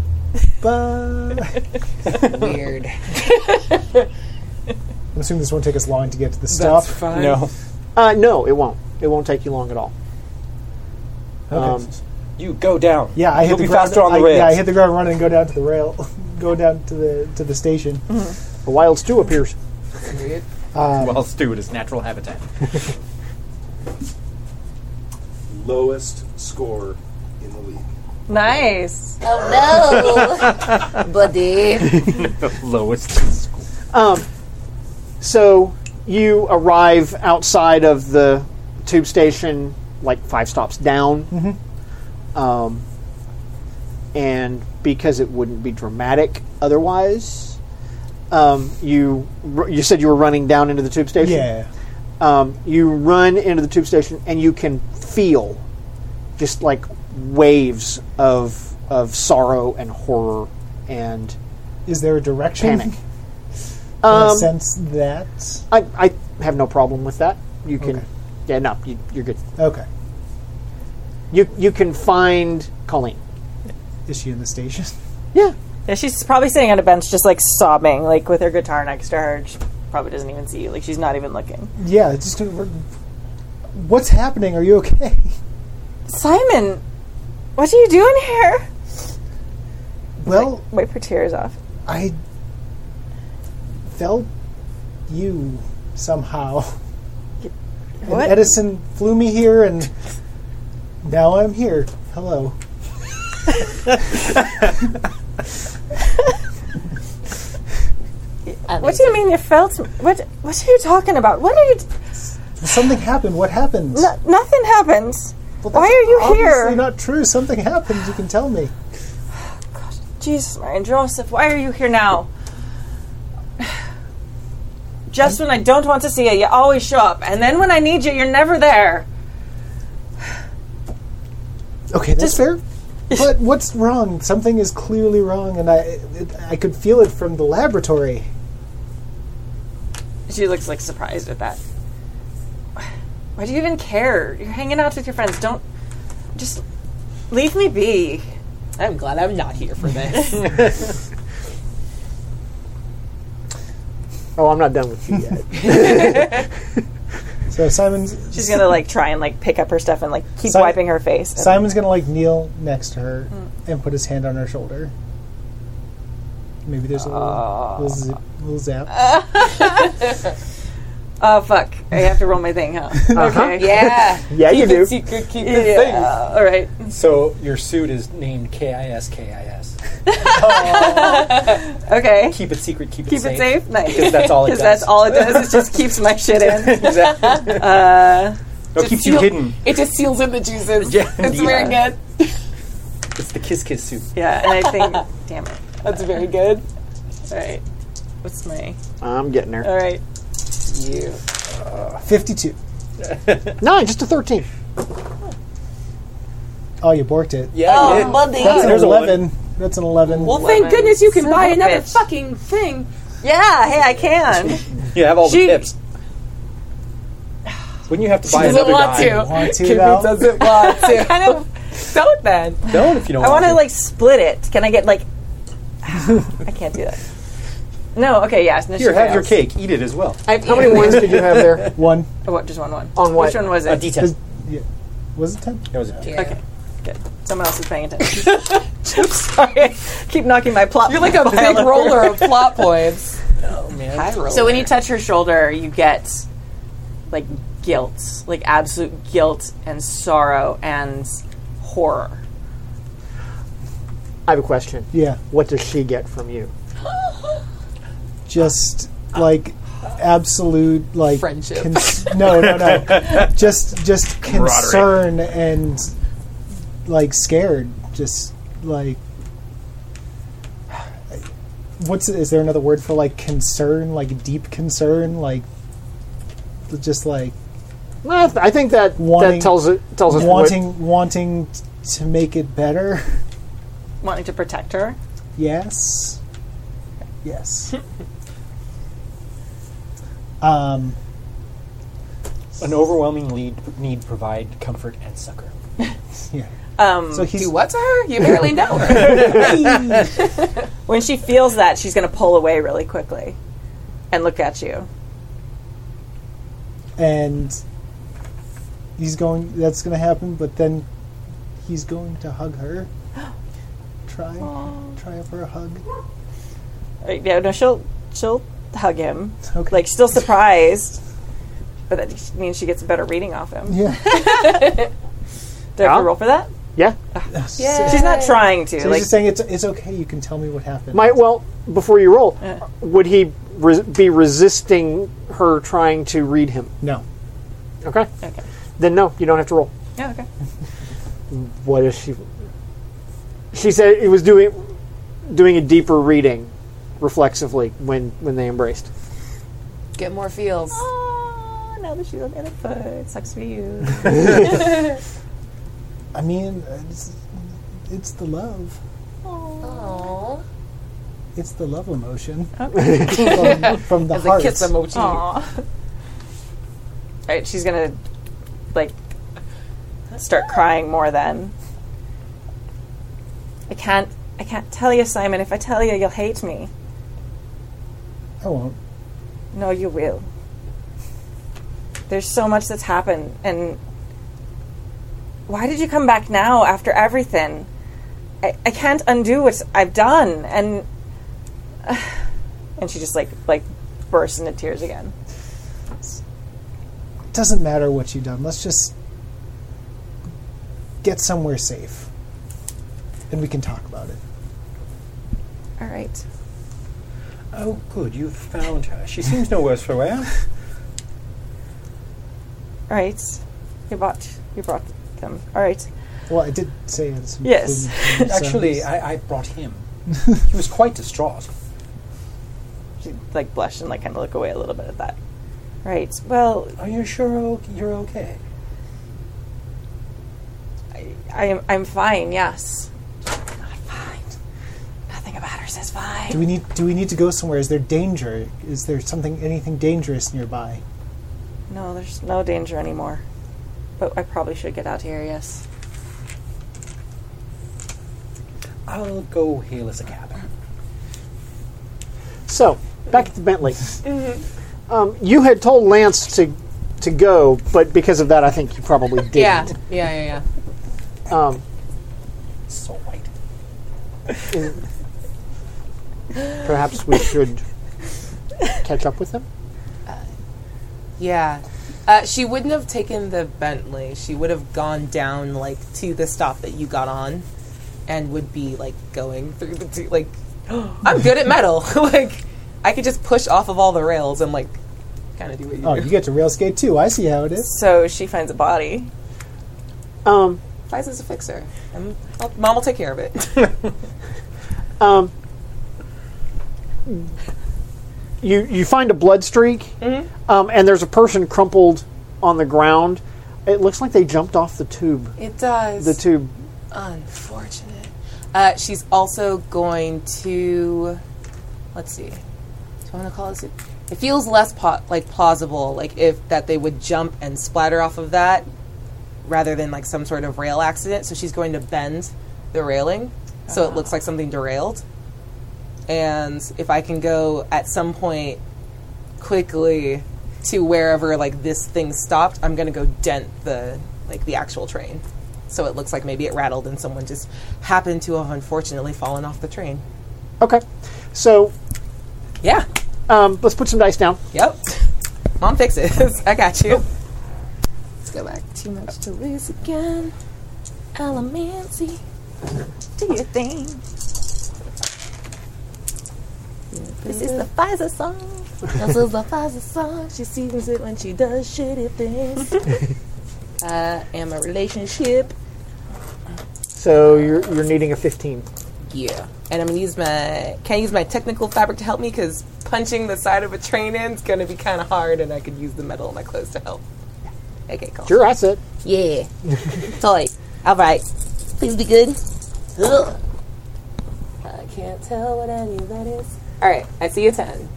E: Bye.
G: [LAUGHS]
D: Weird.
E: I'm assuming this won't take us long to get to the stop.
D: That's fine.
G: no,
B: Uh, no, it won't. It won't take you long at all.
E: Okay.
B: Um,
G: you go down.
E: yeah, I hit
G: You'll
E: the
G: be
E: ground,
G: faster on the
E: I,
G: rails.
E: Yeah, I hit the ground running and go down to the rail, [LAUGHS] go down to the to the station.
G: Mm-hmm.
B: The wild stew appears.
D: Weird.
G: well, Stu, it is natural
E: [LAUGHS]
G: habitat.
C: Lowest score in the league.
G: [LAUGHS]
A: Nice.
G: Lowest.
B: So you arrive outside of the tube station, like five stops down. Um, and because it wouldn't be dramatic otherwise, um, you r- you said you were running down into the tube station.
E: Yeah.
B: Um, you run into the tube station, and you can feel just like waves of of sorrow and horror and
E: Is there a direction? [LAUGHS]
B: panic.
E: Can I
B: Um,
E: sense that.
B: I, I have no problem with that. You can,
E: Okay.
B: yeah, no, you, you're good.
E: Okay.
B: You you can find Colleen.
E: Is she in the station?
B: Yeah,
A: Yeah, she's probably sitting on a bench, just like sobbing, like with her guitar next to her. She probably doesn't even see you. Like she's not even looking.
E: Yeah. it's Just what's happening? Are you okay? [LAUGHS]
A: Simon, what are you doing here?
E: Well,
A: Wipe her tears off.
E: I felt you
A: [LAUGHS]
E: somehow. And
A: What?
E: Edison flew me here, and now I'm here. Hello.
A: What do you mean you felt? What? What are you talking about? What are you?
E: Something happened. What happened?
A: No, nothing happened.
E: Well, that's
A: Why are you
E: obviously
A: here?
E: not true. Something happened. You can tell me.
A: Jesus, Mary and Joseph, why are you here now? Just when I don't want to see you, you always show up, and then when I need you, you're never there.
E: Okay, that's
A: [LAUGHS]
E: fair. But what's wrong? Something is clearly wrong, and I it, I could feel it from the laboratory.
A: She looks like surprised at that. Why do you even care? You're hanging out with your friends. Don't just leave me be.
D: I'm glad I'm not here for this.
B: Oh, I'm not done with you yet.
E: [LAUGHS] So Simon's
A: She's gonna like try and like pick up her stuff and like keep
E: Simon-
A: wiping her face.
E: Simon's gonna like kneel next to her and put his hand on her shoulder. Maybe there's a
G: Ah.
E: little, little, zip, little zap.
A: oh fuck! I have to roll my thing,
G: [LAUGHS]
A: huh?
G: Uh-huh.
A: Okay. [LAUGHS]
D: yeah.
B: yeah, you do.
D: Secret, keep it
A: yeah. All right.
G: So your suit is named KIS KIS.
A: Okay.
G: Keep it secret. Keep it
A: Keep
G: safe.
A: it safe. Nice.
G: Because that's all
A: [LAUGHS]
G: it
A: Because
G: does.
A: that's all it does. It just keeps my shit
G: [LAUGHS]
A: in.
G: exactly. Uh, no, keeps you
D: seal-
G: hidden.
D: It just seals in the juices.
G: Yeah,
D: It's
G: yeah.
D: very good.
G: It's the kiss kiss suit. [LAUGHS]
A: Yeah, and I think, [LAUGHS] damn it.
D: That's very good.
A: All right. What's my?
B: I'm getting
A: All
E: Uh,
B: there.
A: right.
D: You.
E: Fifty-two.
B: Nine, just a thirteen.
E: Oh, you borked it.
G: Yeah, yeah.
E: That's an
G: There's a one.
E: eleven. That's an eleven.
D: Well, thank goodness you can
A: Son
D: buy
A: of a
D: another
A: bitch.
D: fucking thing.
A: Yeah. Hey, I can.
G: You have all
A: She-
G: the tips. Wouldn't you have to buy
D: doesn't
G: another
D: want
G: dime?
D: to.
E: Want to,
D: Kimmy
E: though?
D: doesn't want to.
A: kind [LAUGHS] of.
D: Don't then.
G: Don't if you don't.
A: I want
G: want
A: to like split it. Can I get like? [SIGHS] I can't do that.
F: [LAUGHS]
A: No. Okay. Yeah. No,
G: Here,
A: she
G: have your
A: fails.
G: cake. Eat it as well.
D: I've
B: How many ones did you have
E: [LAUGHS]
B: there?
E: One.
A: Oh, what? Just one. One.
B: On what?
A: Which one was
G: A
A: it?
G: D10.
E: Was it ten?
G: That was a D10.
A: Okay. Good. Someone else is paying attention.
G: [LAUGHS]
A: [LAUGHS] I'm sorry. I keep knocking my plot.
D: You're like a big roller of plot points.
G: know, man.
D: High roller.
F: So when you touch her shoulder, you get like guilt, like absolute guilt and sorrow and horror.
B: I have a question.
E: Yeah.
B: What does she get from you?
E: just
B: Uh,
E: like absolute like
D: Friendship.
E: cons- no,
B: [LAUGHS]
E: no, no. just just concern and like scared. Just like what's is there another word for like concern? Like deep concern? Like just like
B: Well, I th- I think that
E: Wanting-
B: that tells it tells us what-
E: wanting wanting to make it better. [LAUGHS]
F: Wanting to protect her.
E: Yes.
D: [LAUGHS]
E: Yes. um,
G: An overwhelming lead need provide comfort and succor.
E: [LAUGHS] yeah.
F: Um,
E: So he's
D: Do what to her? You barely know her.
E: [LAUGHS]
F: when she feels that, she's going to pull away really quickly and look at you.
E: and he's going. That's going to happen, but then he's going to hug
D: [GASPS]
E: her. try, try for a
D: [LAUGHS]
E: hug.
F: Right, Uh, Yeah, no, she'll she'll hug him,
E: Okay.
F: like still surprised, but that means she gets a better reading off him.
E: yeah.
F: Do I have to roll for that?
B: Yeah.
F: She's not trying to.
E: So he's
F: like,
E: just saying it's it's okay. You can tell me what happened.
B: Might well before you roll,
E: Uh.
B: would he re- be resisting her trying to read him?
E: no.
B: Okay. Okay. Then no, you don't have to roll.
F: yeah, okay.
B: What is she? She said it was doing doing a deeper reading, reflexively when when they embraced.
D: [LAUGHS] Get more feels.
F: Oh, now that she's on the other foot, sucks for you.
E: I mean, it's, it's the love.
D: Aww.
E: It's the love emotion from, [LAUGHS] from the
D: As a
E: heart.
D: kiss emoji.
F: Aw. [LAUGHS] All right, she's gonna like start crying more. Then I can't. I can't tell you, Simon. If I tell you, you'll hate me.
E: I won't.
F: No, you will. There's so much that's happened, and why did you come back now after everything? I, I can't undo what I've done, and [SIGHS] and she just like like bursts into tears again.
E: doesn't matter what you've done. Let's just get somewhere safe, and we can talk about it.
F: All right.
C: Oh, good, you've found her. She seems no worse for wear.
F: All right. You bought. You brought them. All right.
E: Well, I did say I had some.
F: Yes.
E: food, so-
G: Actually, I, I brought him. he was quite distraught.
F: She like blushed and like kind of look away a little bit at that. Right. Well,
G: Are you sure o- you're okay?
F: I am. I'm fine. Yes. Not fine. Nothing about her says fine.
E: do we need do we need to go somewhere? Is there danger? Is there something anything dangerous nearby?
F: No, there's no danger anymore. But I probably should get out here. Yes.
G: I'll go hail us a cab.
B: So back at the Bentley, um, you had told Lance to to go, but because of that, I think you probably didn't.
D: Yeah. Yeah, yeah, yeah.
B: Um,
G: So white.
B: perhaps we should catch up with them.
D: Yeah. Uh, she wouldn't have taken the Bentley. She would have gone down like to the stop that you got on, and would be like going through the t- like. [GASPS] I'm good at metal. [LAUGHS] like I could just push off of all the rails and like kind of do what you
E: Oh,
D: do.
E: you get to rail skate too. I see how it is.
F: So she finds a body.
B: Um,
D: Faisa's a fixer. I'm, I'll, Mom will take care of it.
B: Um, you you find a blood streak, um, and there's a person crumpled on the ground. It looks like they jumped off the tube.
D: It does.
B: The tube.
D: Unfortunate. Uh, she's also going to. Let's see. Do I want to call this? It feels less pa- like plausible, like if that they would jump and splatter off of that, rather than like some sort of rail accident. So she's going to bend the railing, so it looks like something derailed. And if I can go at some point quickly to wherever like this thing stopped, I'm going to go dent the like the actual train. So it looks like maybe it rattled and someone just happened to have unfortunately fallen off the train.
B: Okay, so
D: Yeah.
B: Um, let's put some dice down.
D: Yep. [LAUGHS] Mom fixes. [LAUGHS] I got you. Let's go back. Too much to lose again. Alamancy. Do your thing. This is the Pfizer song. This is the Pfizer song. She sees it when she does shitty [LAUGHS] things. I am a relationship.
B: So you're you're needing a 15.
D: Yeah. And I'm gonna use my can I use my technical fabric to help me because punching the side of a train in is gonna be kind of hard, and I could use the metal in my clothes to help. Okay, cool.
B: Sure, that's it.
D: Yeah. Toy. All right. Please be good. Ugh. I can't tell what any of that is. All right. I see a ten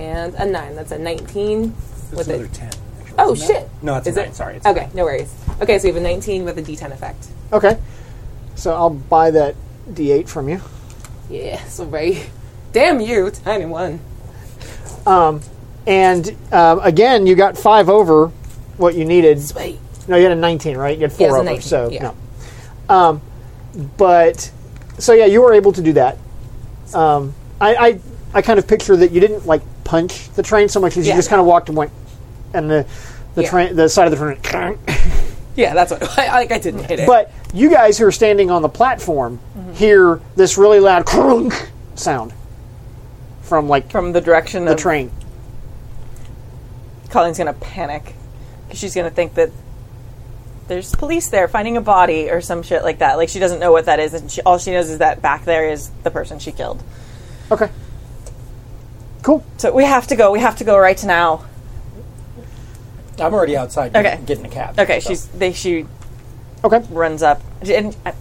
D: and a nine. That's a nineteen with
G: another
D: a.
G: ten.
D: Oh shit.
G: No, it's
D: Is
G: a nine.
D: it?
G: Sorry. It's
D: Okay. No worries. Okay, so we have a nineteen with a D10 effect.
B: Okay. So I'll buy that D8 from you.
D: Yeah. So right. [LAUGHS] Damn you, tiny one.
B: And um, again, you got five over what you needed.
D: Wait.
B: No, you had a 19, right? You had four
D: Yeah, it was a
B: over, so
D: 19, yeah.
B: no. Um, but so yeah, you were able to do that. Um, I, I I kind of picture that you didn't like punch the train so much as
D: Yeah,
B: you just
D: no.
B: kind of walked and went, and the the
D: Yeah.
B: train the side of the train. went,
D: Yeah, that's what. [LAUGHS] Like I didn't
F: Eh.
D: hit it.
B: but you guys who are standing on the platform
F: Mm-hmm.
B: hear this really loud crunk sound from like
F: From the direction
B: the
F: of
B: train.
F: Colleen's gonna panic because she's gonna think that there's police there finding a body or some shit like that. Like she doesn't know what that is, and she, all she knows is that back there is the person she killed.
B: Okay. Cool.
F: So we have to go. We have to go right now.
G: I'm already outside.
F: Okay.
G: getting- Getting a cab.
F: Okay,
G: so.
F: she's they she
B: Okay.
F: runs up and I,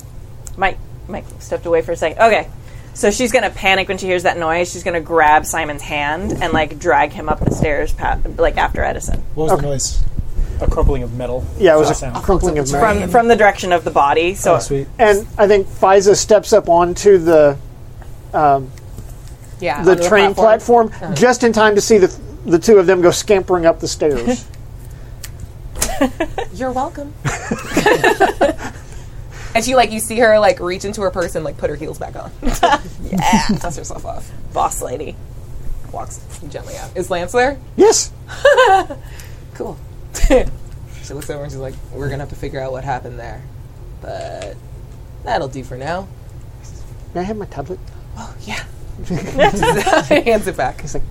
F: Mike Mike stepped away for a second. Okay. So she's gonna panic when she hears that noise. She's gonna grab Simon's hand and like drag him up the stairs, pa- like after Edison,
E: What was the noise?
G: a crumpling of metal.
B: Yeah, it was a
G: Sound.
B: crunkling of metal.
F: from from the direction of the body. So
E: Oh, sweet.
B: And I think Fiza steps up onto the
D: yeah,
B: the
D: onto
B: train platform,
F: Uh-huh.
B: just in time to see the the two of them go scampering up the
F: [LAUGHS]
B: stairs.
D: You're welcome. [LAUGHS] and she like you see her like reach into her purse and like put her heels back on. [LAUGHS] yeah, dust herself off.
F: boss lady.
D: Walks gently out. Is Lance there?
B: yes.
D: Cool. [LAUGHS] she looks over and she's like, "We're gonna have to figure out what happened there, but that'll do for now." [LAUGHS]
B: May I have my tablet?
D: Yeah. Hands it back.
B: He's like,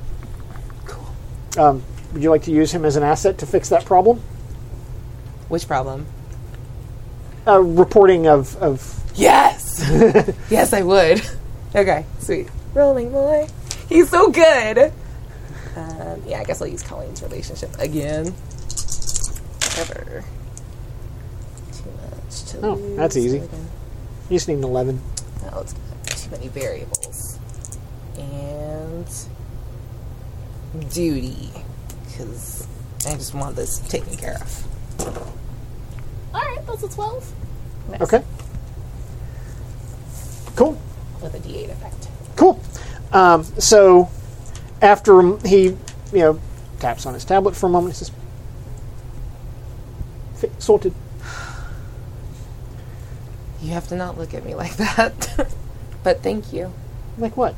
B: cool. Um, would you like to use him as an asset to fix that problem?
D: Which problem?
B: Uh, reporting of, of
D: Yes. [LAUGHS] yes, I would. Okay, sweet. Rolling boy. He's so good. Um, yeah, I guess I'll use Colleen's relationship again. Whatever. Too much to
B: Oh,
D: lose.
B: that's easy.
D: Again.
B: you just need an eleven.
D: No, it's too many variables. And duty, because I just want this taken care of. All right, that's a twelve
B: Okay. Cool.
D: with a D8 effect.
B: Cool. Um, so after m- he, you know, taps on his tablet for a moment, he says, "Fi- "Sorted."
D: You have to not look at me like that. [LAUGHS] but thank you.
B: I'm like what?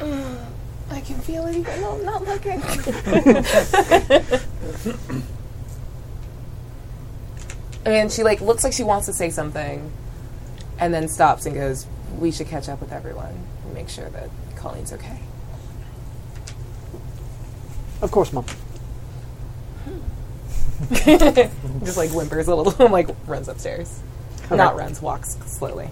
D: I can feel it even though I'm not looking. and she like looks like she wants to say something and then stops and goes, We should catch up with everyone and make sure that Colleen's okay.
B: Of course, mom.
D: Just like whimpers a little [LAUGHS] and like runs upstairs. Not runs, walks slowly.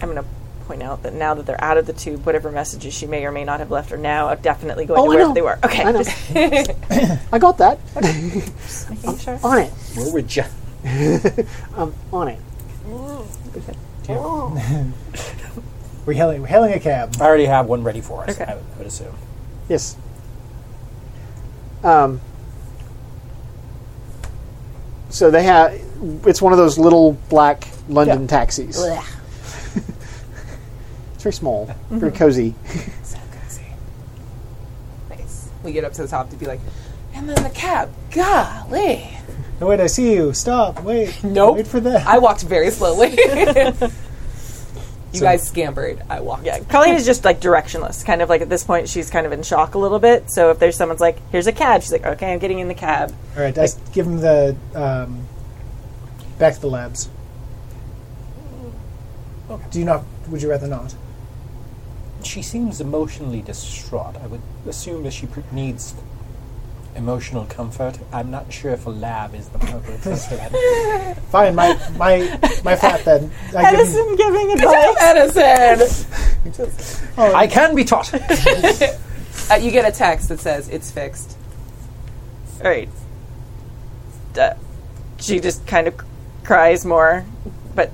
F: I'm going to point out that now that they're out of the tube, whatever messages she may or may not have left are now definitely going
B: Oh,
F: to
B: I
F: where
B: know.
F: they were. Okay,
B: I know.
F: just
B: I got that [LAUGHS]
F: making sure.
B: on it. Um,
G: Where would you?
B: On it.
E: We're hailing, we're hailing a cab.
G: I already have one ready for us. Uh,
F: Okay.
G: I would, I would assume.
B: Yes. Um, so they have. It's one of those little black London
E: Yeah.
B: taxis. [LAUGHS] it's very small, very
F: Mm-hmm.
B: cozy.
D: So cozy. Nice. We get up to the top to be like, and then the cab.
E: No,
D: Golly.
E: Oh, wait, I see you. Stop. Wait.
D: Nope.
E: Wait for that.
D: I walked very slowly. [LAUGHS] You guys scampered. I walked.
F: Yeah, uh, Colleen is just like directionless. Kind of like at this point, she's kind of in shock a little bit. So if there's someone's like, "Here's a cab," she's like, "Okay, I'm getting in the cab."
E: All right, I s- give him the um, back to the labs. Do you not? Would you rather not?
G: She seems emotionally distraught. I would assume that she pr- needs emotional comfort. I'm not sure if a lab is the proper place for that.
E: Fine, my my my flat then. I give him,
F: Edison giving advice.
D: Edison.
G: I can be [LAUGHS] taught.
D: Uh, you get a text that says it's fixed.
F: All right. Duh. She just kind of cries more, but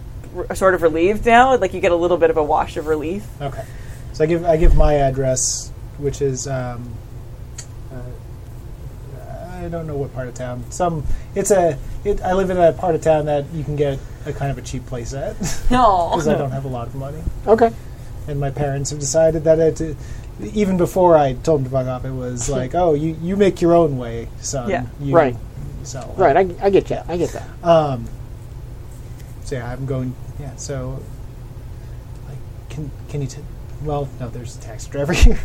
F: r- sort of relieved now. Like you get a little bit of a wash of relief.
E: okay, so I give I give my address, which is um, uh, I don't know what part of town. Some it's a it, I live in a part of town that you can get a kind of a cheap place at [LAUGHS] because
D: No.
E: I don't have a lot of money.
B: Okay.
E: and my parents have decided that it, even before I told them to fuck off, it
D: [LAUGHS]
E: was like, oh, you, you make your own way, son.
F: Yeah.
E: You-
B: Right.
E: So uh,
B: Right. I, I get that. I get that.
E: Um. So yeah, I'm going. Yeah. So, like, can can you? T- well, no, there's a taxi driver [LAUGHS] here.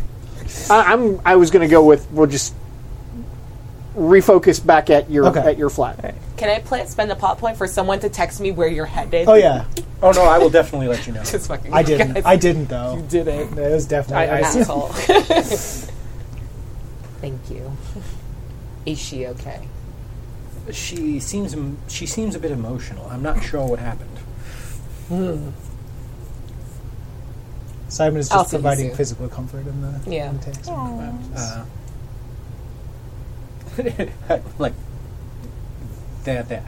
B: I, I'm. I was going to go with. We'll just refocus back at your
E: Okay.
B: at your flat.
D: Can I play, spend a plot point for someone to text me where you're headed?
E: oh yeah,
G: [LAUGHS] oh no, I will definitely let you [LAUGHS] know.
D: Just fucking
E: I didn't. I didn't though.
D: You did it.
E: No, it was definitely.
G: I- I-
E: I-
D: Asshole. [LAUGHS] Thank you. Is she okay?
G: She seems em- she seems a bit emotional. I'm not sure what happened.
E: Simon is
D: I'll
E: just
D: see you
E: providing
D: soon.
E: physical comfort in the
D: [LAUGHS] Yeah.
E: in the taxi.
G: Uh, like there, there.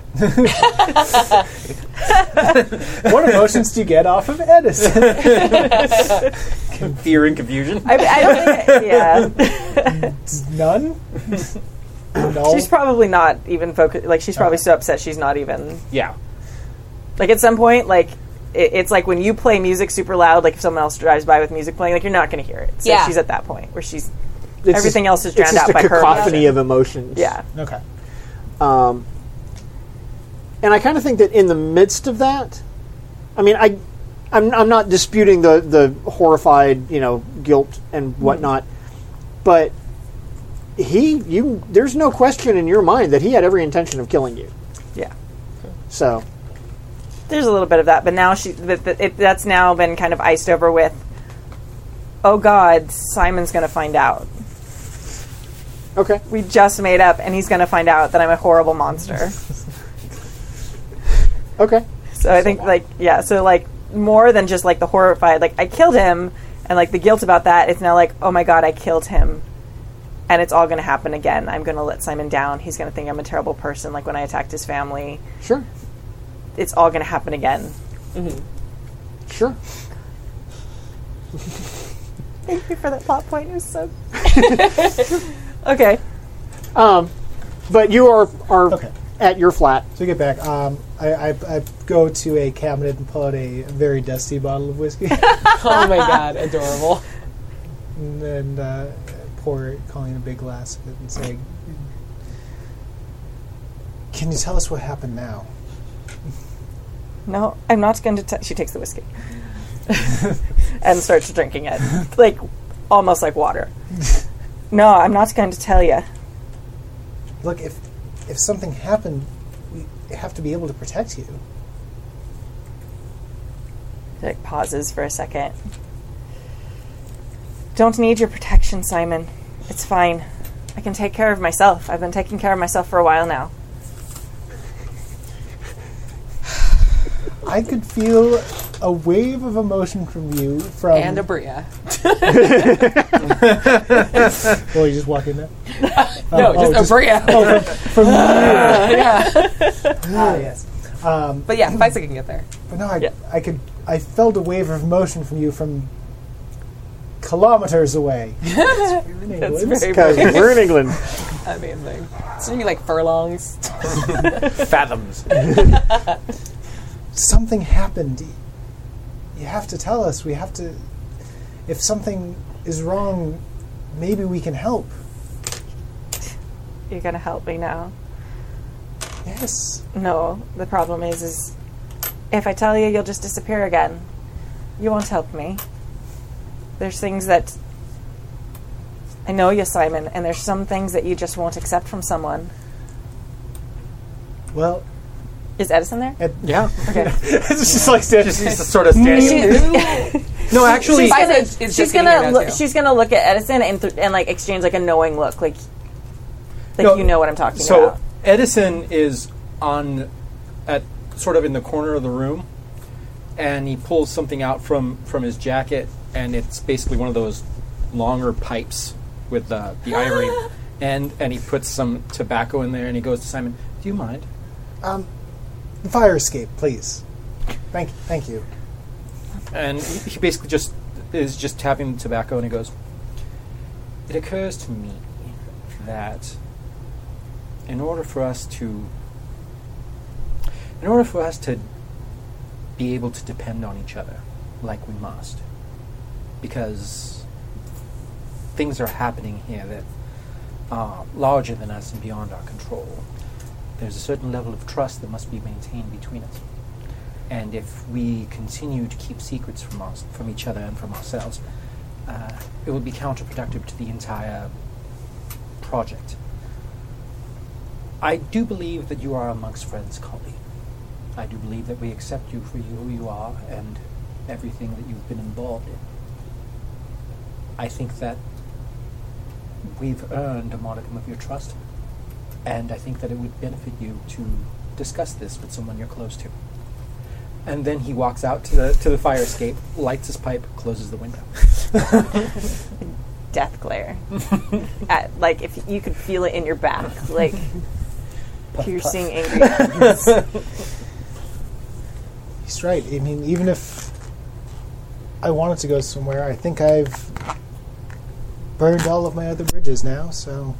E: what emotions do you get off of
D: [LAUGHS]
E: Edison?
G: [LAUGHS] Fear and confusion.
F: I, I, yeah,
E: None. no.
F: she's probably not even focused. Like she's probably so upset she's not even
G: [LAUGHS] yeah.
F: Like at some point, like it, it's like when you play music super loud. Like if someone else drives by with music playing, like you're not going to hear it. So
D: Yeah.
F: she's at that point where she's
B: It's
F: Everything else is
B: it's
F: drowned
B: just
F: out
B: a
F: by her
B: cacophony
F: emotion.
B: of emotions.
F: yeah.
E: okay.
B: Um, and I kind of think that in the midst of that, I mean, I, I'm, I'm not disputing the, the horrified, you know, guilt and whatnot, but he, you, there's no question in your mind that he had every intention of killing you.
F: Yeah.
B: So,
F: There's a little bit of that, but now she that that- it, that's now been kind of iced over with. Oh God, Simon's going to find out.
B: okay,
F: We just made up, and he's going to find out that I'm a horrible [LAUGHS] monster.
B: okay,
F: So I think like yeah, so like more than just like the horrified like I killed him and like the guilt about that, it's now like, oh my god, I killed him. And it's all gonna happen again. I'm gonna let Simon down. He's gonna think I'm a terrible person, like when I attacked his family.
B: sure,
F: It's all gonna happen again.
B: sure.
F: Thank you for that plot point. It was so [LAUGHS] Okay.
B: But you are, are
E: Okay.
B: at your flat.
E: So we get back. Um, I, I, I go to a cabinet and pull out a very dusty bottle of whiskey [LAUGHS]
D: Oh my god, adorable.
E: and, and uh, pour Colleen a big glass of it and say, "Can you tell us what happened now?"
F: No, I'm not going to. T-. She takes the whiskey [LAUGHS] and starts drinking it, like almost like water. No, I'm not going to tell you.
E: Look, if if something happened, we have to be able to protect you.
F: like pauses for a second. Don't need your protection, Simon. It's fine. I can take care of myself. I've been taking care of myself for a while now.
E: I could feel a wave of emotion from you. From [LAUGHS]
D: And a Bria.
E: well, Oh, you just walk in there.
D: [LAUGHS] No,
E: Um,
D: just
E: oh,
D: a Bria. [LAUGHS]
E: from you.
D: yeah.
E: Ah, yes. Um,
D: But yeah, Faisa can get there.
E: But no, I,
F: Yeah.
E: I could. I felt a wave of emotion from you from kilometers away. That's weird in
D: That's
E: England.
D: very
B: Because we're in England.
D: amazing. It's gonna be like furlongs.
G: [LAUGHS] Fathoms.
E: something happened. You have to tell us. We have to. If something is wrong, maybe we can help.
F: You're gonna help me now.
E: Yes.
F: No, the problem is, is if I tell you, you'll just disappear again. You won't help me. There's things that I know you, Simon, and there's some things that you just won't accept from someone.
E: Well,
F: Is Edison there?
G: Yeah.
F: Okay.
E: it's just like that.
G: She's just [LAUGHS] sort of standing. no, actually,
F: she's gonna,
D: Bison is
F: she's
D: just gonna
F: gonna
D: hear that,
F: look,
D: too.
F: she's gonna look at Edison and th- and like exchange like a knowing look, like like
G: No,
F: you know what I'm talking
G: so
F: about.
G: Edison is on at sort of in the corner of the room, and he pulls something out from from his jacket, and it's basically one of those longer pipes with uh, the ivory end, and he puts some tobacco in there, and he goes to Simon, "Do you mind?"
E: Fire escape, please. Thank, thank you.
G: And he he basically just is just tapping the tobacco, and he goes, "It occurs to me that in order for us to, in order for us to be able to depend on each other, like we must, because things are happening here that are larger than us and beyond our control. There's a certain level of trust that must be maintained between us." And if we continue to keep secrets from us, from each other and from ourselves, uh, it would be counterproductive to the entire project. I do believe that you are amongst friends, Colby. I do believe that we accept you for you, who you are and everything that you've been involved in. I think that we've earned a modicum of your trust, and I think that it would benefit you to discuss this with someone you're close to. And then he walks out to the to the fire escape, lights his pipe, closes the window.
F: Death glare. at, like if you could feel it in your back, like piercing, angry.
E: He's right. I mean, even if I wanted to go somewhere, I think I've burned all of my other bridges now. So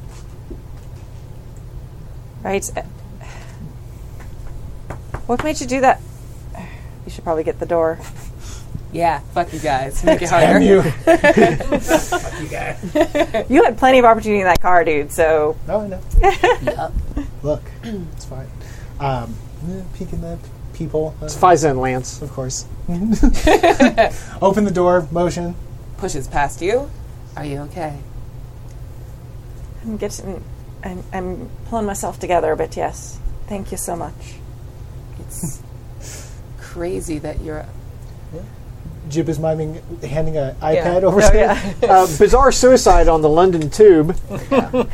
F: Right. Uh, What made you do that? You should probably get the door.
D: Yeah, fuck you guys. Make it
E: [LAUGHS]
D: harder.
F: You had plenty of opportunity in that car, dude. So
E: no, Oh, I know. Look, it's fine. Um, eh, peeking the people, uh,
B: It's Fiza and
E: [LAUGHS]
B: Lance.
E: of course. Open the door. Motion.
D: Pushes past you. Are you okay?
F: I'm getting, I'm, I'm pulling myself together. But yes, thank you so much.
D: It's crazy that you're.
E: Jib is miming, handing an iPad over.
F: Oh
E: to
F: yeah.
B: Uh, bizarre suicide on the London Tube.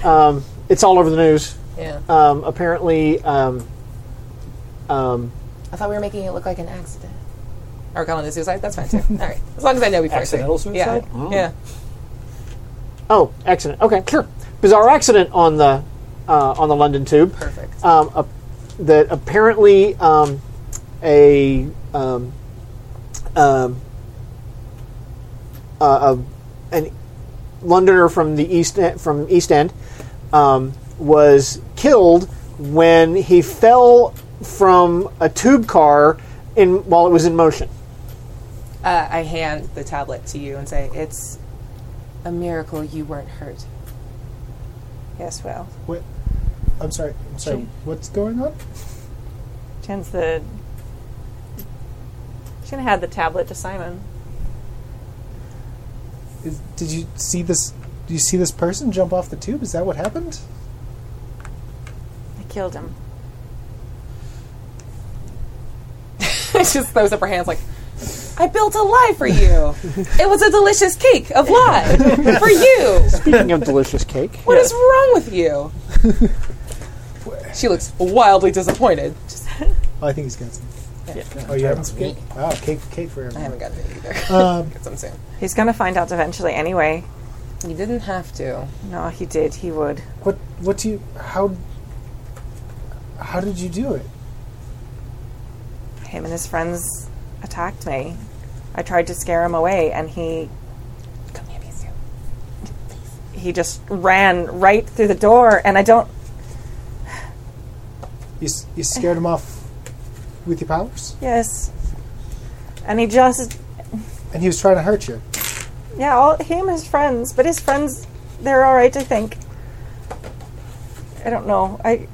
B: Um, it's all over the news.
D: [LAUGHS] Yeah.
B: Um, apparently, um, um,
D: I thought we were making it look like an accident. Or calling it suicide? That's fine too. All right. As long as I know before. I say it.
G: Accidental
D: Yeah.
G: suicide?
D: Yeah.
B: oh, accident. Okay, sure. Bizarre accident on the uh, on the London Tube.
D: Perfect.
B: um, a, that apparently um, a um, um, uh, a an Londoner from the east E- from East End um, was killed when he fell from a tube car in while it was in motion.
D: Uh, I hand the tablet to you and say, "It's a miracle you weren't hurt." [LAUGHS]
F: yes. Well,
E: What? I'm sorry. I'm sorry. What's going on?
F: Jen's the. She's gonna hand the tablet to Simon.
E: Is, did you see this? Do you see this person jump off the tube? Is that what happened?
F: I killed him.
D: she just throws up her hands like, "I built a lie for you. it was a delicious cake of lie for you.
B: Speaking of delicious cake,
D: What is wrong with you?" she looks wildly disappointed. Just,
E: Oh, I think he's got some. Oh, you haven't some cake? Wow, cake, cake for
D: I
E: everyone.
D: haven't gotten it either. [LAUGHS] Get some soon.
F: He's gonna find out eventually, anyway.
D: You didn't have to.
F: No, he did. He would.
E: What? What do you? How? How did you do it?
F: Him and his friends attacked me. I tried to scare him away, and he
D: Come here, me soon.
F: he just ran right through the door. And I don't.
E: You s- you scared him off with your powers,
F: Yes. And he just
E: and he was trying to hurt you.
F: yeah, all him his friends, but his friends they're all right, I think. I don't know. I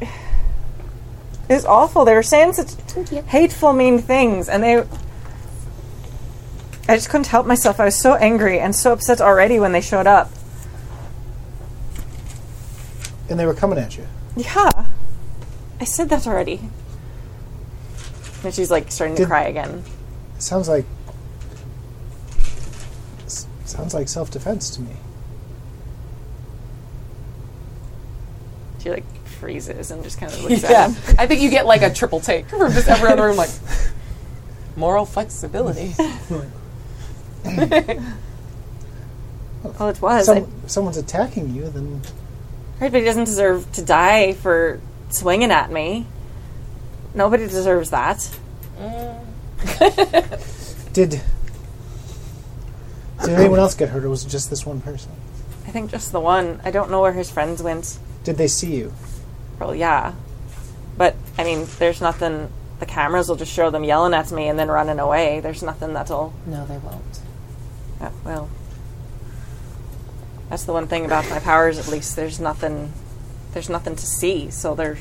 F: it's awful. They were saying such hateful, mean things, and they. I just couldn't help myself. I was so angry and so upset already when they showed up.
E: And they were coming at you.
F: Yeah. I said that already. And she's like starting to
E: Did-
F: cry again.
E: It sounds like. s- Sounds like self defense to me.
F: She like freezes and just kind of looks at
D: Yeah,
F: him.
D: I think you get like a triple take from just everyone in the room, like moral flexibility.
F: Well, it was. I-
E: Some, someone's attacking you, then
F: Right, but he doesn't deserve to die for swinging at me. Nobody deserves that.
E: did. Did anyone else get hurt, or was it just this one person?
F: I think just the one. I don't know where his friends went.
E: Did they see you?
F: Well, yeah. But, I mean, there's nothing. The cameras will just show them yelling at me and then running away. There's nothing that'll.
D: [LAUGHS] No, they won't.
F: Uh, well. That's the one thing about my powers, at least. There's nothing. There's nothing to see, so there.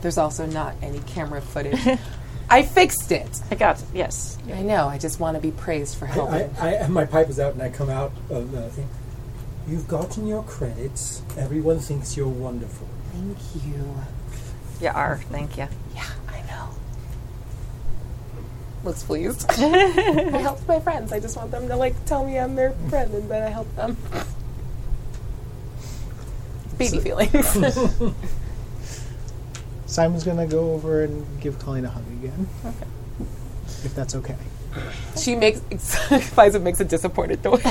D: There's also not any camera [LAUGHS] footage. I fixed it.
F: I got yes.
D: I know. I just want to be praised for helping.
K: I, I, and my pipe is out, and I come out of the thing. You've gotten your credits. Everyone thinks you're wonderful.
D: Thank you.
F: You are. Thank you.
D: Yeah, I know. Looks pleased. I helped my friends. I just want them to like tell me I'm their friend and that I helped them. Baby feelings.
E: Simon's gonna go over and give Colleen a hug again. Okay. If that's okay.
D: she makes [LAUGHS] Fiza makes a disappointed noise.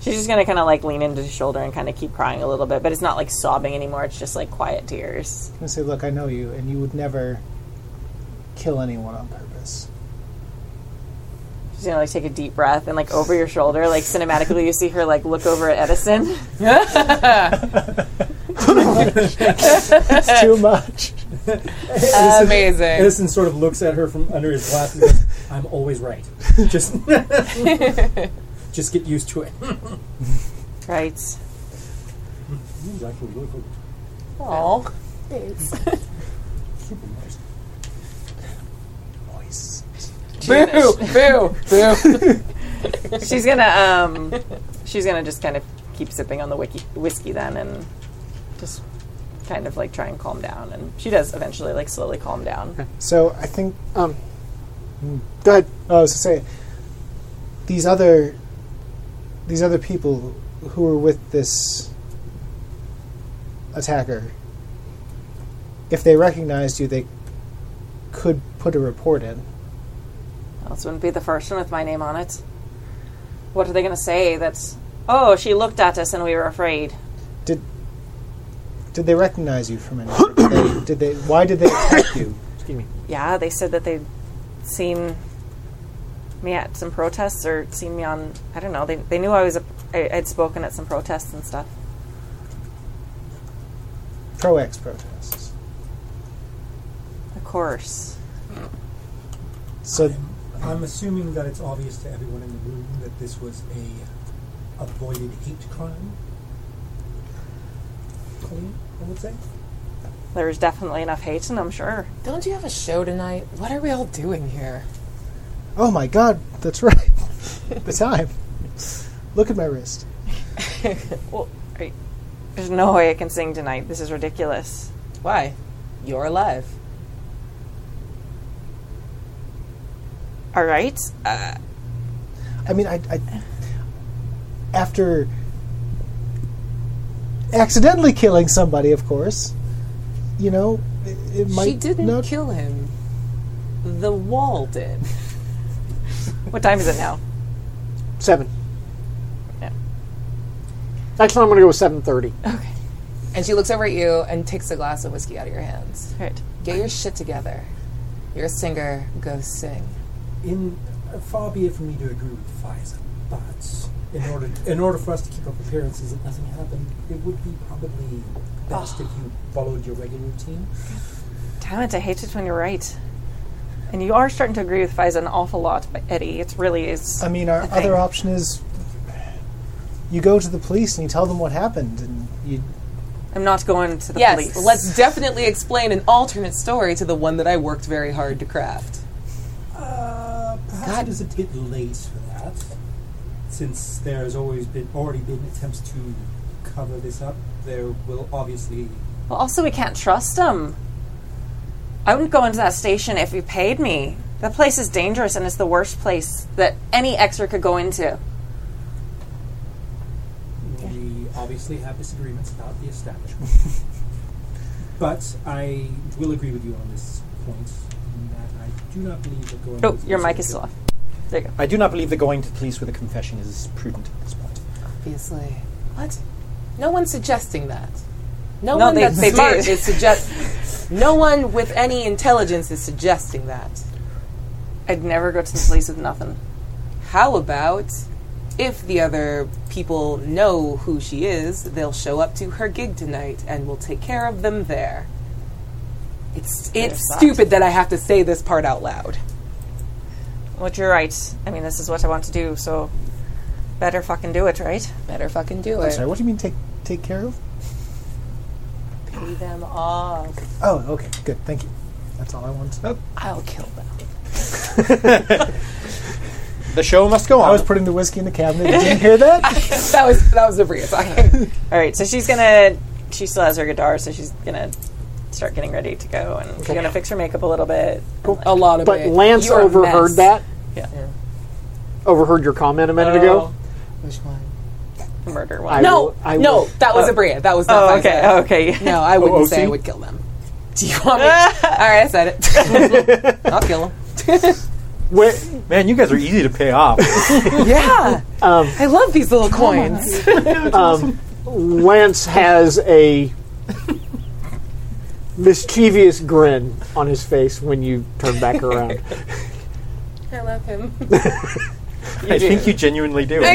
F: She's just gonna kind of like lean into his shoulder and kind of keep crying a little bit, but it's not like sobbing anymore. It's just like quiet tears.
E: I'm gonna say, look, I know you, and you would never kill anyone on purpose.
F: She's gonna like take a deep breath and like over your shoulder, like cinematically, you see her like look over at Edison. [LAUGHS]
K: [LAUGHS]
E: It's too much.
D: Amazing.
K: Edison sort of looks at her from under his glasses. and goes, I'm always right.
D: [LAUGHS]
K: [LAUGHS] Just, just get used to it.
F: Right.
K: Ooh, actually really cool.
D: Aw.
K: Super nice.
E: Voice.
D: Boo! Boo! Boo!
F: She's gonna um, she's gonna just kind of keep sipping on the wiki- whiskey then, and just kind of like try and calm down. And she does eventually like slowly calm down.
E: So I think
B: Um, go ahead.
E: Oh, I was gonna say these other these other people who were with this attacker, if they recognized you, they could put a report in.
F: This wouldn't be the first one with my name on it. What are they gonna say? That's oh, she looked at us and we were afraid.
E: Did did they recognize you from anywhere? did, they, did they? Why did they attack you?
F: Yeah, they said that they'd seen me at some protests or seen me on. I don't know. They, they knew I was a, I, I'd spoken at some protests and stuff.
E: Pro ex protests.
F: Of course.
E: So
K: I'm assuming that it's obvious to everyone in the room that this was a avoided hate crime. Colleen, I would say.
F: There was definitely enough hate, and I'm sure.
D: [LAUGHS] Don't you have a show tonight? What are we all doing here?
E: Oh my god, that's right. the time. Look at my wrist.
F: Well, I, there's no way I can sing tonight. This is ridiculous.
D: Why? You're alive.
F: All right. Uh,
E: I mean, I, I after accidentally killing somebody, of course. You know, it, it might
D: she didn't
E: not-
D: kill him. The wall did.
F: what time is it now?
B: Seven.
F: Yeah.
B: Actually, I'm going to go with seven thirty.
D: And she looks over at you and takes a glass of whiskey out of your hands.
F: Right.
D: Get your shit together. You're a singer. Go sing.
K: In uh, far be it from me to agree with Pfizer, but in order in order for us to keep up appearances that nothing happened, it would be probably best if you followed your regular routine.
F: Damn it! I hate it when you're right. And you are starting to agree with Faiza an awful lot, but Eddie, it really is.
D: Um,
E: I mean, our
F: thing.
E: other option is you go to the police and you tell them what happened, and you
F: I'm not going to the
D: yes,
F: police.
D: let's definitely explain an alternate story to the one that I worked very hard to craft.
K: Uh, Perhaps it is a bit late for that, since there's always been already been attempts to cover this up. There will obviously
F: Well, also, we can't trust them. I wouldn't go into that station if you paid me. That place is dangerous and it's the worst place that any extra could go into.
K: We obviously have disagreements about the
F: [LAUGHS]
K: establishment. but I will agree with you on this point, in that I do not believe that going.
F: Oh,
K: with
F: your
K: this
F: mic is still
K: solution-
F: off. There you go.
G: I do not believe that going to police with a confession is prudent at this point.
D: Obviously. What? No one's suggesting that. No,
F: No,
D: one
F: they-
D: that's
F: they
D: smart
F: did.
D: is suggest. No one with any intelligence is suggesting that.
F: I'd never go to the police with nothing.
D: How about if the other people know who she is, they'll show up to her gig tonight and we'll take care of them there. It's it's stupid that I have to say this part out loud.
F: Well, you're right. I mean, this is what I want to do, so better fucking do it, right?
D: Better fucking do
L: I'm
D: it.
L: sorry, what do you mean take take care of?
D: Pay them off.
L: Oh, okay, good, thank you. That's all I want. to know.
D: I'll kill them.
G: The show must go on.
L: I was putting the whiskey in the cabinet. Did you hear that?
D: That was that was Abria talking.
F: All right, so she's gonna. She still has her guitar, so she's gonna start getting ready to go, and she's gonna fix her makeup a little bit.
D: A lot of
B: But
D: it.
B: Lance
D: You're a
B: overheard
D: mess.
B: that.
F: Yeah.
B: Overheard your comment a minute ago.
F: Murder
B: I
F: one.
D: No,
B: will- I
D: no,
B: will-
D: that was Abria. That was not
F: Oh,
D: Pfizer.
F: okay. Okay.
D: No, I wouldn't say I would kill them. [LAUGHS] Do you want me? All right, I said it. I'll kill them.
B: Where-
G: Man, you guys are easy to pay [LAUGHS] off.
D: Yeah. Um, I love these little coins. [LAUGHS]
B: Lance has a mischievous grin on his face when you turn back around.
D: I love him.
G: I think you genuinely do.
D: I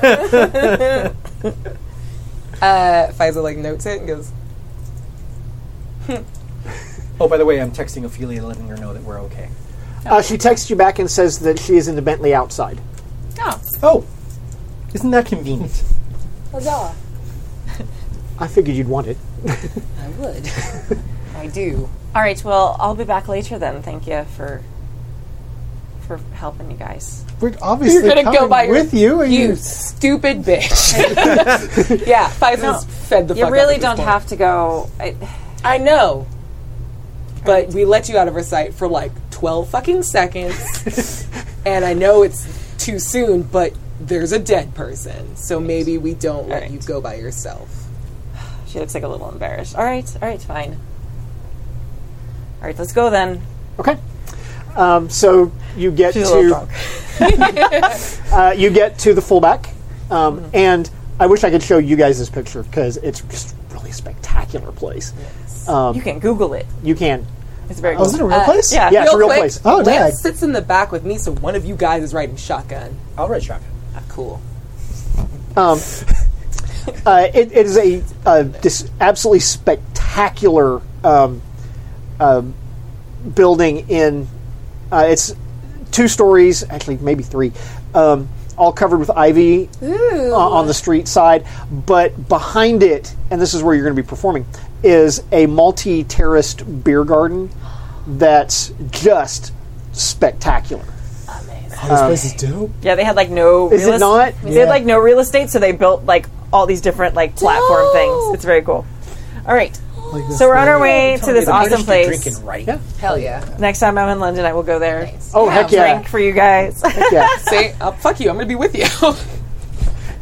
G: yeah.
D: do. [LAUGHS] uh, Faisal like notes it and goes,
G: Oh, by the way, I'm texting Ophelia, letting her know that we're okay.
B: Uh, she texts you back and says that she is in the Bentley outside.
G: Oh, isn't that convenient?
B: I figured you'd want it.
D: "I would. I do."
F: All right. Well, I'll be back later then. Thank you for for helping you guys.
L: We're obviously
D: You're gonna
L: coming
D: go by your-
L: with you. Are
D: You
L: you
D: stupid bitch. yeah, Faisal's fed the.
F: You
D: fuck
F: really
D: up at
F: don't
D: this point.
F: have to go. I,
D: I know. But we let you out of our sight for like 12 fucking seconds. and I know it's too soon, but there's a dead person. So maybe we don't let
F: Alright.
D: you go by yourself.
F: she looks like a little embarrassed. All right. All right. Fine. All right. Let's go then.
B: Okay. Um, so you get
F: She's a
B: to
F: little
B: [LAUGHS]
F: drunk.
B: uh, you get to the fullback, um,
F: Mm-hmm.
B: and I wish I could show you guys this picture because it's just really spectacular place. Um,
F: you can Google it.
B: You can,
F: It's very.
L: Oh, is it a real place?
F: yeah.
B: yeah, it's a real
D: quick,
B: place.
L: Oh, yeah.
D: Lance sits in the back with me, so one of you guys is riding shotgun.
G: I'll write shotgun.
D: Ah, cool.
B: Um, uh, it, it is a, uh this absolutely spectacular um, uh, building in. Uh, it's two stories, actually maybe three, um, all covered with ivy uh, on the street side. But behind it, and this is where you're going to be performing, is a multi-terraced beer garden that's just spectacular.
L: Oh, this place is dope.
F: Yeah, they had like no.
B: Is it
F: real es-
B: not?
F: They had like no real estate, so they built like all these different like platform things. It's very cool. All right,
L: Like this
F: so we're on our
L: little-
F: way to this
G: The
F: awesome
G: British do
F: place.
G: Drinking right.
D: Hell yeah.
F: Next time I'm in London, I will go there.
B: Oh heck yeah!
F: Drink for you guys. [LAUGHS]
B: yeah.
D: Say, uh, fuck you, I'm going to be with you.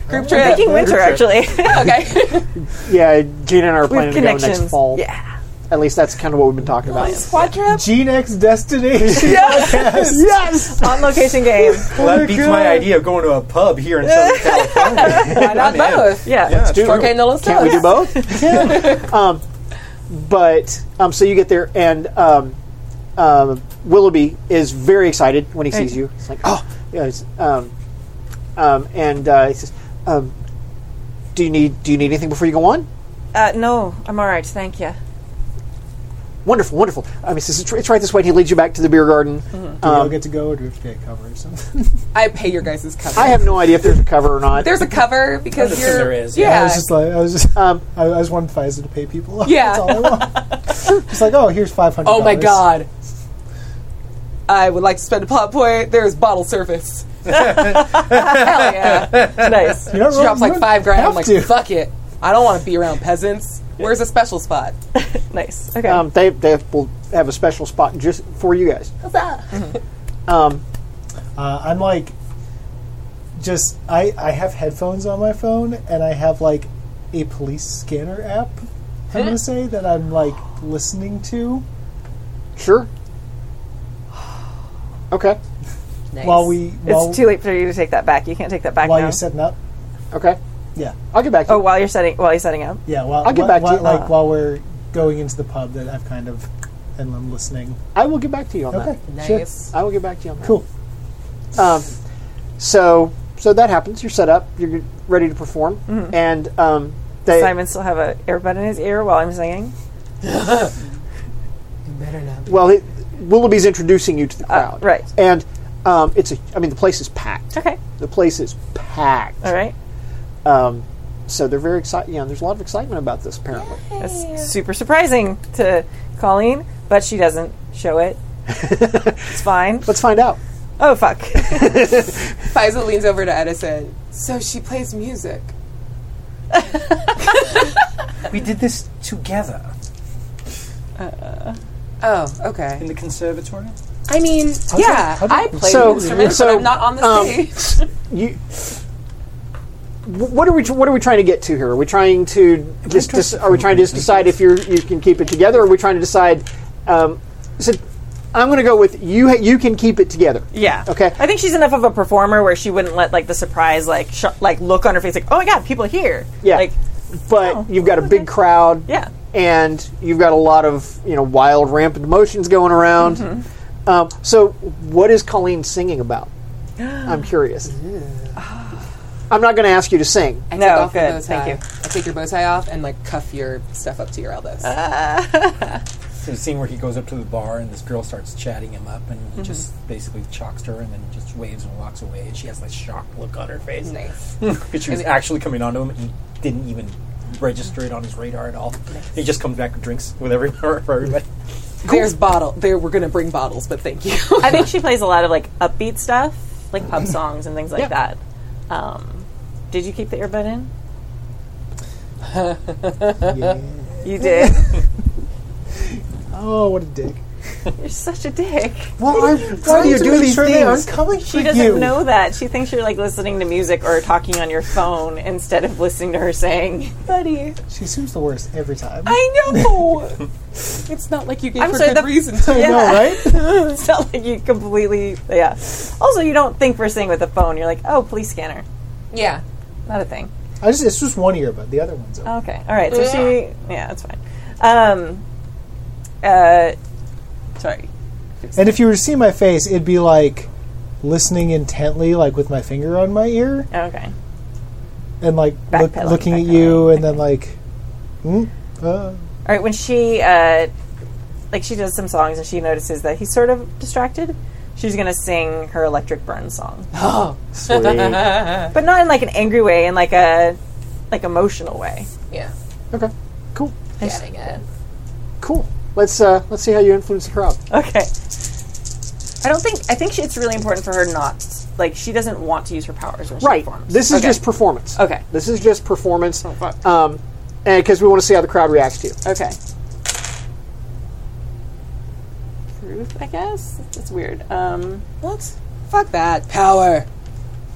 D: Group trip.
F: Thinking winter actually.
D: Okay.
B: Yeah, Gina and I are
F: we
B: planning
F: have
B: to go next
F: connections.
B: fall.
F: Yeah.
B: At least that's kind of what we've been talking about.
D: Squad trip.
L: Gene X Destination.
B: Yes!
F: [LAUGHS] On location game.
G: Well, that beats my idea of going to a pub here in Southern California.
D: Why not both?
F: Yeah.
B: do
D: Parque Nolos
B: Can't we do both? [LAUGHS] um, but, um, so you get there, and um, um, Willoughby is very excited when he sees you. He's like, oh, yeah. It's, um, um, and uh, he says, um, do you need do you need anything before you go on?
F: Uh, no, I'm all right. Thank you.
B: Wonderful, wonderful. Um, he says, it's, it's right this way, and he leads you back to the beer garden.
L: Do we all
B: Um,
L: get to go, or do we have to get a cover or something?
D: I pay your guys' cover.
B: I have no idea if there's a cover or not.
D: There's a cover because
G: assume
D: you're.
G: there is, yeah.
D: Yeah.
L: I was just like, I was just,
B: Um,
E: [LAUGHS]
L: I, I just wanted Pfizer to pay people. off.
D: Yeah.
L: that's all I want. just like, oh, here's five hundred.
D: Oh my god. Oh I would like to spend a plot point. There's bottle
L: [LAUGHS]
D: [LAUGHS] surface. Hell yeah.
F: nice.
L: You know,
D: She drops like five grand. I'm like,
L: to.
D: fuck it. I don't want to be around peasants. Where's a special spot?
F: Nice.
L: Uh,
F: Okay.
B: Um, they they will have a special spot just for you guys.
E: Uh, I'm like, just I I have headphones on my phone, and I have like a police scanner app. I'm gonna say that I'm like listening to
B: Sure. [SIGHS] Okay.
D: Nice.
E: while we while,
F: it's too late for you to take that back. You can't take that back
E: while
F: now.
E: you're setting up.
B: Okay.
E: Yeah,
B: I'll get back to
F: oh,
B: you.
F: while you're setting, while you're setting up.
E: yeah. While,
B: I'll get
E: while-
B: back to
E: while-
B: you.
E: like while we're going into the pub that I've kind of and I'm listening.
B: I will get back to you on
E: Okay,
B: that.
D: nice.
B: I will get back to you on that.
E: Cool.
B: Um, so so that happens. You're set up. You're g- ready to perform.
E: Mm-hmm.
B: And um, they
F: Simon still have a earbud in his ear while I'm singing.
B: well, it, Willoughby's introducing you to
D: Uh,
B: the crowd,
F: right.
B: And um, it's a. I mean, the place is packed.
F: Okay.
B: The place is packed.
F: All right.
B: Um, so they're very excited. You know, there's a lot of excitement about this apparently.
F: That's super surprising to Colleen, but she doesn't
B: [LAUGHS]
F: show it. it's fine.
B: Let's find out. [LAUGHS]
F: Oh fuck.
D: Faisal leans over to Edison. So she plays music.
G: We did this together
D: Oh, okay.
G: in the conservatorium.
D: I mean, yeah, I play
B: So-
D: the instrument,
B: so,
D: but I'm not on the
B: um,
D: stage.
B: You. wh- What are we? What are we trying to get to here? Are we trying to just? dis- are we trying to just decide if you you can keep it together? Or are we trying to decide? Um, so, I'm going to go with you. ha- You can keep it together.
F: Yeah.
B: Okay.
F: I think she's enough of a performer where she wouldn't let like the surprise like sh- like look on her face like oh my god people are here.
B: Yeah.
F: Like
B: But
F: Oh,
B: you've got a big crowd.
F: yeah.
B: and you've got a lot of you know wild rampant emotions going around.
F: Mm-hmm.
B: Um, so, what is Colleen singing
F: [GASPS]
B: about? I'm curious. I'm not going to ask you to sing.
D: I
F: No,
D: take off your
F: good,
D: bow
F: thank
D: tie.
F: you.
D: I take your bow tie off and like cuff your stuff up to your elbows.
F: Uh,
G: There's a scene where he goes up to the bar and this girl starts chatting him up and he
D: Mm-hmm.
G: just basically chalks her and then just waves and walks away and she has this shocked look on her face. [LAUGHS]
D: nice.
G: Because she was actually coming onto him and he didn't even register it on his radar at all. He just comes back and drinks with every, [LAUGHS] for everybody.
D: There's bottle. There, we're gonna bring bottles, but thank you. [LAUGHS]
F: I think she plays a lot of like upbeat stuff, like
B: [CLEARS THROAT]
F: pub songs and things like that. Um, did you keep the earbud
B: [LAUGHS]
F: in? You did.
B: [LAUGHS]
E: Oh, what a dick!
F: You're such a dick.
B: Well, I, why do you do these
E: sure They aren't
B: things?
E: coming
F: She doesn't know that. She thinks you're like listening to music or talking on your phone instead of listening to her saying, "Buddy."
E: She seems the worst every time.
F: I know.
D: it's not like you gave
F: I'm
D: her
F: sorry,
D: good
F: the-
E: [LAUGHS]
D: reasons.
E: I know, right?
F: [LAUGHS] it's not like you completely. Yeah. Also, you don't think we're singing with the phone. You're like, "Oh, police scanner."
D: yeah.
F: Not a thing.
E: I just it's just one earbud. The other one's open.
F: Okay. All right. So she. Yeah, that's fine. Um. Uh. Sorry.
E: And if you were to see my face, it'd be like listening intently, like with my finger on my ear,
F: Okay.
E: and like look,
F: Backpedaling,
E: looking at
F: backpedaling.
E: you, and then like, hmm, uh,
F: All right, when she uh, like she does some songs and she notices that he's sort of distracted, she's gonna sing her Electric Burn song,
B: Sweet.
F: but not in like an angry way, in like a like emotional way.
D: Yeah.
B: okay, cool,
D: Getting it.
B: cool. Let's uh, let's see how you influence the crowd.
F: Okay. I don't think I think she, it's really important for her not like she doesn't want to use her powers when she
B: Right.
F: performs.
B: This is
F: Okay.
B: just performance.
F: okay. Oh,
B: This is just performance.
F: fuck. Uh,
B: Um, and because we want to see how the crowd reacts to you.
F: Okay. Truth, I guess. That's weird. Um,
D: What? Fuck that. Power.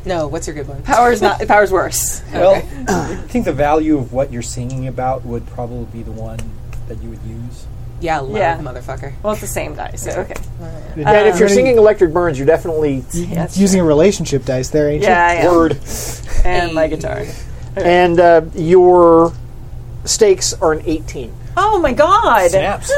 D: No. What's your good one?
F: powers not [LAUGHS] powers worse.
G: Well, I think the value of what you're singing about would probably be the one that you would use.
D: Yeah. Love,
F: Yeah.
D: motherfucker.
F: Well, it's the same die, so okay.
B: and if you're singing Electric Burns, you're definitely
F: Yes.
E: using a relationship dice there, ain't
F: Yeah, I am.
B: word.
F: and my guitar.
B: And uh, your stakes are an 18.
F: Oh my god! Ah,
G: Snaps.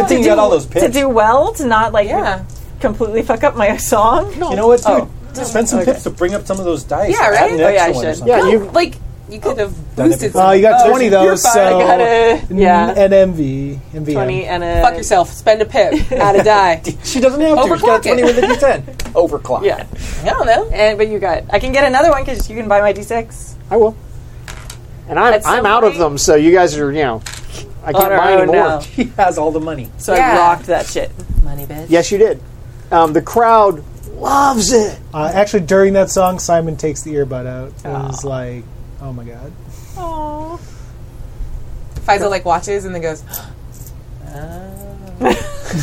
G: Good thing you got
D: [LAUGHS]
G: all those picks.
F: to do well, to not like
D: Yeah.
F: completely fuck up my [LAUGHS] song.
G: You know what, dude? Spend some tips to bring up some of those dice.
D: Oh. Yeah,
G: Add
D: right?
G: an
D: Oh,
G: extra
D: yeah,
F: I
G: one or
F: should.
G: something.
B: Yeah,
D: No,
B: you
D: like you could have
G: Done it
D: boosted.
E: you? Uh, you got
D: some-
E: twenty
D: you're
E: though,
D: fine.
E: so
D: I got it.
F: yeah.
E: and MV, MVM.
F: Twenty and a
D: Fuck yourself. Spend a
F: [LAUGHS]
D: pip. Add a die.
G: She doesn't have to. She got
D: Overclock
G: a 20
D: it.
G: with a
B: [LAUGHS]
G: d10. Overclock.
F: Yeah,
D: I don't know.
F: and but you got. I can get another one because you can buy my D6.
B: I will. And I'm,
F: At some
B: I'm out of
F: point-
B: them, so you guys are, you know, I can't
F: our
B: buy
F: own
B: anymore.
F: now.
G: He has all the money.
F: So
D: Yeah.
F: I rocked that shit.
D: Money, bitch.
B: Yes, you did. Um, the crowd loves it.
E: Uh, actually, during that song, Simon takes the earbud out and is like, "Oh my god!"
F: Aww.
D: Faisal like watches and then goes,
F: [LAUGHS]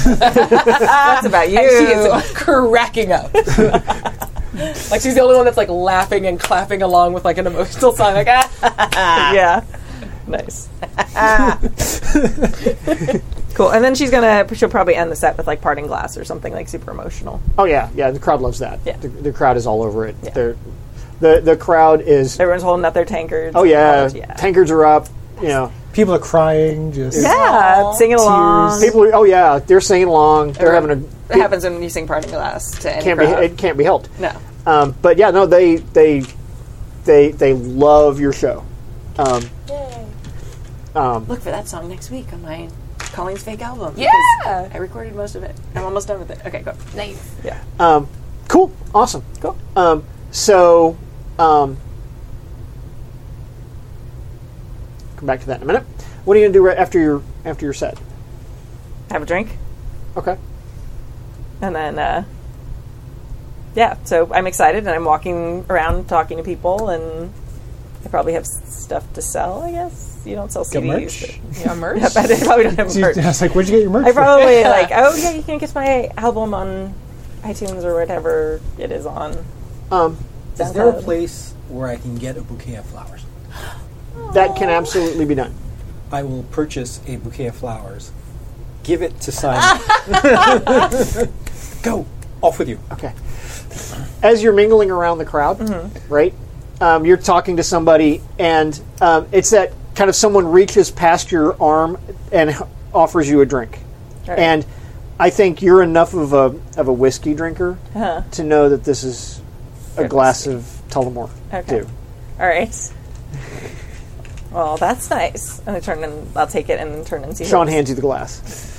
F: That's about you.
D: [LAUGHS] and she is cracking up. [LAUGHS] like she's the only one that's like laughing and clapping along with like an emotional song. Like ah.
F: [LAUGHS] yeah. Nice. Ah. [LAUGHS] cool. And then she's gonna she'll probably end the set with like parting glass or something like super emotional.
B: Oh yeah, yeah. The crowd loves that.
F: Yeah.
B: The, the crowd is all over it. They're, the the crowd is.
F: Everyone's holding up their tankards.
B: Oh yeah,
F: yeah.
B: tankards are up. You know,
E: People are crying. Just
F: yeah. Singing along.
B: people. Are, oh yeah, they're singing along. They're having a.
F: It happens when you sing parting glass to any
B: Can't be.
F: crowd.
B: It can't be helped.
F: no.
B: Um, but yeah, no, they they they they love your show. Um,
F: Look for that song next week on my Colleen's fake album.
D: Yeah.
F: I recorded most of it. I'm almost done with it. Okay, go.
D: Nice.
B: Um, cool, awesome, cool. Um, so, um, come back to that in a minute. What are you gonna do right after your after your set?
F: Have a drink.
B: Okay.
F: And then uh yeah, so I'm excited and I'm walking around talking to people and I probably have s- stuff to sell, I guess. You don't sell CDs.
E: Get merch?
F: but-
D: Yeah, merch.
F: Yep, [LAUGHS] I probably
B: [LAUGHS]
F: don't have merch.
E: I was like, "Where'd you get your merch?"
F: I
E: from?"
F: probably like, oh yeah, you can get my album on iTunes or whatever it is on.
B: Um,
F: SoundCloud.
G: Is there a place where I can get a bouquet of flowers?
B: that can absolutely be done.
G: I will purchase a bouquet of flowers, give it
B: [LAUGHS]
G: to Simon. Go off with you.
B: Okay. As you're mingling around the crowd,
F: Mm-hmm.
B: right? Um, you're talking to somebody, and um, it's that kind of someone reaches past your arm and h- offers you a drink. And I think you're enough of a of a whiskey drinker
F: Uh-huh.
B: to know that this is a glass of Tullamore
F: Okay.
B: Dew.
F: All right. Well, that's nice. And I turn and I'll take it and turn and see. who
B: Sean
F: it is.
B: hands you the glass.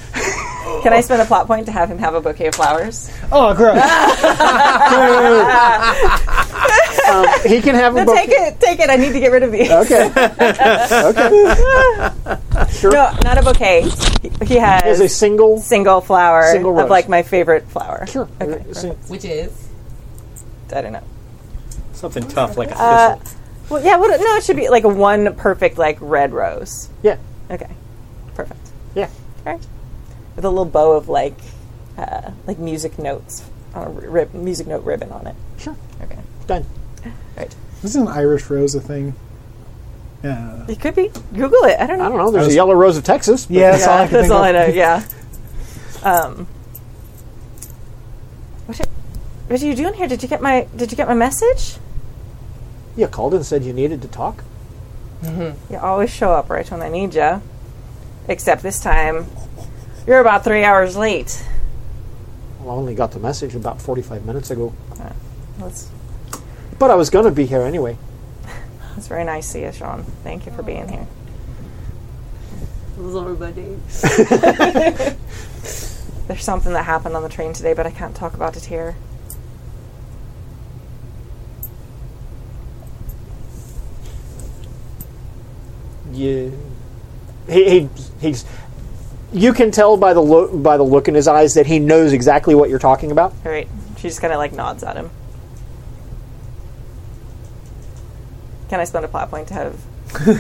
F: Can I spend a plot point to have him have a bouquet of flowers?
E: Oh, gross!
B: Um, he can
F: [LAUGHS]
B: have [LAUGHS] a
F: No, take
B: bouquet.
F: it, take it. I need to get rid of these. [LAUGHS]
B: Okay. okay.
F: No, not a bouquet. He, he
B: As
F: has
B: a single.
F: single flower
B: Single
F: of
B: rose.
F: like my favorite flower.
B: Sure.
F: Okay.
B: Sing-
D: Which is
F: I don't know.
G: Something tough like a thistle.
F: Well, yeah. What, no, it should be like one perfect like red rose.
B: Yeah.
F: Okay. Perfect.
B: Yeah.
F: with a little bow of like uh, like music notes on a rib- music note ribbon on it.
B: Sure.
F: Okay.
B: Done.
E: Isn't Irish Rose a thing? Yeah,
F: It could be. Google it. I don't know.
B: I don't know. There's a yellow rose of Texas. but-
E: yeah, that's all I
F: Yeah,
E: can think
F: that's all
E: of.
F: I [LAUGHS] know. Yeah. Um. What are, what are you doing here? Did you get my Did you get my message?
B: You called and said you needed to talk.
F: You always show up right when I need you. Except this time, you're about three hours late.
B: Well, I only got the message about 45 minutes ago.
F: That's
B: But I was going to be here anyway.
F: that's very nice of you, Sean. Thank you for being here. [LAUGHS] There's something that happened on the train today, but I can't talk about it here.
B: Yeah. He, he he's you can tell by the look by the look in his eyes that he knows exactly what you're talking about.
F: All right. She just kind of like nods at him. Can I spend a plot point to have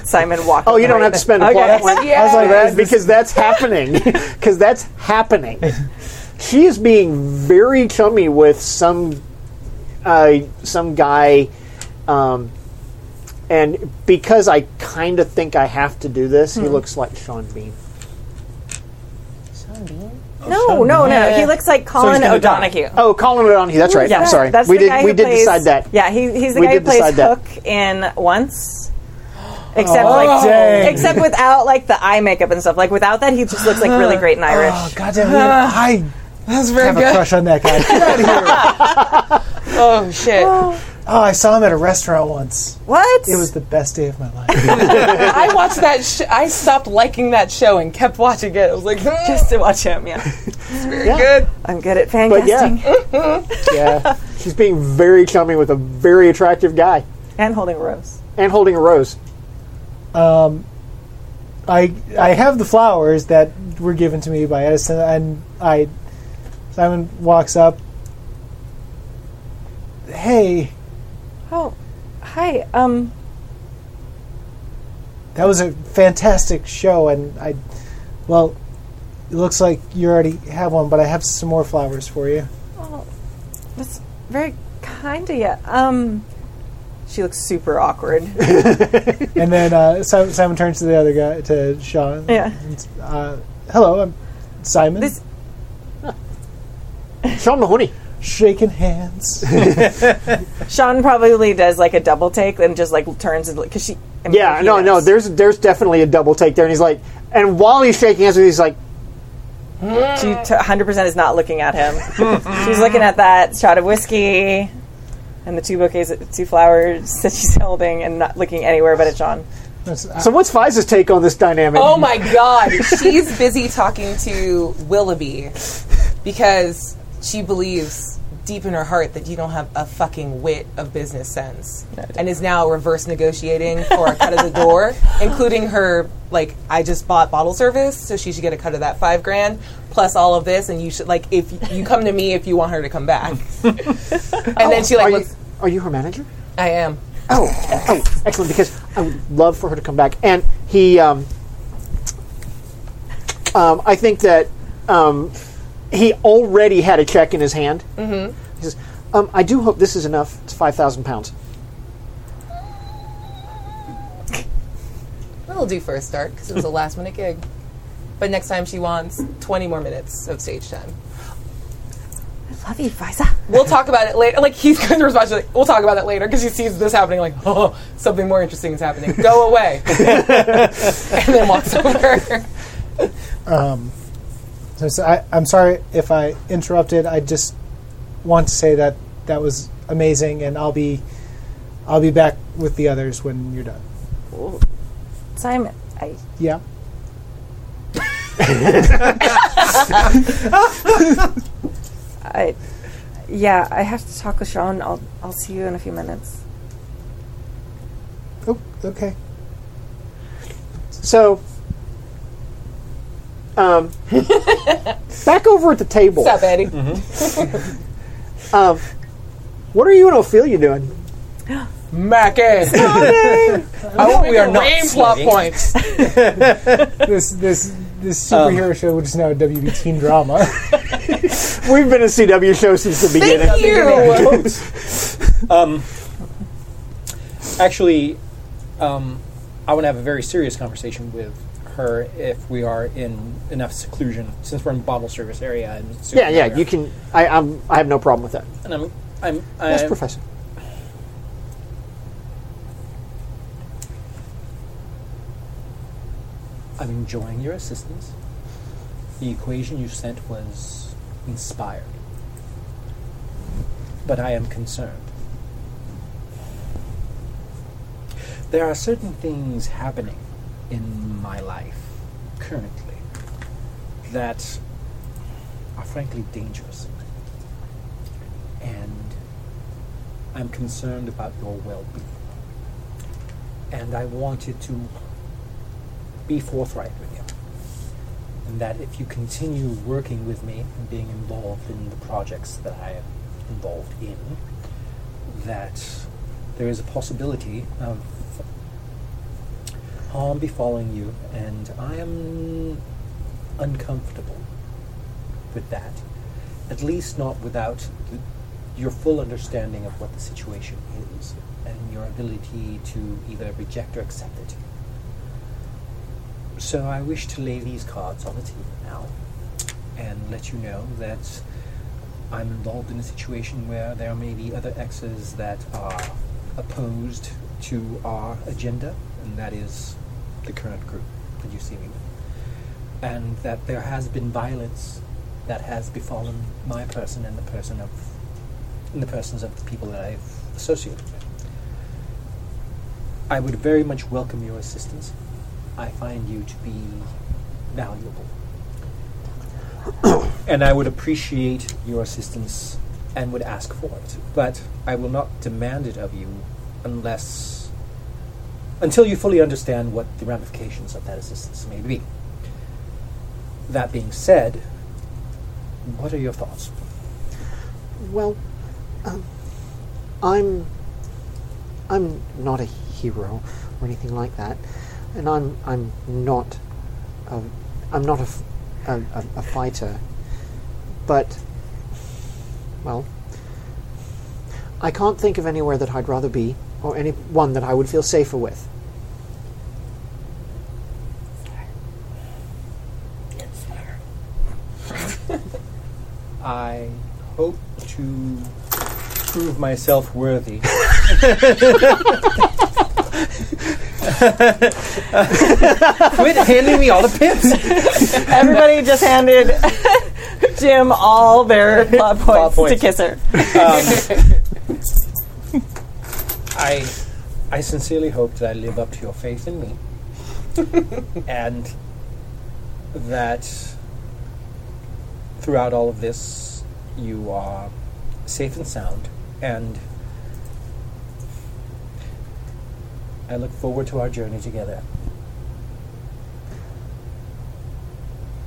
F: Simon walk?
B: Oh,
F: up
B: you
F: the
B: don't
F: right
B: have to
F: bit?
B: spend a
F: Okay.
B: plot point for that because that's happening. [LAUGHS] Because that's happening. she is being very chummy with some uh, some guy, um, and because I kind of think I have to do this,
F: Hmm.
B: he looks like Sean Bean.
F: No, no, no. He looks like Colin
G: gonna die.
F: O'Donoghue.
B: Oh, Colin O'Donoghue. That's right.
F: Yeah,
B: I'm sorry.
F: That's
B: we
F: the
B: did.
F: guy
B: we
F: who
B: did
F: plays-
B: decide
F: [LAUGHS]
B: that.
F: Yeah, he, he's the
B: We
F: guy who
B: did
F: plays
B: decide that.
F: Hook in Once. Except like,
E: Oh, dang.
F: except without like the eye makeup and stuff. Like without that, he just looks like really great in Irish.
E: [GASPS] Oh, goddamn! it. I
D: that's very
E: have a crush on that guy. Get out of [LAUGHS] here!
D: Oh shit!
E: Oh, I saw him at a restaurant once.
F: what?
E: It was the best day of my life.
D: I watched that. Sh- I stopped liking that show and kept watching it. I was like,
F: [LAUGHS] just to watch him. Yeah,
D: good.
F: I'm good at fan
B: But
F: casting
B: yeah, yeah. She's being very chummy with a very attractive guy
F: and holding a rose.
B: and holding a rose.
E: I I have the flowers that were given to me by Edison, and I Simon walks up. Hey,
F: Oh, hi. Um,
E: that was a fantastic show, and I, well, it looks like you already have one, but I have some more flowers for you.
F: oh, that's very kind of you. Um, she looks
B: [LAUGHS]
F: super awkward.
E: and then uh, Simon, Simon turns to the other guy, to Sean.
F: yeah.
E: Uh, hello, I'm Simon.
F: This-
B: Sean Mahoney.
E: Shaking hands.
F: Sean probably does like a double take and just like turns and because she. I mean,
B: Yeah,
F: he
B: no, no.
F: knows.
B: There's there's definitely a double take there, and he's like, and while he's shaking hands with, you, he's like,
F: She t- 100% is not looking at [LAUGHS] him. She's looking at that shot of whiskey and the two bouquets, two flowers that she's holding and not looking anywhere but at Sean.
B: so what's Fiza's take on this dynamic?
D: Oh my god, she's busy talking to Willoughby because she believes deep in her heart that you don't have a fucking whit of business sense and is now reverse negotiating for a cut of the [LAUGHS] door, including her like I just bought bottle service, so she should get a cut of that 5 grand plus all of this and you should like if you come to me if you want her to come [LAUGHS] back. and then she
B: are
D: like
B: you,
D: looks
B: are you her manager?
D: I am.
B: Oh, oh, excellent. Because I would love for her to come back. And he, um, um, I think that um, he already had a check in his hand. Mm-hmm. He says, um, "I do hope this is enough. It's five thousand pounds."
D: That'll do for a start because it was a last minute gig. But next time she wants 20 more minutes of stage time.
F: Love you, Fisa.
D: We'll talk about it later. Like he's going to respond. she's Like we'll talk about that later because he sees this happening. Like oh, something more interesting is happening. Go away, and then walks over.
E: So, so I, I'm sorry if I interrupted. I just want to say that that was amazing, and I'll be, I'll be back with the others when you're done.
F: Simon, I,
E: Yeah.
F: I, yeah, I have to talk with Sean. I'll, I'll see you in a few minutes.
E: Oh,
F: [LAUGHS]
E: okay.
B: So, um, back over at the table.
D: What's up, Eddie?
B: Um, what are you and Ophelia doing?
D: Mackin. I want we are not plot points.
E: This this this superhero show, which is now a WB teen drama. [LAUGHS]
B: We've been a CW show since the beginning.
D: Thank you.
K: Um, actually, um, I want to have a very serious conversation with her if we are in enough seclusion, since we're in bottle service area. And
B: Yeah, yeah. You can. I, I'm. I have no problem with that.
K: And I'm, I'm, i
B: Yes, Professor.
K: I'm enjoying your assistance. The equation you sent was inspired. But I am concerned. There are certain things happening in my life currently that are frankly dangerous. And I'm concerned about your well being. And I wanted to be forthright with you. And that if you continue working with me and being involved in the projects that I am involved in, that there is a possibility of harm befalling you, and I am uncomfortable with that. At least not without th- your full understanding of what the situation is and your ability to either reject or accept it. So I wish to lay these cards on the table now and let you know that I'm involved in a situation where there may be other exes that are opposed to our agenda, and that is the current group that you see me with. And that there has been violence that has befallen my person and the person of and the persons of the people that I've associated with. I would very much welcome your assistance. I find you to be valuable. [COUGHS] and I would appreciate your assistance and would ask for it. But I will not demand it of you unless. until you fully understand what the ramifications of that assistance may be. That being said, What are your thoughts?
B: Well, um, I'm I'm not a hero or anything like that, and I'm I'm not a, I'm not a, f- a, a, a fighter, but well, I can't think of anywhere that I'd rather be or anyone that I would feel safer with.
K: I hope to prove
G: [LAUGHS]
K: myself worthy. Quit handing me all the pins.
M: Everybody just
F: [LAUGHS]
M: handed Jim all their plot points,
K: points.
M: to kiss her.
K: I, I sincerely hope that I live up to your faith in me, and that throughout all of this, you are safe and sound, and I look forward to our journey together.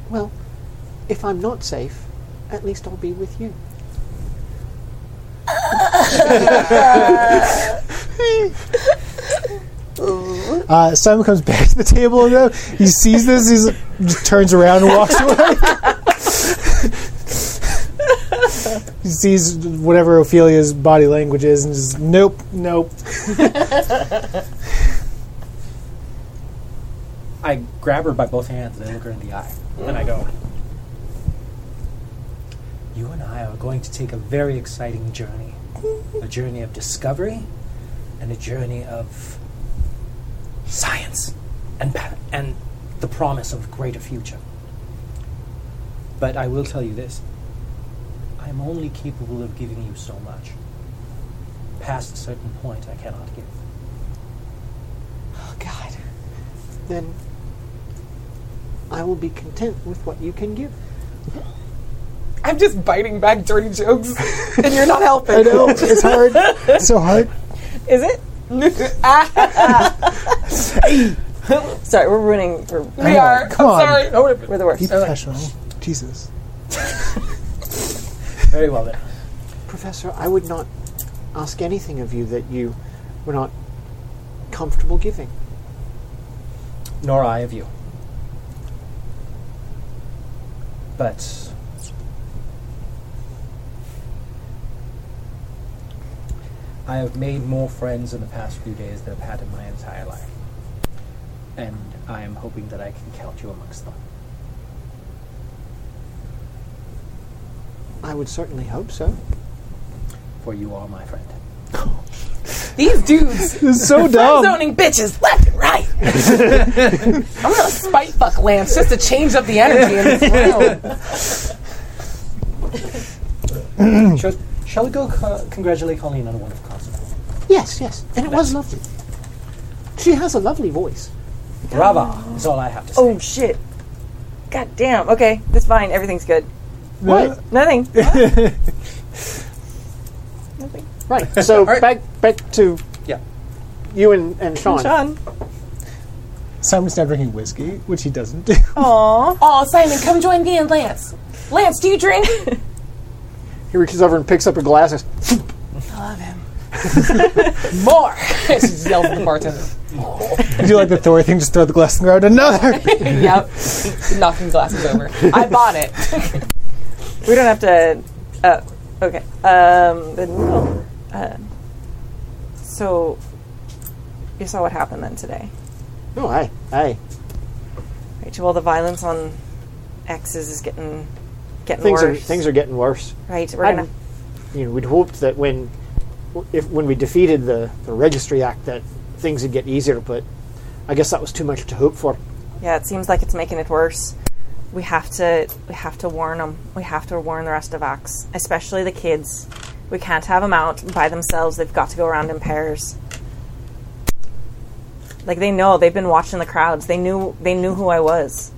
B: Well, if I'm not safe, at least I'll be with you.
E: Uh, Simon comes back to the table and uh, he sees this. He just turns around and walks away. [LAUGHS] he sees whatever Ophelia's body language is and just nope, nope.
K: I grab her by both hands and I look her in the eye. And I go, You and I are going to take a very exciting journey a journey of discovery and a journey of science and, pa- and the promise of a greater future. But I will tell you this I'm only capable of giving you so much. Past a certain point, I cannot give.
M: Oh, God.
B: Then I will be content with what you can give.
D: I'm just biting back dirty jokes, and you're not helping.
E: I know it's hard. It's so hard.
M: Is
F: [LAUGHS]
M: it? Sorry, we're ruining. We're,
D: We are.
E: come
D: I'm
E: on.
D: sorry. Oh,
M: we're the
E: Be
M: worst.
E: professional. Jesus.
K: Very well then.
B: Professor, I would not ask anything of you that you were not comfortable giving.
K: nor I of you. But I have made more friends in the past few days than I've had in my entire life. And I am hoping that I can count you amongst them.
B: I would certainly hope so.
K: For you are my friend.
D: [LAUGHS] These dudes,
E: It's so dumb.
D: zoning bitches left and right. I'm gonna spite fuck Lance just to change up the energy in this room.
K: Shall, shall we go co- congratulate Colleen on a wonderful concert?
B: Yes, yes. And it was lovely. She has a lovely voice.
K: Brava is all I have to say.
F: Oh shit! God damn. Okay, that's fine. Everything's good.
B: What?
F: Nothing.
B: Right.
K: [LAUGHS]
B: So
K: right.
B: back back to
K: Yeah.
B: you and, and Sean.
F: Sean.
E: Simon's now drinking whiskey, which he doesn't do.
F: Aw.
D: Oh, Simon, come join me and Lance. Lance, do you
F: [LAUGHS]
D: drink?
B: He reaches over and picks up a glass and goes,
D: More. [LAUGHS] she just yells at the bartender.
E: You do like the Thor thing, just throw the glass in the road. Another. [LAUGHS]
D: yep, knocking glasses over. I bought it.
F: We don't have to. Uh, okay. Um. Then we'll. Uh, so. You saw what happened then today.
B: Oh hey, hey.
F: Right. Well, the violence on exes is getting getting
B: Things are
F: worse.
B: things are getting worse.
F: right. We're
B: I'd-
F: gonna.
B: You know, we'd hoped that when if when we defeated the, the registry act that things would get easier, but I guess that was too much to hope for.
F: Yeah, it seems like it's making it worse. We have to we have to warn them. We have to warn the rest of Ox, especially the kids. We can't have them out by themselves. They've got to go around in pairs. Like they know, they've been watching the crowds. They knew they knew who I was.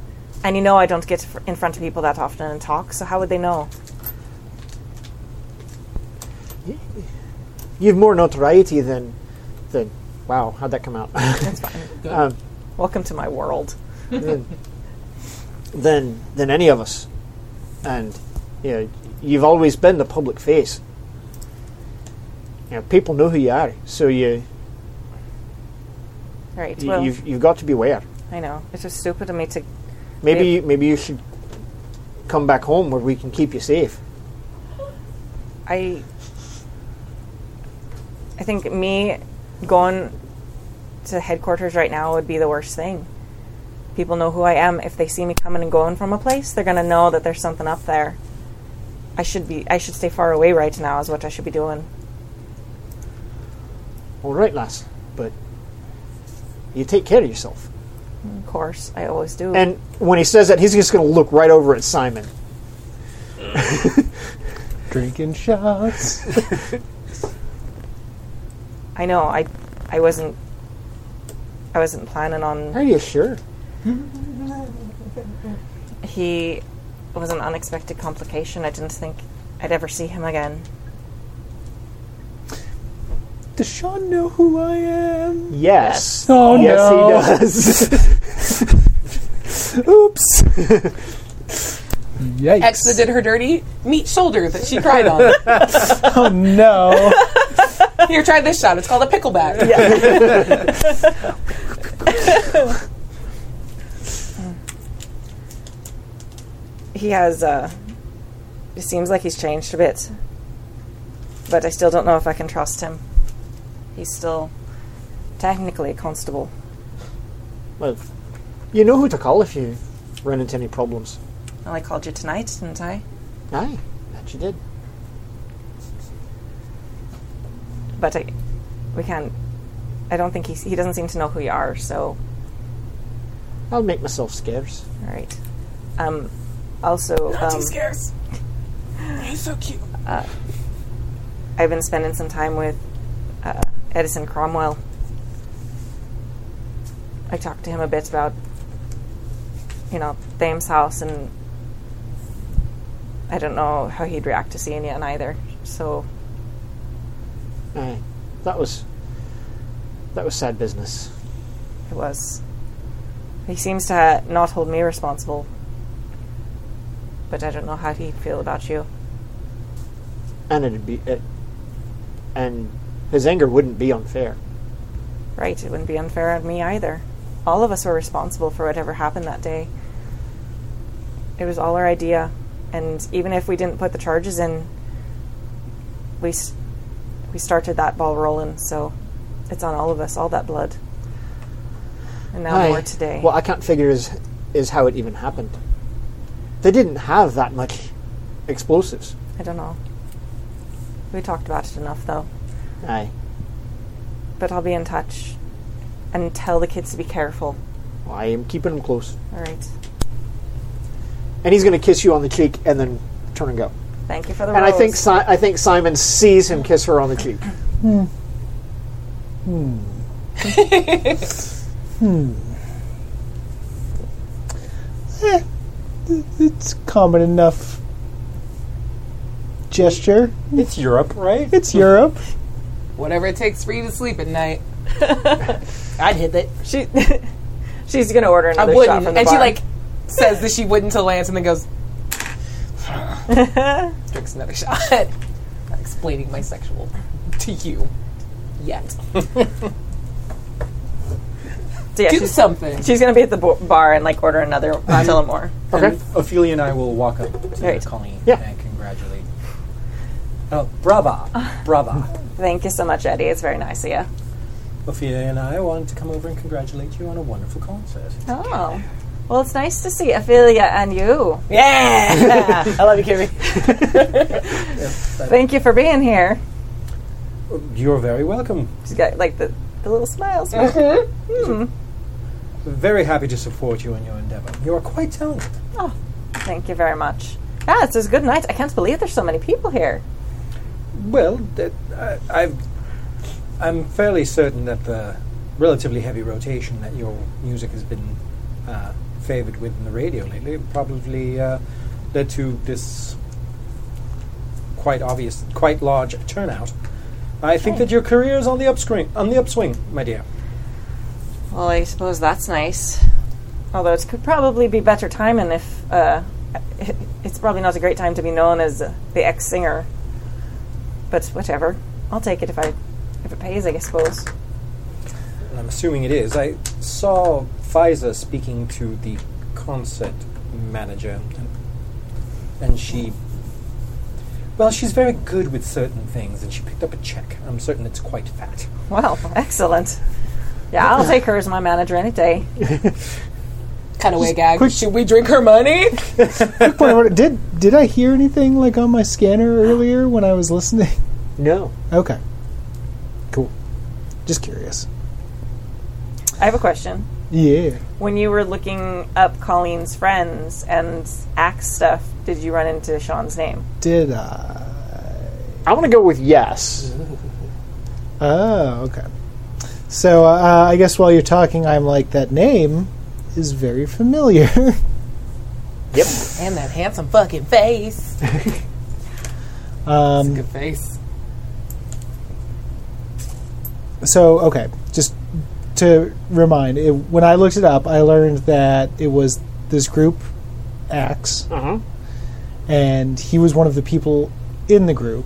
F: And you know I don't get in front of people that often and talk, so how would they know?
B: You've more notoriety than than wow, how'd that come out? [LAUGHS]
F: Welcome to my world.
B: than than any of us. And you know, you've always been the public face. You know, people know who you are, so you,
F: Right.
B: you
F: well,
B: you've, you've got to beware.
F: I know. It's just stupid of me to.
B: Maybe you, maybe you should come back home where we can keep you safe.
F: I. I think me going to headquarters right now would be the worst thing. People know who I am. If they see me coming and going from a place, they're gonna know that there's something up there. I should be. I should stay far away right now. Is what I should be doing.
B: All right, lass, but you take care of yourself.
F: Of course, I always do.
B: And when he says that, he's just going to look right over at Simon.
E: Drinking shots.
F: I know. I. I wasn't. I wasn't planning on.
B: Are you sure?
F: he was an unexpected complication. I didn't think I'd ever see him again.
E: Does Sean know who I am?
B: Yes.
E: Oh
B: yes,
E: no!
B: he does. [LAUGHS]
E: [LAUGHS] Oops. Yikes!
D: Ex that did her dirty meat shoulder that she cried on.
E: Oh no!
D: Here, try this shot. It's called a pickleback. Yeah.
F: He has, uh, it seems like he's changed a bit. But I still don't know if I can trust him. He's still technically a constable.
B: well, you know who to call if you run into any problems.
F: Well, I called you tonight, didn't I?
B: Aye, that you did.
F: But I, we can't, I don't think he's, he doesn't seem to know who you are, so,
B: I'll make myself scarce.
F: alright. Um, also, um, [LAUGHS] Uh,
D: scarce. He's so cute.
F: I've been spending some time with uh, Edison Cromwell. I talked to him a bit about, you know, Thames House, and I don't know how he'd react to seeing you either. So,
B: Aye, that was that was sad business.
F: It was. He seems to ha- not hold me responsible. But I don't know how he'd feel about you.
B: and it'd be it, and his anger wouldn't be unfair.
F: Right, it wouldn't be unfair on me either. All of us were responsible for whatever happened that day. It was all our idea, and even if we didn't put the charges in, we s- we started that ball rolling. So it's on all of us, all that blood, and now
B: Aye.
F: more today.
B: What I can't figure is is how it even happened. They didn't have that much explosives.
F: I don't know. We talked about it enough, though.
B: Aye.
F: But I'll be in touch and tell the kids to be careful.
B: Well, I am keeping him close.
F: All right.
B: And he's going to kiss you on the cheek and then turn and go.
F: Thank you for the
B: And I
F: rose.
B: think si- I think Simon sees him kiss her on the cheek.
E: It's common enough gesture.
K: It's Europe, right?
E: It's Europe.
D: Whatever it takes for you to sleep at night.
B: I'd hit that.
F: she she's gonna order
D: I
F: another shot
D: wouldn't.
F: from
D: And
F: the
D: she
F: bar.
D: like says that she wouldn't to Lance, and then
F: [LAUGHS]
D: goes drinks another shot. Not explaining my sexual to you yet.
F: So, yeah,
D: Do
F: she's,
D: something.
F: she's gonna be at the bo- bar and like order [LAUGHS] another Montella more.
K: Okay. Ophelia and I will walk up to
F: Right.
K: Colleen
B: Yeah.
K: and congratulate. Oh, brava, brava.
F: Thank you so much, Eddie. It's very nice of you.
K: Ophelia and I wanted to come over and congratulate you on a wonderful concert.
F: Oh. Well, it's nice to see Ophelia and you. [LAUGHS]
D: Yeah, I love you, Kimmy.
F: Thank you for being here.
K: You're very welcome.
F: She's got like the, the little smiles. [LAUGHS] oh,
K: Very happy to support you in your endeavor. You are quite talented.
F: thank you very much. Yeah, it's a good night. I can't believe there's so many people here.
K: Well, that, I, I've, I'm fairly certain that the relatively heavy rotation that your music has been uh, favored with in the radio lately probably uh, led to this quite obvious, quite large turnout. I think that your career is on the upswing, on the upswing, my dear.
F: Well, I suppose that's nice. Although it could probably be better timing if uh, it's probably not a great time to be known as uh, the ex singer. But whatever, I'll take it if I if it pays, I suppose.
K: And I'm assuming it is. I saw Pfizer speaking to the concert manager, and, and she. Well, she's very good with certain things, and she picked up a check. I'm certain it's quite fat.
F: Well, excellent. Yeah, [LAUGHS] I'll take her as my manager any day.
D: Kind of way gag. Should we drink her money?
E: Point of order, did did I hear anything like on my scanner earlier when I was listening?
B: No.
E: Okay. Cool. Just curious.
F: I have a question.
E: Yeah.
F: When you were looking up Colleen's friends and axe stuff, did you run into Sean's name?
E: Did I?
B: I want to go with yes.
F: Mm-hmm.
E: Oh, okay. So uh, I guess while you're talking, I'm like that name is very familiar. [LAUGHS]
D: and that handsome fucking face.
E: um,
D: Good face.
E: so okay just to remind it, when i looked it up i learned that it was this group ax and he was one of the people in the group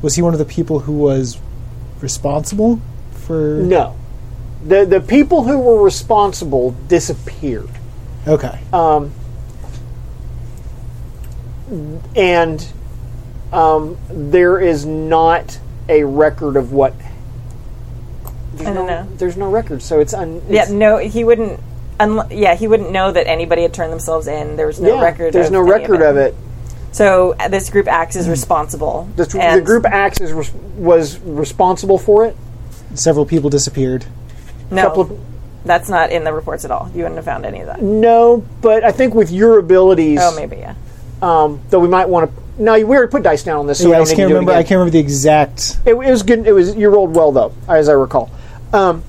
E: was he one of the people who was responsible for
B: No. The the people who were responsible disappeared.
E: okay
B: and um, there is not a record of what. There's
F: I don't
B: no,
F: know.
B: There's no record, so it's un.
F: Yeah,
B: it's-
F: no, he wouldn't. Unl- yeah, he wouldn't know that anybody had turned themselves in. There was no
B: yeah,
F: record.
B: There's
F: of
B: no
F: any
B: record of it. Hmm.
F: So uh, this group acts is responsible.
B: The, tr- the
F: and-
B: group acts is res- was responsible for it.
E: several people disappeared
F: No,
B: couple of-
F: that's not in the reports at all. You wouldn't have found any of that.
B: No, but I think with your abilities,
F: Oh, maybe yeah.
B: um, though we might want to. No, we already put dice down on this, so we
E: yeah, i
B: don't
E: just
B: need
E: can't
B: to do
E: remember
B: It,
E: i
B: again.
E: can't remember the exact
B: It, it was good. It was you rolled well though, as I recall. Um,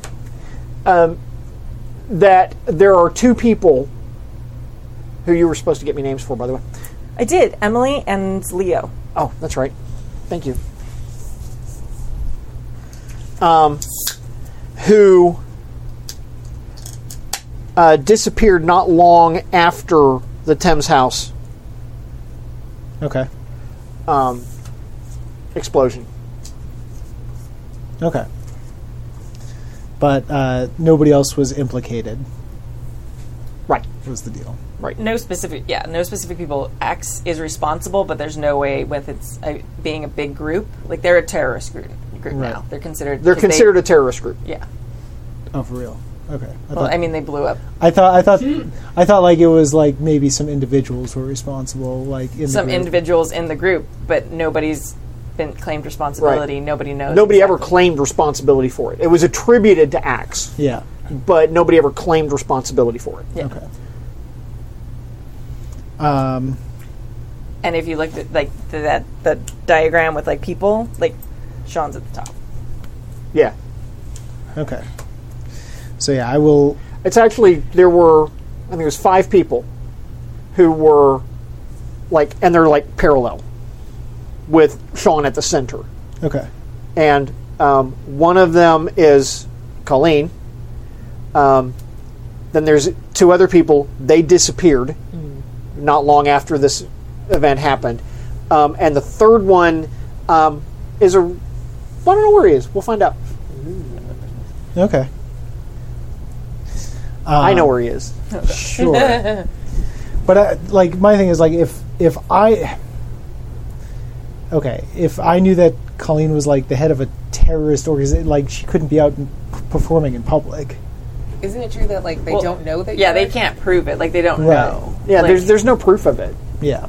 B: um, that there are two people who you were supposed to get me names for, by the way.
F: I did. Emily and Leo.
B: Oh, that's right. Thank you. Um, Um, who uh, disappeared not long after the Thames House
E: okay
B: um, explosion.
E: okay but uh, nobody else was implicated
B: Right.
E: was the deal
F: No specific. Yeah, no specific people. X is responsible, but there's no way with its uh, being a big group. Like they're a terrorist group, group
E: Right.
F: now. They're considered.
B: They're
F: 'cause they-
B: considered a terrorist group.
F: yeah.
E: oh for real okay I
F: Well, Hmm.
E: thought-
F: I mean, they blew up.
E: I thought I thought I thought like it was like maybe some individuals were responsible, like in
F: Some
B: Mm-hmm.
E: the group.
F: individuals in the group, but nobody's been claimed responsibility. Nobody knows.
B: Nobody ever
F: exactly.
B: claimed responsibility for it. It was attributed to Axe,
E: Yeah.
B: but nobody ever claimed responsibility for it.
F: Yeah.
E: Okay. Um.
F: And if you looked at like the, that the diagram with like people, like Sean's at the top.
B: Yeah.
E: Okay. So yeah, I will.
B: It's actually there were I think it was five people who were like and they're like parallel with Sean at the center.
E: Okay.
B: And um, one of them is Colleen. Um, then there's two other people. They disappeared not long after this event happened. Um, and the third one um, is a. I don't know where he is. We'll find out.
E: Okay.
B: I
E: Uh-huh.
B: know where he is.
E: Sure. [LAUGHS] but I, like my thing is like if if I okay if I knew that Colleen was like the head of a terrorist organization, like she couldn't be out and p- performing in public.
D: Isn't it true that like they don't know that?
F: Yeah,
D: you're-
F: they can't prove it. Like they don't
E: Right.
F: know.
B: Yeah,
F: Like,
B: there's there's no proof of it.
E: Yeah.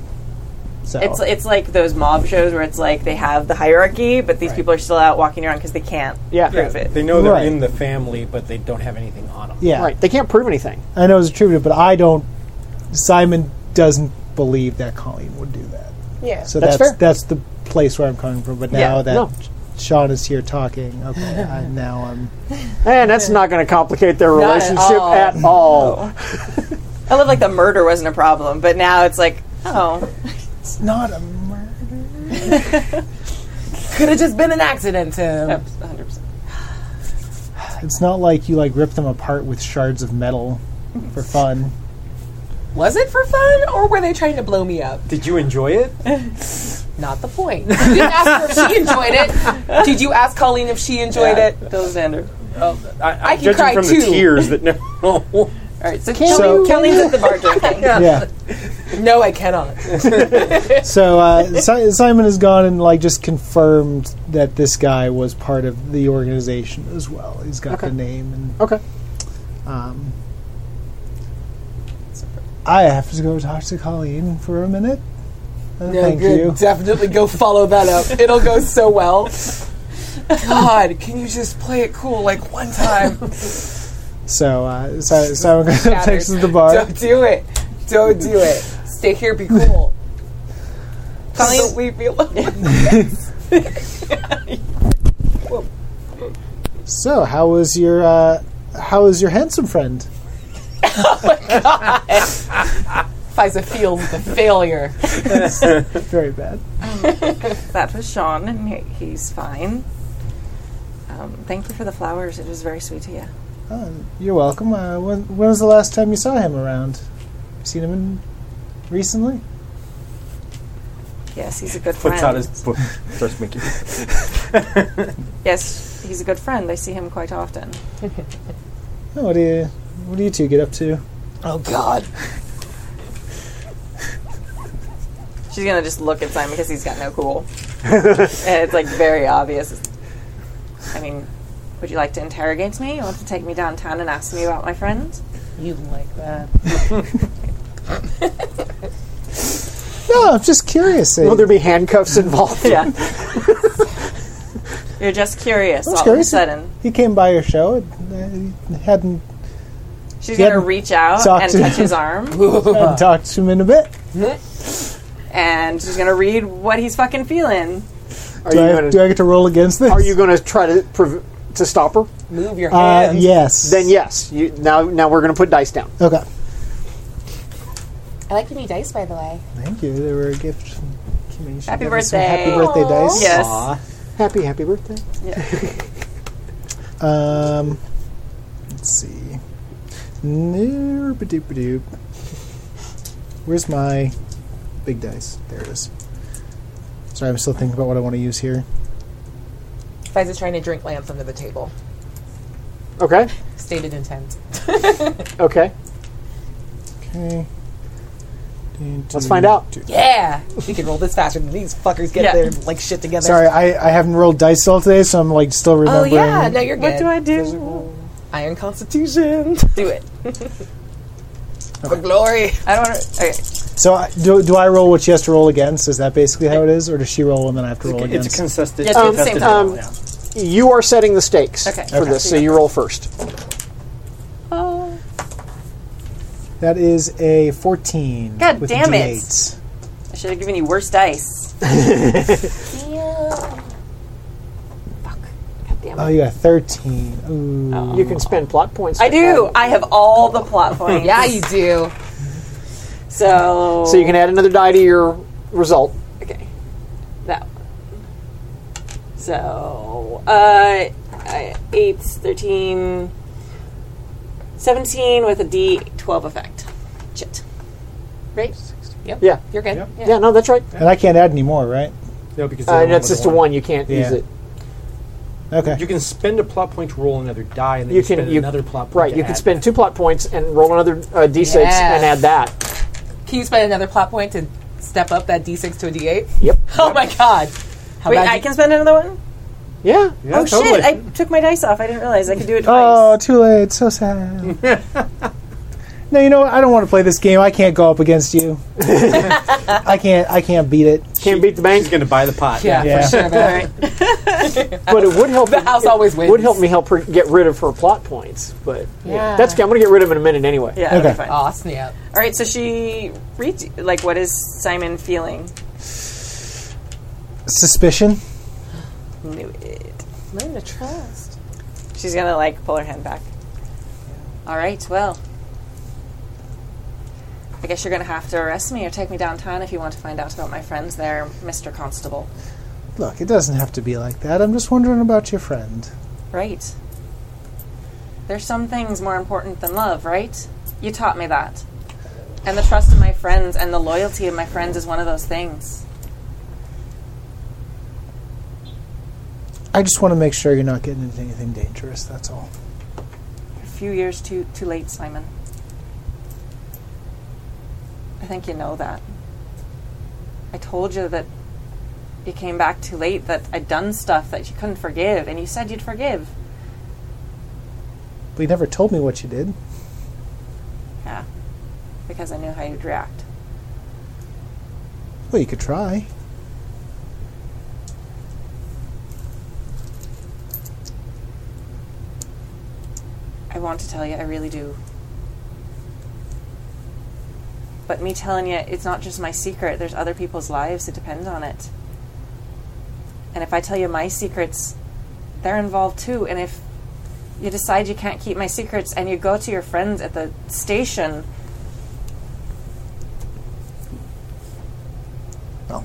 E: So
F: It's it's like those mob shows where it's like they have the hierarchy, but these people are still out walking around because they can't
B: Yeah.
F: prove it.
K: They know they're
E: Right.
K: in the family, but they don't have anything on them.
E: yeah.
B: Right. They can't prove anything.
E: I know it's attributed, but I don't. Simon doesn't believe that Colleen would do that.
D: Yeah.
E: So
B: That's
E: that's
B: fair.
E: that's, the place where I'm coming from. But now
F: Yeah,
E: that
B: no.
E: Sean is here talking, okay, I, now I'm.
B: And that's not going to complicate their
D: at
B: relationship
D: all.
B: at all.
F: I love like the murder wasn't a problem, but now it's like oh,
E: It's not a murder.
D: Could have just been an accident, Tim.
F: 100. percent
E: It's not like you like rip them apart with shards of metal for fun.
D: Was it for fun, or were they trying to blow me up?
K: Did you enjoy it?
D: Not the point. You didn't ask her if she
F: [LAUGHS]
D: enjoyed it. Did you ask Colleen if she enjoyed it?
F: Alexander.
K: I, I'm
D: I can
K: judging
D: cry
K: from
D: too.
K: the tears that no.
D: All right, so, Kelly, Kelly's at the bar drinking.
E: [LAUGHS] Yeah. Uh,
D: No, I cannot.
E: So uh, Si- Simon has gone and like just confirmed that this guy was part of the organization as well. He's got the name and
B: Okay.
E: um, I have to go talk to Colleen for a minute. Uh, thank
D: good.
E: you.
D: Definitely go follow that up. It'll go so well. God, can you just play it cool like one
E: [LAUGHS]
D: time?
E: So uh, Si- Simon goes up, takes us to the
D: [LAUGHS]
E: bar.
D: Don't do it. Don't do it. Stay here. Be cool. Don't leave me alone.
E: So how was your uh, how was your handsome friend?
D: [LAUGHS] Fiza feels the failure.
E: Very bad.
F: That was Sean, and he, he's fine. Um, thank you for the flowers. It was very sweet of you.
E: Uh, you're welcome. Uh, when, when was the last time you saw him around? You seen him in recently?
F: Yes, he's a good
K: Puts out his
F: friend.
K: foot, starts making.
F: Yes, he's a good friend. I see him quite often.
E: Oh, what do you What do you two get up to?
D: Oh God.
F: She's gonna just look at Simon because he's got no [LAUGHS] cool. and it's like very obvious. I mean, would you like to interrogate me? You want to take me downtown and ask me about my friends?
D: You like that?
E: No, I'm just curious. eh?
B: Will there be handcuffs involved?
F: Yeah. You're just curious all
E: curious.
F: of a sudden.
E: he came by your show. And,
B: [LAUGHS]
E: uh, hadn't He
F: She's gonna
E: hadn't
F: reach out
E: talked
F: and
E: to [LAUGHS]
F: touch
E: him.
F: his arm.
E: hadn't talked to him in a bit.
F: and she's gonna read what he's fucking feeling.
B: [LAUGHS] Are
E: Do
B: you
E: I,
B: gonna,
E: do I get to roll against this?
B: are you going to try to prov- to stop her?
D: Move your
E: Uh,
D: hands.
E: yes.
B: Then yes. You, now now we're going to put dice down.
E: Okay.
D: I like your new dice, by the way.
E: Thank you. They were a gift. from Kimmy. She
F: Happy
E: gave me some
F: birthday.
E: Happy birthday dice.
F: Yes.
B: Happy happy birthday.
E: Um, let's see. Nerp-a-doop-a-doop. Where's my big dice? There it is. Sorry, I'm still thinking about what I want to use here.
D: Fiza's trying to drink lamps under the table.
B: Okay.
D: Stated intent.
B: Okay.
E: Okay.
B: Let's find out.
D: Yeah, we can roll this faster than these fuckers get
F: Yeah.
D: their like shit together.
E: Sorry, I, I haven't rolled dice all today, so I'm like still
D: Oh
E: remembering.
D: yeah, no, you're good.
F: What do I do?
D: Iron Constitution.
F: Do it.
D: For glory.
F: I don't. Okay.
E: So I, do, do I roll what she has to roll against? Is that basically how it is, or does she roll and then I have to roll against?
K: [LAUGHS] It's a consistent.
F: Yeah, do it at the same time.
B: Um, you are setting the stakes
F: Okay.
B: for
F: Okay.
B: this, so you roll first.
F: Oh.
E: that is a fourteen.
F: God
E: with
F: damn it.
E: D8.
F: I should have given you worse dice.
E: Oh, you got thirteen. Ooh.
B: You can spend plot points.
F: I
B: to
F: do.
B: add-
F: I have all the plot points.
D: Yeah, you do.
F: So.
B: So you can add another die to your result.
F: Okay. That one. So, uh, I- 8, 13, 17 with a D12 effect. Shit.
D: Right? Yep.
B: Yeah.
D: You're good.
B: Yeah. no, that's right.
E: And I can't add any more, right?
K: No, because the
B: Uh,
K: other
B: that's
K: was a
B: just a one. You can't use
E: Yeah.
B: it.
E: Okay.
K: You can spend a plot point to roll another die, and then
B: You
K: you,
B: can-
K: spend
B: you-
K: another plot point.
B: Right.
K: to
B: You can
K: add.
B: spend two plot points and roll another uh, d6 and
D: Yeah.
B: add that.
D: Can you spend another plot point to step up that D6 to a D8?
B: Yep.
D: [LAUGHS] Oh my god. How
F: Wait,
D: bad
F: I
D: you-
F: can spend another one?
B: Yeah.
F: oh, shit. I took my dice off. I didn't realize I could do it twice.
E: Oh, too late. So sad. no, you know what? I don't want to play this game. I can't go up against you. I can't. I can't beat it.
B: Can't beat the bank,
K: He's going to buy the pot.
D: Yeah,
E: Yeah.
D: for sure. man.
B: but it would help.
D: The house always wins.
B: would help me help her get rid of her plot points. But yeah,
D: Yeah.
B: that's okay. I'm going to get rid of it in a minute anyway.
F: Yeah, okay.
E: Oh, Okay.
F: fine.
D: Aw, snap.
F: All right, so she reads, like, what is Simon feeling?
E: Suspicion.
F: Knew it.
D: Learn to trust.
F: She's gonna, like, pull her hand back. All right, well. I guess you're gonna have to arrest me or take me downtown if you want to find out about my friends there, Mr. Constable.
E: Look, it doesn't have to be like that. I'm just wondering about your friend.
F: Right. There's some things more important than love, right? You taught me that.
A: And the trust of my friends and the loyalty of my friends is one of those things.
E: I just want to make sure you're not getting into anything dangerous. That's all.
A: A few years too too late, Simon. I think you know that. I told you that you came back too late, that I'd done stuff that you couldn't forgive, and you said you'd forgive.
E: But you never told me what you did.
A: Yeah. Because I knew how you'd react.
E: Well, you could try.
A: I want to tell you, I really do. But me telling you, it's not just my secret, there's other people's lives that depend on it. And if I tell you my secrets, they're involved too. And if you decide you can't keep my secrets and you go to your friends at the station,
E: No.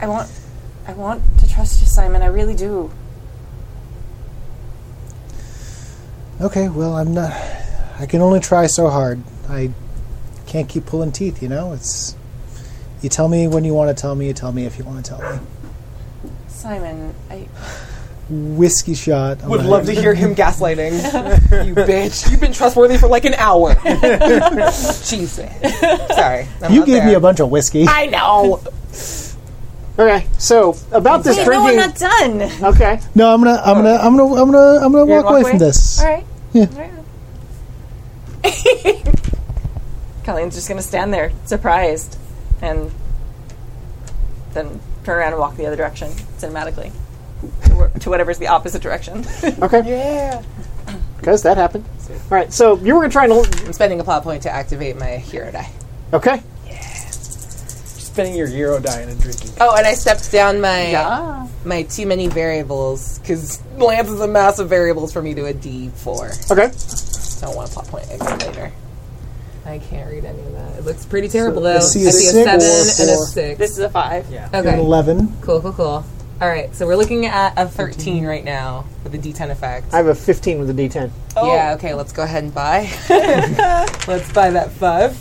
A: I want I want to trust you, Simon. I really do.
E: Okay. Well, I'm not. I can only try so hard. I can't keep pulling teeth. You know, it's. You tell me when you want to tell me. You tell me if you want to tell me.
A: Simon, I
E: Whiskey shot.
D: Would love to hear him gaslighting. [LAUGHS] you bitch. You've been trustworthy for like an hour.
E: [LAUGHS]
D: Jesus. [LAUGHS] Sorry. I'm
E: You
D: not
E: gave me
D: there.
E: a bunch of whiskey.
D: I know.
B: Okay, so about this
A: Wait, no, I'm
B: drinking.
A: not done.
B: okay,
E: No, I'm gonna, I'm gonna, I'm gonna, I'm gonna, I'm
A: You're
E: gonna walk
A: gonna
E: away
A: walk away?
E: from this.
A: All right.
E: Yeah.
A: All right. Colleen's just going to stand there, surprised, and then turn around and walk the other direction cinematically to, wh- to whatever's the opposite direction.
B: okay. Yeah. Because that happened. All right, so you were trying to.
D: I'm spending a plot point to activate my hero die.
B: Okay.
K: Spending your euro dying and drinking.
D: Oh, and I stepped down my my too many variables because Lance is a mass of variables for me to a D4.
B: Okay.
D: Don't want a plot point exit later. I can't read any of that. It looks pretty terrible though.
E: see a
D: I see
E: six
D: a seven
E: or
D: and a
E: four.
D: six.
A: This is a five. Yeah.
E: An
D: okay,
E: Eleven.
D: cool, cool, cool. All right, so we're looking at a 13 right now with the D10 effect.
B: I have a 15 with a D10.
D: Yeah, okay, let's go ahead and buy. [LAUGHS] let's buy that five.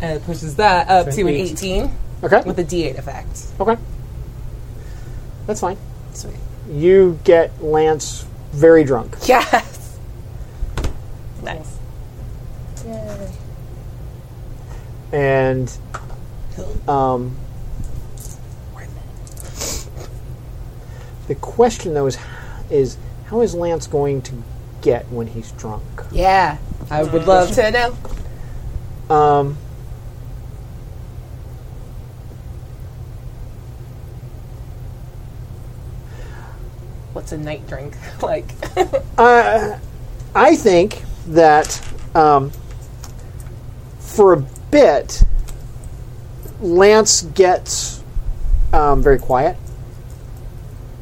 D: And it pushes that up to an 18
B: Okay.
D: with a D8 effect.
B: Okay. That's fine.
D: Sweet.
B: You get Lance very drunk.
D: [LAUGHS] Yes! Nice.
B: and um, the question though is is how is Lance going to get when he's drunk?
D: Yeah, Mm. I would love to know.
B: Um,
D: What's a night drink [LAUGHS] like?
B: I think that um, for a bit, Lance gets um, very quiet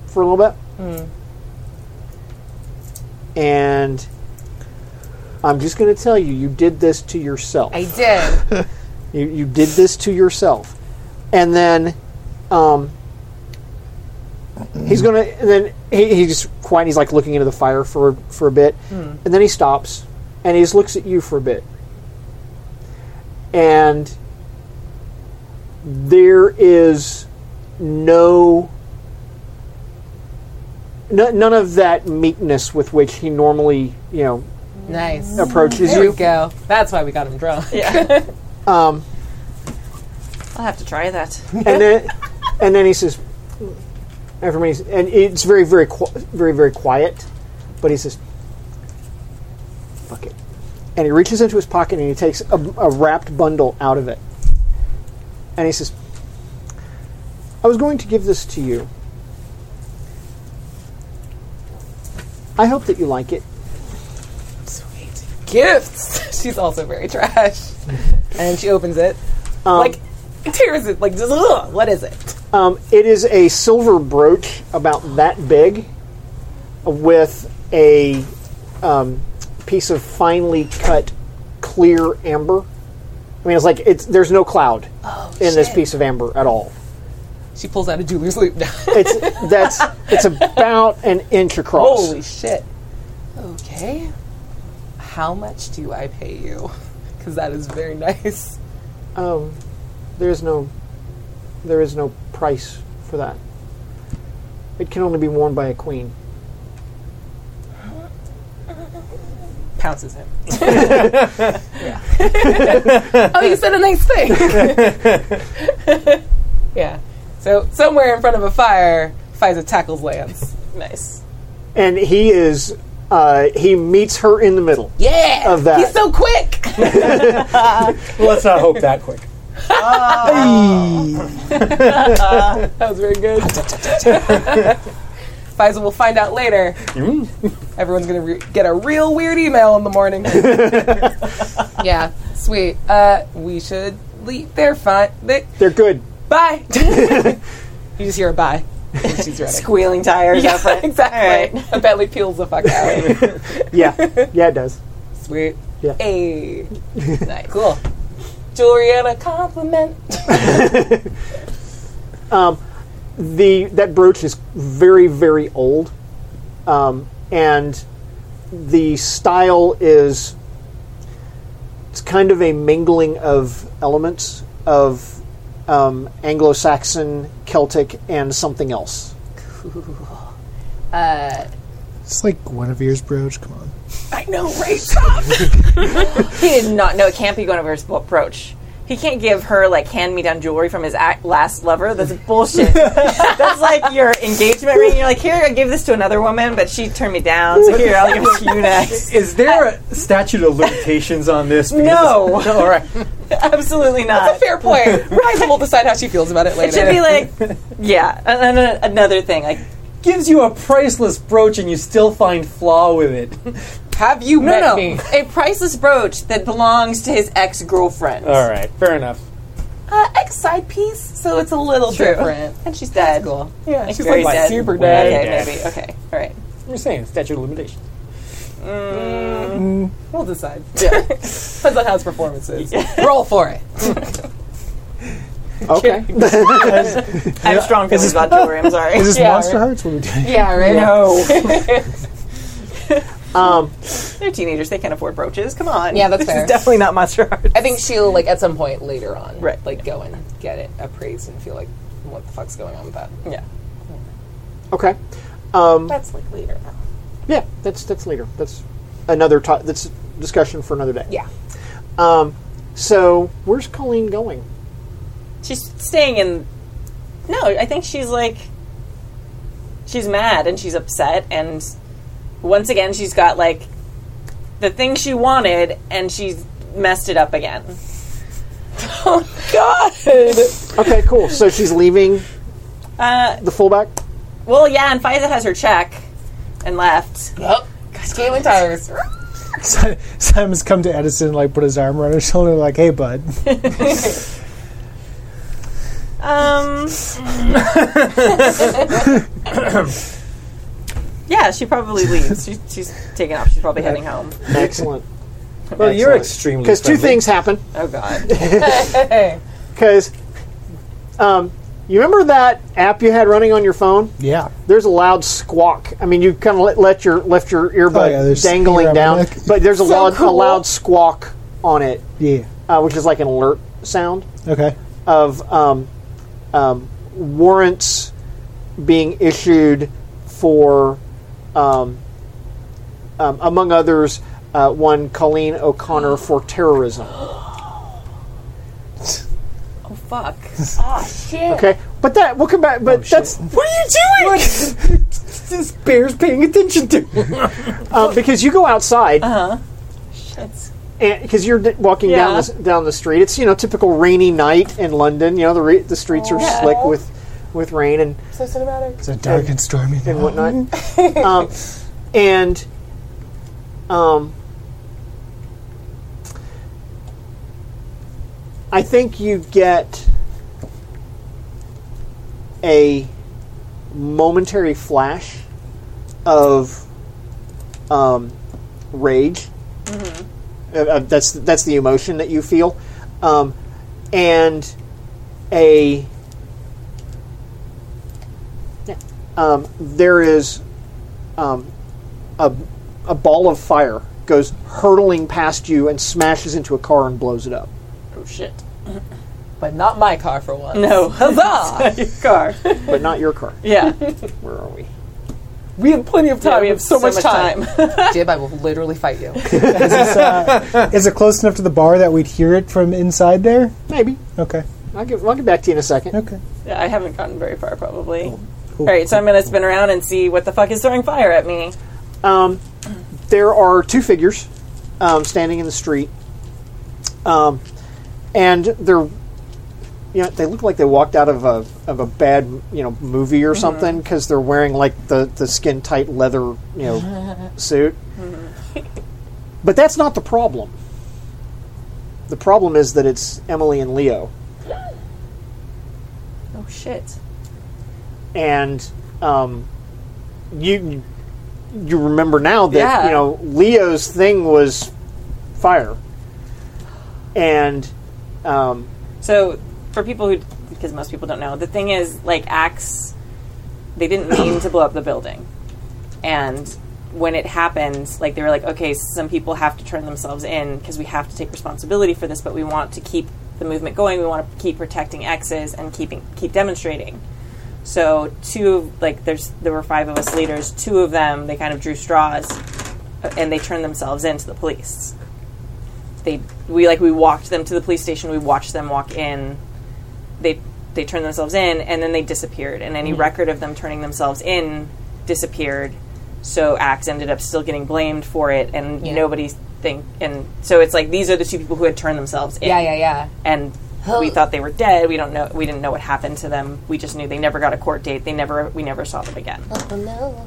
B: for a little bit. And I'm just going to tell you, you did this to yourself.
D: I did.
B: You, you did this to yourself. And then um, he's going to, and then he, he just quiet. He's like looking into the fire for, for a bit.
D: Hmm.
B: And then he stops and he just looks at you for a bit. And there is no, no none of that meekness with which he normally, you know,
D: [LAUGHS] Nice.
B: approaches
D: There
B: you.
D: we go. That's why we got him drunk.
B: Um,
A: I'll have to try that.
B: and then and then he says, after me, and it's very very qu- very very quiet, but he says, "Fuck it," and he reaches into his pocket and he takes a, a wrapped bundle out of it, and he says, "I was going to give this to you. I hope that you like it."
D: Sweet. Gifts! [LAUGHS] She's also very trash. [LAUGHS] and she opens it. like, tears it. Like, just, ugh, what is it?
B: Um, it is a silver brooch about that big with a um, piece of finely cut clear amber. I mean, it's like it's there's no cloud in this piece of amber at all.
D: She pulls out a jeweler's [LAUGHS] loop now.
B: It's that's it's about an inch across.
D: [LAUGHS] Holy shit. [LAUGHS] Okay. How much do I pay you? Because that is very nice.
B: Um, there is no, there is no price for that. It can only be worn by a queen.
D: Pounces [LAUGHS] him. [LAUGHS] oh, you said a nice [LAUGHS] thing. yeah. So somewhere in front of a fire, Fiza tackles Lance. Nice.
B: And he is, uh, he meets her in the middle.
D: Yeah.
B: Of that.
D: He's so quick. [LAUGHS]
G: Let's not hope that quick.
D: That was very [LAUGHS] good. Fiza will find out later. Everyone's going to re- get a real weird email in the morning. yeah, sweet. Uh, we should leave. They're fine. They-
B: They're good.
D: bye. you just hear a bye. when She's ready.
F: Squealing tires
D: Yeah,
F: out front.
D: [LAUGHS] exactly. A Bentley peels the fuck out.
F: [LAUGHS]
B: Yeah, yeah, it does.
D: Sweet.
B: Yeah.
D: Hey. nice. Cool. Jewelry and a compliment.
B: the that brooch is very very old, um, and the style is it's kind of a mingling of elements of um, Anglo-Saxon, Celtic, and something else.
L: It's like Guinevere's brooch. Come on.
D: I know, right?
F: He did not know it can't be Guinevere's bo- brooch. He can't give her like hand-me-down jewelry from his act- last lover. [LAUGHS] That's bullshit. That's like your engagement ring. You're like, here, I gave this to another woman, but she turned me down. So here, I'll give it to you next.
G: Is there a statute of limitations on this? Because
F: No.
G: it's- [LAUGHS] All right.
F: Absolutely
D: That's a
F: [LAUGHS] not.
D: fair point. Fiza will decide how she feels about it later.
F: It should be like, yeah, and then another thing. Like,
G: Gives you a priceless brooch and you still find flaw with it.
D: Have you
F: no,
D: met
F: no,
D: me?
F: a priceless brooch that belongs to his ex-girlfriend.
G: All right. Fair enough.
F: uh, ex side piece, so it's a little
D: True.
F: different. And she's dead. cool.
D: Yeah,
F: Like,
D: she's
F: very
D: like
F: dead.
D: super
G: dead.
F: Okay,
G: Dead.
F: maybe. Okay, all right.
G: I'm just saying, statute of limitations.
D: We'll decide. [LAUGHS] Depends on how his performance is. Roll for it.
B: Okay,
F: I have strong feelings about jewelry. [LAUGHS] I'm sorry.
L: Is this
D: Yeah,
L: Monster
D: right.
L: Hearts? What are we doing?
D: Yeah, right.
F: [LAUGHS]
D: No.
F: They're teenagers. They can't afford brooches. Come on.
D: Yeah, that's
F: this
D: fair.
F: Is definitely not Monster Hearts.
D: I think she'll like at some point later on,
F: Right.
D: Like go and get it appraised and feel like what the fuck's going on with that.
F: Yeah,
B: okay, Um,
F: that's like later.
B: yeah. That's that's later. That's another to- that's discussion for another day.
D: Yeah.
B: Um, so where's Colleen going?
F: She's staying in. No, I think she's like. She's mad and she's upset and, once again, she's got like, the thing she wanted and she's messed it up again.
D: God.
B: Okay, cool. So she's leaving
F: Uh,
B: the fullback.
F: well, yeah, and Fiza has her check, and left.
D: Oh, scaling tires.
L: Si- [LAUGHS] Simon's come to Edison and like put his arm around her shoulder, like, "Hey, bud."
F: Um. [LAUGHS] yeah, she probably leaves. She, she's taking off. She's probably heading home.
B: Excellent.
G: Well, you're
B: Excellent.
G: extremely
B: Because two
G: friendly.
B: things happen.
F: Oh God.
B: [LAUGHS] Because um, you remember that app you had running on your phone?
L: Yeah.
B: There's a loud squawk. I mean, you kind of let, let your left your earbud
L: Oh, yeah, there's ear
B: dangling
L: on
B: down,
L: my neck.
B: but there's a
D: So
B: loud a
D: cool.
B: loud squawk on it,
L: Yeah.
B: uh, which is like an alert sound
L: Okay.
B: of um, um, warrants being issued for, um, um, among others, uh, one Colleen O'Connor for terrorism.
F: Oh
G: [LAUGHS]
F: fuck.
B: Okay, but that we'll come back. But that's
G: Ah, What are you doing? Oh, [LAUGHS] this bear's paying attention to.
B: [LAUGHS] uh, because you go outside
F: Shit.
B: because you're d- walking down
F: Yeah.
B: the, s- down the street. It's you know typical rainy night in London. You know the re- the streets are
F: Yeah.
B: slick with with rain and
D: so cinematic.
L: It's a dark and stormy.
B: and
E: Oh.
L: night.
B: whatnot. um, and um, I think you get a momentary flash of um, rage. Uh, uh, that's that's the emotion that you feel, um, and a um, there is um, a, a ball of fire goes hurtling past you and smashes into a car and blows it up.
D: Oh shit. But not my car for once.
F: No.
D: Huzzah!
F: Your car.
B: but not your car.
F: Yeah.
B: Where are we?
D: we have plenty of time.
F: we have so much [LAUGHS]
D: Jib, I will literally fight you.
L: Is it close enough to the bar that we'd hear it from inside there?
B: Maybe.
L: Okay.
B: I'll get, I'll get back to you in a second.
L: Okay.
F: yeah. I haven't gotten very far, probably. All right, so I'm going to spin around and see what the fuck is throwing fire at me.
B: Um, there are two figures um, standing in the street, um, and they're you know they look like they walked out of a of a bad you know movie or something because they're wearing like the the skin tight leather you know suit. but that's not the problem. The problem is that it's Emily and Leo,
F: Oh shit.
B: and um, you you remember now that
F: Yeah.
B: you know Leo's thing was fire, and um,
F: So, for people who, because most people don't know, the thing is, like, Axe, they didn't mean to blow up the building. And when it happened, like, they were like, okay, some people have to turn themselves in because we have to take responsibility for this, but we want to keep the movement going. We want to keep protecting X's and keeping, keep demonstrating. So, two, of- like, there's, there were five of us leaders. Two of them, they kind of drew straws uh, and they turned themselves in to the police they we like we walked them to the police station. We watched them walk in. They they turned themselves in, and then they disappeared. And
D: Mm-hmm.
F: any record of them turning themselves in disappeared. So Axe ended up still getting blamed for it, and nobody think. And so it's like these are the two people who had turned themselves in.
D: yeah, yeah, yeah.
F: And we thought they were dead. We don't know. We didn't know what happened to them. We just knew they never got a court date. They never. We never saw them again.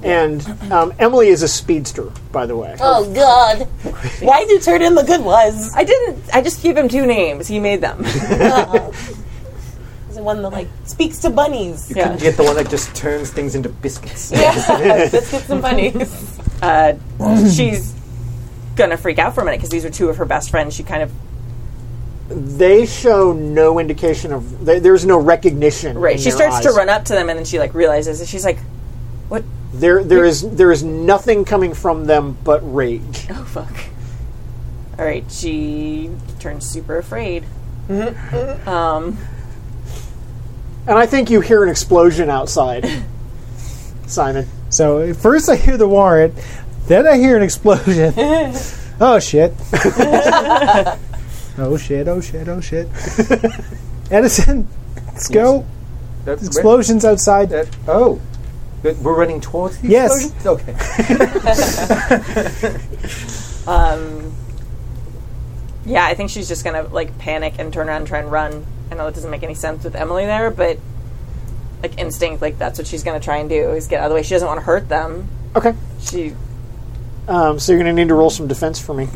B: and um, Emily is a speedster, by the way.
N: Oh God! Why'd you turn in the good ones?
F: I didn't. I just gave him two names. He made them.
N: The one that like speaks to bunnies.
F: Yeah.
G: You get the one that just turns things into biscuits.
F: [LAUGHS] Let's get some bunnies. [LAUGHS] Uh, she's gonna freak out for a minute because these are two of her best friends. She kind of
B: They show no indication of they, there's no recognition.
F: right.
B: in
F: She
B: their
F: starts to
B: eyes.
F: run up to them and then she like realizes that she's like, "What?
B: There, there is there is nothing coming from them but rage.
F: Oh fuck!" All right, she turns super afraid. Mm-hmm. Um,
B: And I think you hear an explosion
F: [LAUGHS]
B: outside, Simon.
L: So at first I hear the warrant, then I hear an
G: [LAUGHS]
L: explosion. oh shit. [LAUGHS] oh shit, oh shit, oh
G: [LAUGHS]
L: shit. Edison, let's go.
G: That's
L: Explosions outside.
G: That, oh, That we're running towards the
L: Yes.
G: explosion? Okay.
F: Yeah, I think she's just gonna like panic and turn around and try and run. I know that doesn't make any sense with Emily there, but like instinct, like that's what she's gonna try and do is get out of the way. She doesn't want to hurt them.
B: Okay,
F: She
B: um, so you're going to need to roll some defense for me.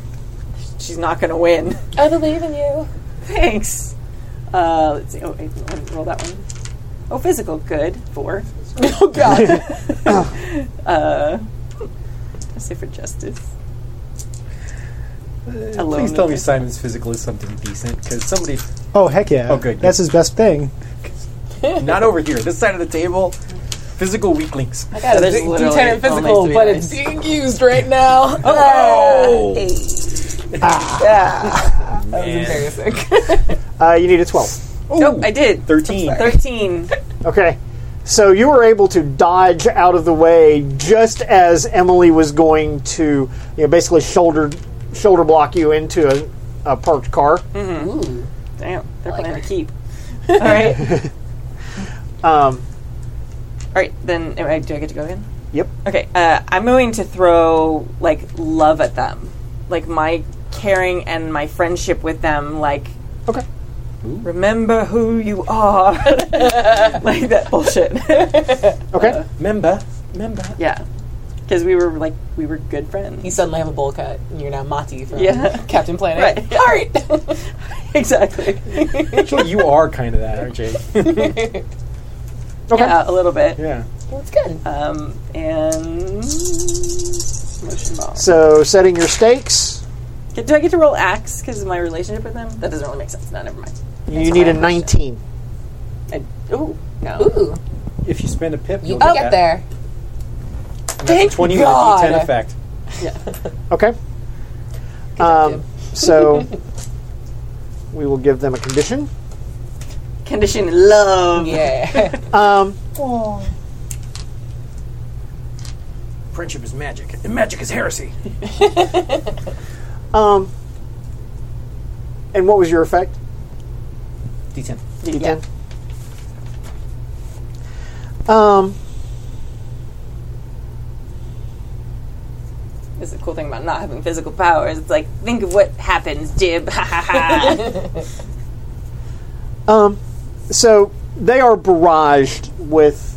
F: she's not gonna win.
D: I believe in you.
F: [LAUGHS] Thanks. Uh, let's see. Oh, wait, I didn't roll that one. Oh, physical. Good. Four. [LAUGHS]
D: Oh God.
F: I say for justice.
G: Please tell me Simon's physical is something decent, because somebody,
L: Oh heck yeah.
G: Oh, good,
L: That's his best thing.
G: not over here, this side of the table, physical weak links.
D: God, there's lieutenant physical, but it's being used right now. Oh, that was embarrassing.
B: Uh, you need a twelve.
F: Nope, I did.
G: 13.
F: Thirteen.
B: Okay. So you were able to dodge out of the way just as Emily was going to, you know, basically shoulder shoulder block you into a, a parked car.
F: Damn, they're planning to
D: [LAUGHS]
F: keep. All right. um.
B: Um,
F: All right, then am I- do I get to go again?
B: Yep.
F: Okay, uh, I'm going to throw like love at them, like my caring and my friendship with them. Like,
B: Okay.
F: remember who you are, like that bullshit.
B: Okay.
G: Member, member.
F: [LAUGHS] Yeah, because we were like we were good friends.
D: You suddenly have a bowl cut, and you're now Mati from
F: Yeah.
D: Captain Planet.
F: Right.
D: All right.
F: exactly.
G: Actually, you are kind of that, aren't you?
F: Yeah, Uh, a little bit.
G: Yeah.
D: That's good.
F: Um, and motion ball.
B: So setting your stakes,
F: Get- Do I get to roll axe because of my relationship with them? That doesn't really make sense. No, never mind.
B: you need a 19.
F: I, ooh, no.
D: Ooh,
G: If you spend a pip,
D: you
G: you'll
D: can
G: get,
D: get
G: that.
D: there.
G: And that's a 20 with a
D: God.
G: D10 effect.
B: Okay. Um, so we will give them a condition.
F: Condition love.
D: Yeah. [LAUGHS]
B: Um,
K: Friendship is magic, and magic is heresy.
B: um, and what was your effect?
K: D10.
B: D10. Um,
F: This is the cool thing about not having physical powers. It's like, think of what happens, Jib. [LAUGHS] Ha ha ha.
B: Um, so they are barraged with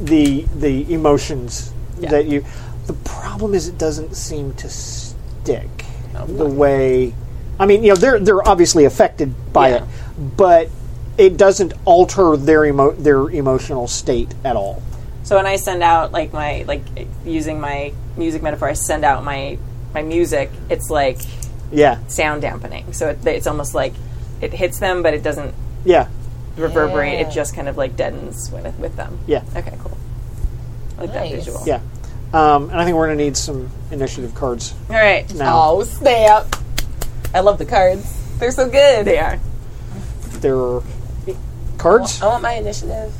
B: the the emotions that you. The problem is it doesn't seem to stick the way. I mean, you know, they're they're obviously affected by it, but it doesn't alter their emo- their emotional state at all.
F: So when I send out like my like using my music metaphor, I send out my my music. It's like
B: Yeah,
F: sound dampening. So it, it's almost like it hits them, but it doesn't
B: yeah,
F: reverberate. It just kind of like deadens with, with them.
B: yeah,
F: Okay, cool. I like
D: Nice.
F: that visual.
B: yeah. Um, and I think we're going to need some initiative cards
F: All right.
B: now.
D: Oh, snap. I love the cards. They're so good.
F: They are.
B: There are cards,
F: Oh,
D: I want my initiative.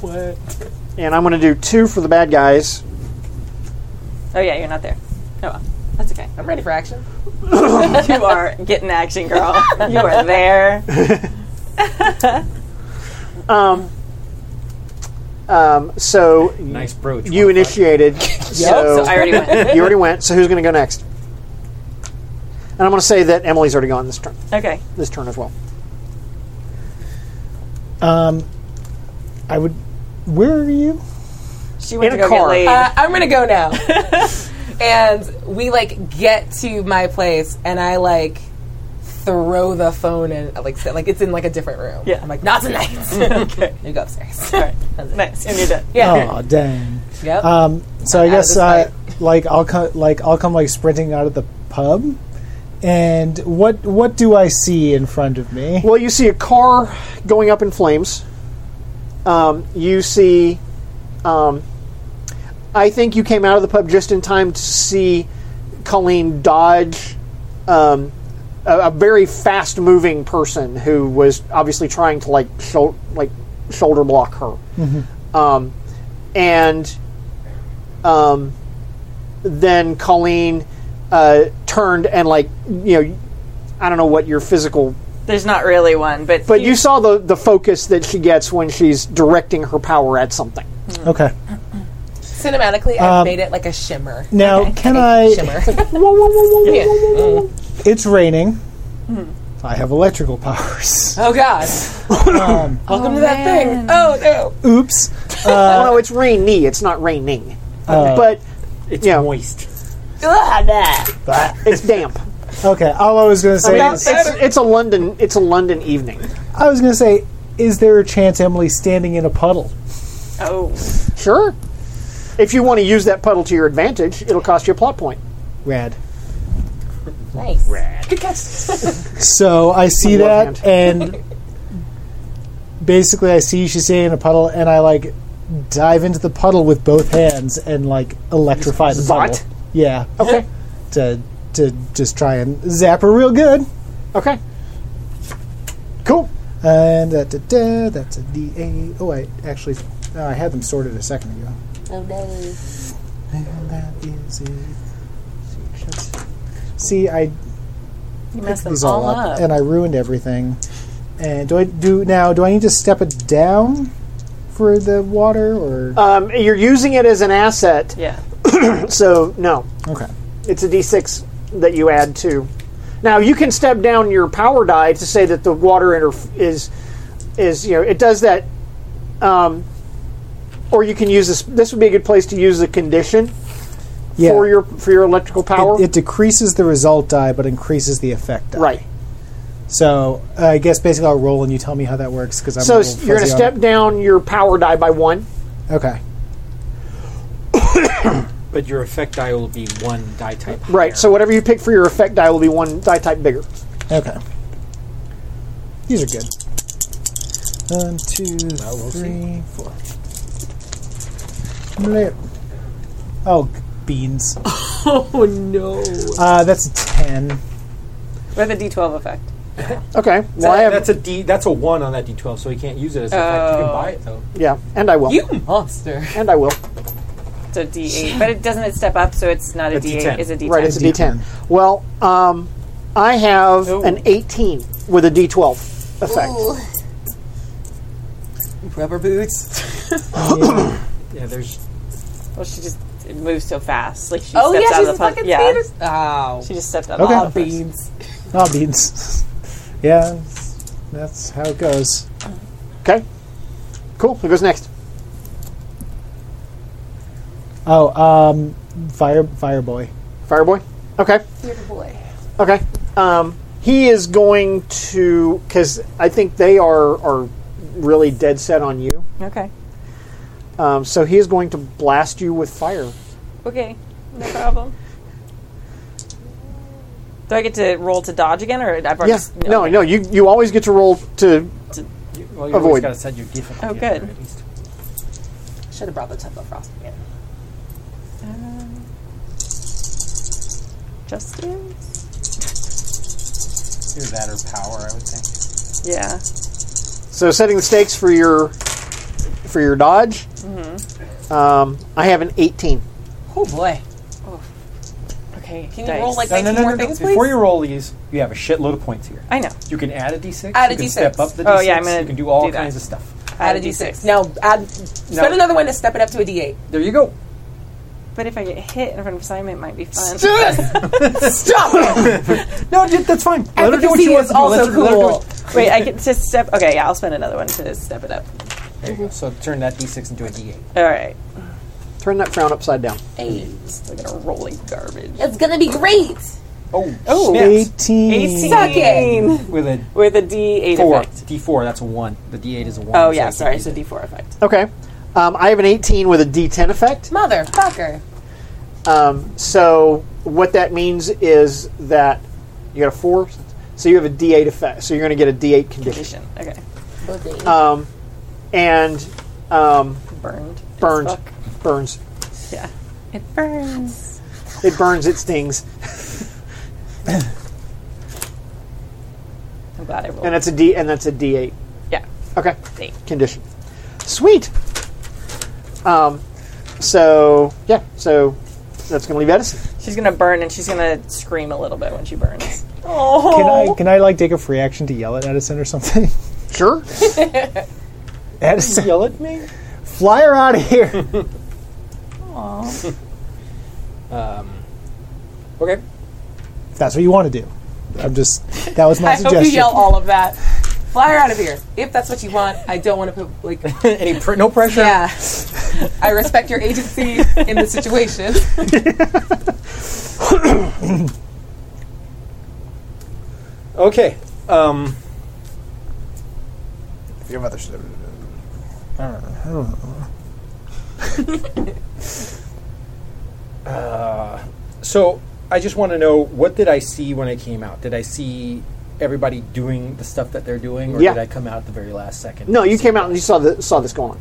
O: What?
B: and I'm going to do two for the bad guys.
F: Oh yeah, you're not there. Oh well, that's okay.
D: I'm ready for action.
F: You are getting action, girl. You are there.
B: Um, so
K: Nice brooch.
B: You initiated.
K: [LAUGHS]
B: So,
F: So I already
B: [LAUGHS]
F: went.
B: you already went. So who's going to go next? And I'm going to say that Emily's already gone this turn.
F: Okay.
B: This turn as well.
E: Um, I would. Where are you?
F: She went
B: In
F: to
B: a
F: go get
B: car.
F: laid.
D: Uh, I'm gonna go now. and we like get to my place, and I like throw the phone in, like sit- like it's in like a different room.
F: Yeah.
D: I'm like not tonight. [LAUGHS] okay, you go upstairs. All [LAUGHS] right,
F: nice. And you're done.
D: Yeah.
E: Oh, dang.
D: Yep.
E: Um, so
D: I'm
E: I
D: out of
E: guess
D: this
E: uh, like I'll come like I'll come like sprinting out of the pub, and what what do I see in front of me?
B: [LAUGHS] Well, you see a car going up in flames. Um, you see. Um, I think you came out of the pub just in time to see Colleen dodge um, a, a very fast-moving person who was obviously trying to like shul- like shoulder block her, um, and um, then Colleen uh, turned and like you know I don't know what your physical
F: There's not really one, but
B: but you saw the the focus that she gets when she's directing her power at something.
E: Okay.
D: Cinematically, I've made it like a shimmer.
E: Now can I?
D: Shimmer.
E: [LAUGHS]
B: Yeah.
E: It's raining. I have electrical powers.
D: Mm-hmm. [LAUGHS] oh
E: [LAUGHS]
D: God. Um, Welcome to that thing. Oh no.
E: Oops.
B: oh no, it's rainy. It's not raining, but
K: It's
B: Yeah.
K: moist.
B: it's damp.
E: Okay. All I was gonna say
D: Oh,
B: It's,
E: is
B: it's, it's a London. It's a London evening.
E: I was gonna say, is there a chance Emily's standing in a puddle?
F: oh,
B: Sure, if you want to use that puddle to your advantage, it'll cost you a plot point.
E: Rad.
D: Nice.
E: [LAUGHS] So I see
B: With one
E: that, and basically I see she's sitting in a puddle, and I like dive into the puddle with both hands and like electrify the puddle.
B: Zot?
E: Yeah.
B: Okay.
E: To to just try and zap her real good.
B: Okay.
E: Cool. And da, da, da, that's a D A. Oh, I actually no, I had them sorted a second ago.
P: Oh no.
E: And that is a See, I
F: you
E: picked
F: messed them
E: these
F: all
E: all
F: up.
E: up, and I ruined everything. And do I do now? Do I need to step it down for the water or
B: Um, you're using it as an asset,
F: yeah.
B: [COUGHS] so no,
E: okay?
B: it's a D6 that you add to. Now you can step down your power die to say that the water interf- is is you know it does that, um, or you can use this. This would be a good place to use the condition
E: Yeah,
B: for your for your electrical power.
E: it, it decreases the result die but increases the effect die.
B: right.
E: So I guess basically I'll roll and you tell me how that works because I'm a
B: So
E: little
B: you're going to
E: fuzzy on
B: step
E: it.
B: down your power die by one.
E: Okay.
K: But your effect die will be one die type.
B: Right. So whatever you pick for your effect die will be one die type bigger.
E: Okay. These are good. One, two, three, four. Blip. Oh, g- beans. Oh, no. Uh, that's a 10.
A: With a d12 effect.
B: Okay.
K: So
B: Well, I have,
K: that's a D. That's a one on that D12, so he can't use it as an effect. You can
A: Oh.
K: buy it though.
B: yeah, and I will.
D: You monster.
B: and I will.
A: So d8. But it doesn't it step up, so it's not a,
K: A
A: d8.
K: D10.
A: It's a d10.
B: Right, it's a D10. Well, um, I have an 18 with a D12 effect.
Q: Rubber boots.
K: Yeah, there's
A: Well, she just it moves so fast. Like she
D: Oh
A: steps
D: yeah,
A: out of
D: she's a
A: the pub-
D: fucking
A: yeah.
D: theater. Oh,
A: She just stepped out
E: Okay.
A: of the pub first.
D: beans.
E: Ah, beans. [LAUGHS] yeah, that's how it goes.
B: Okay. Cool. Who goes next?
E: Oh, um, fire, fire boy.
B: Fireboy? Okay.
D: Theater boy.
B: Okay. Um, he is going to because I think they are are really dead set on you.
F: Okay.
B: Um, so he is going to blast you with fire.
F: Okay. No problem. Do I get to roll to dodge again, or I've already?
B: Yeah. No, no. You you always get to roll to.
K: well, you
B: Avoid.
K: always got to set your difficulty.
F: Oh,
K: up
F: good.
K: there At least.
D: Should have brought the Temple Frost again.
F: Um, Justice.
K: Either that or power, I would think.
F: Yeah.
B: So setting the stakes for your for your dodge. Um, I have an eighteen.
D: Oh boy.
F: Okay.
D: Can you
F: dice.
D: roll like 19 more things, please?
K: Before you roll these, you have a shitload of points here.
F: I know.
K: You can add a d6.
D: Add a
K: you can
D: D6.
K: Step up the d6.
F: Oh, yeah, I'm gonna
K: You can do all
F: do that.
K: kinds of stuff.
D: add a d6. No, add. Spend another one to step it up to a d8.
K: There you go.
F: But if I get hit in front of Simon, it might be
D: [LAUGHS]
F: fun.
D: Stop it!
K: [LAUGHS] No, d- that's fine. Let her do what
D: Efficacy
K: she wants
D: is
K: to do.
D: also
K: Let her- let her do
D: cool.
K: what-
F: Wait, I get to step. Okay, yeah, I'll spend another one to step it up.
K: There you go. So turn that d6 into a d8.
F: All right.
B: Turn that frown upside down.
D: Hey,
F: Still gonna roll like garbage.
Q: It's gonna be great.
K: Oh, oh snaps.
E: 18.
D: suck it!
K: With a
F: with a D8
K: four.
F: effect.
K: D4, that's a one. The d8 is a one.
F: Oh
K: so
F: yeah,
K: it's a
F: sorry, it's
K: D8.
F: a D4 effect.
B: Okay. Um, I have an eighteen with a D ten effect.
D: Motherfucker.
B: Um, so what that means is that you got a four, so you have a D eight effect. So you're going to get a D eight condition,
F: Condition. Okay,
B: um, and um,
F: burned. as
B: burns,
F: fuck.
B: burns.
F: Yeah, it burns.
B: It burns. It stings,
F: I'm glad I rolled.
B: and that's a D. And that's a D eight.
F: yeah.
B: Okay,
F: Eight.
B: condition. Sweet. Um, so yeah, so that's going to leave Edison.
F: She's gonna burn and she's gonna scream a little bit when she burns.
E: Can I, can I, like, take a free action to yell at Edison or something? [LAUGHS]
B: Sure.
E: Edison,
K: Yell at me?
E: fly her out of here.
K: Okay.
E: if that's what you want to do. I'm just, that was my
D: I hope you
E: suggestion.
D: yell all of that. Fly her out of here. If that's what you want, I don't want to
F: [LAUGHS]
D: put, like,
K: [LAUGHS] Any pr- no pressure.
D: yeah. I respect your agency in the situation.
K: Okay. Um,
R: Your mother should have.
K: [LAUGHS] so I just want to know what did I see when I came out? Did I see everybody doing the stuff that they're doing, or
B: Yeah.
K: did I come out at the very last second?
B: No, you came out and you saw the, saw this going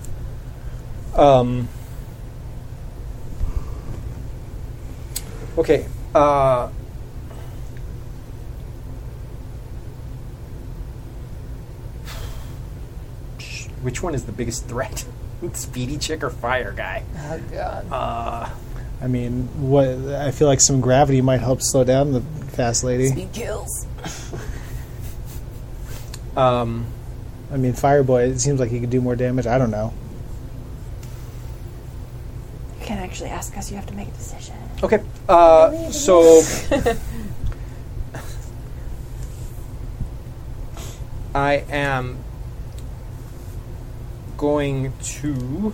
B: on.
K: Um, okay. Uh, which one is the biggest threat? [LAUGHS] Speedy chick or fire guy?
D: Oh, God.
E: I mean, what? I feel like some gravity might help slow down the fast lady.
D: He kills.
K: Um,
E: I mean, Fireboy. It seems like he could do more damage. I don't know.
F: You can't actually ask us. You have to make a decision.
K: Okay. Uh, so. [LAUGHS] I am going to.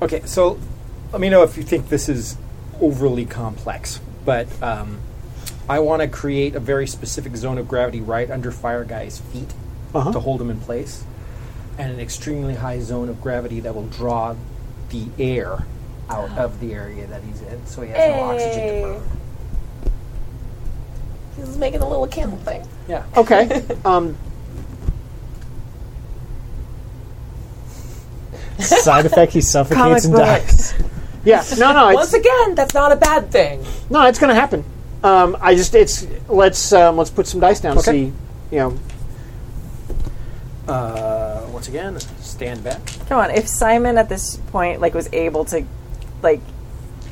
K: Okay, so let me know if you think this is overly complex, but um, I want to create a very specific zone of gravity right under Fire Guy's feet to hold him in place, and an extremely high zone of gravity that will draw the air out of the area that he's in, so he has no oxygen to burn.
D: He's making a little candle thing.
K: Yeah.
B: Okay. um,
E: Side effect: he suffocates and dies.
B: Yeah, no, no,
D: Once
B: it's,
D: again, that's not a bad thing.
B: no, it's going to happen. Um, I just it's let's um, let's put some dice down. to
K: Okay.
B: See, you know,
K: Uh, once again, stand back.
F: Come on, if Simon at this point like was able to like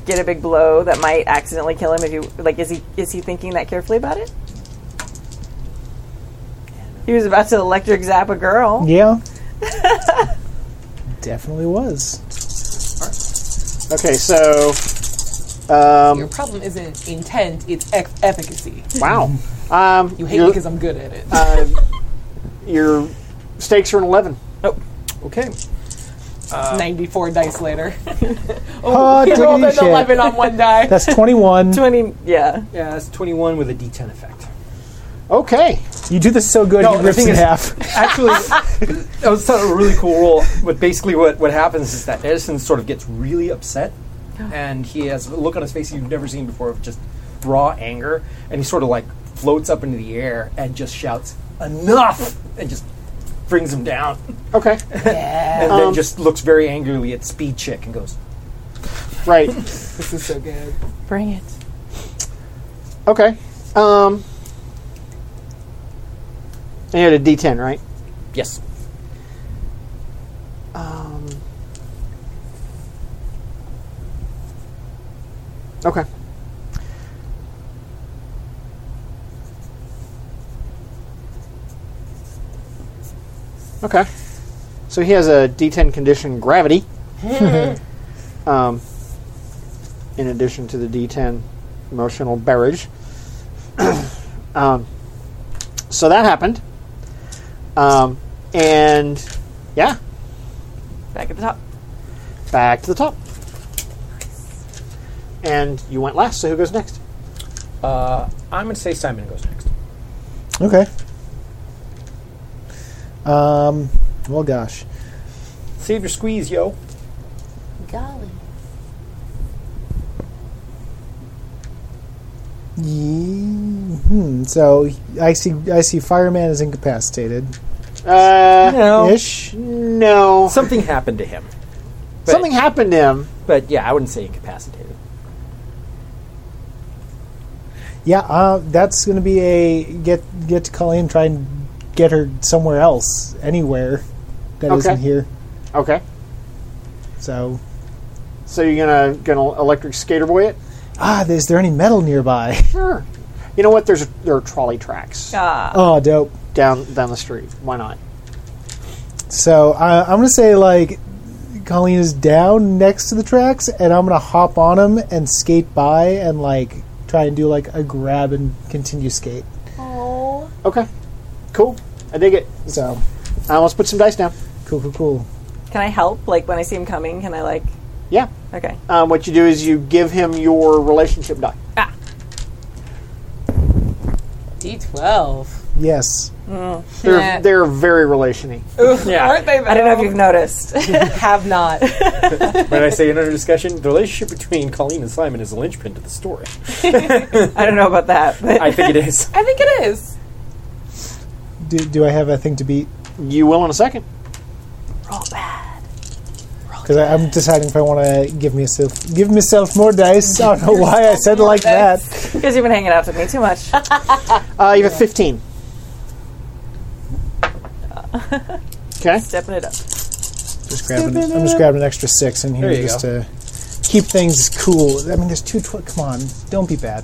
F: get a big blow that might accidentally kill him if you like is he is he thinking that carefully about it? He was about to electric zap a girl.
E: Yeah, definitely was.
B: okay, so um,
D: Your problem isn't intent; it's ec- efficacy.
B: wow, um,
D: You hate
B: your,
D: me because I'm good at it.
B: uh, [LAUGHS] your stakes are an eleven.
K: Okay.
D: Ninety-four dice
E: [LAUGHS]
D: later. [LAUGHS]
E: Oh,
D: he rolled
E: diggity
D: an
E: shit.
D: eleven on one die.
E: That's twenty-one.
F: Twenty yeah.
K: Yeah, that's 21 with a D10 effect.
B: Okay,
E: you do this so good,
K: No,
E: he
K: the
E: rips
K: thing
E: in
K: is-
E: half.
K: Actually, that was sort of a really cool roll. But basically, what, what happens is that Edison sort of gets really upset, and he has a look on his face you've never seen before of just raw anger, and he sort of like floats up into the air and just shouts, Enough! and just brings him down.
B: okay,
K: And then just looks very angrily at Speed Chick and goes,
B: right,
S: This is so good.
F: Bring it.
B: okay. Um, and you had a D10, right?
K: Yes.
B: Um, Okay. Okay. So he has a D10 condition, gravity. um, in addition to the D10 emotional barrage. [CLEARS THROAT] um, so that happened. Um, and yeah,
F: Back at the top.
B: back to the top. And you went last, so who goes next?
K: Uh, I'm going to say Simon goes next.
E: Okay. Um. Well, gosh.
K: Save your squeeze, yo.
T: Golly.
E: Ye- Hmm. So I see. I see. Fireman is incapacitated.
B: Uh,
K: No.
E: Ish.
B: No.
K: Something happened to him. But-
B: Something happened to him.
K: But yeah, I wouldn't say incapacitated.
E: Yeah. Uh, that's going to be a get get to Colleen. Try and get her somewhere else, anywhere that
B: Okay.
E: not here.
B: Okay.
E: So
B: So you're gonna gonna electric skater boy it?
E: ah, is there any metal nearby?
B: Sure. You know what? There's there are trolley tracks
E: oh, dope.
B: down down the street. Why not?
E: So I I'm gonna say like Colleen is down next to the tracks, and I'm gonna hop on him and skate by and like try and do like a grab and continue skate.
B: Okay. Cool. I dig it.
E: So
B: Uh, let's put some dice down.
E: cool, cool, cool.
F: Can I help? Like when I see him coming, can I like
B: Yeah.
F: okay.
B: Um, what you do is you give him your relationship die.
D: D twelve.
E: Yes.
B: They're
D: Yeah.
B: they're very relationy.
D: Aren't they?
F: I don't know if you've noticed.
D: have not.
K: When I say in under discussion, the relationship between Colleen and Simon is a linchpin to the story.
F: I don't know about that, but
K: I think it is.
D: I think it is.
E: Do, do I have a thing to beat?
B: You will in a second.
E: Because I'm deciding if I want to give myself give myself more dice. I don't know why I said it like that.
F: because you've been hanging out with me too much.
B: Uh, you have a fifteen. Okay.
F: Stepping it up.
E: Just grabbing, I'm just grabbing an extra six in here
K: There you
E: just to keep things cool. I mean, there's two. Tw- come on, don't be bad.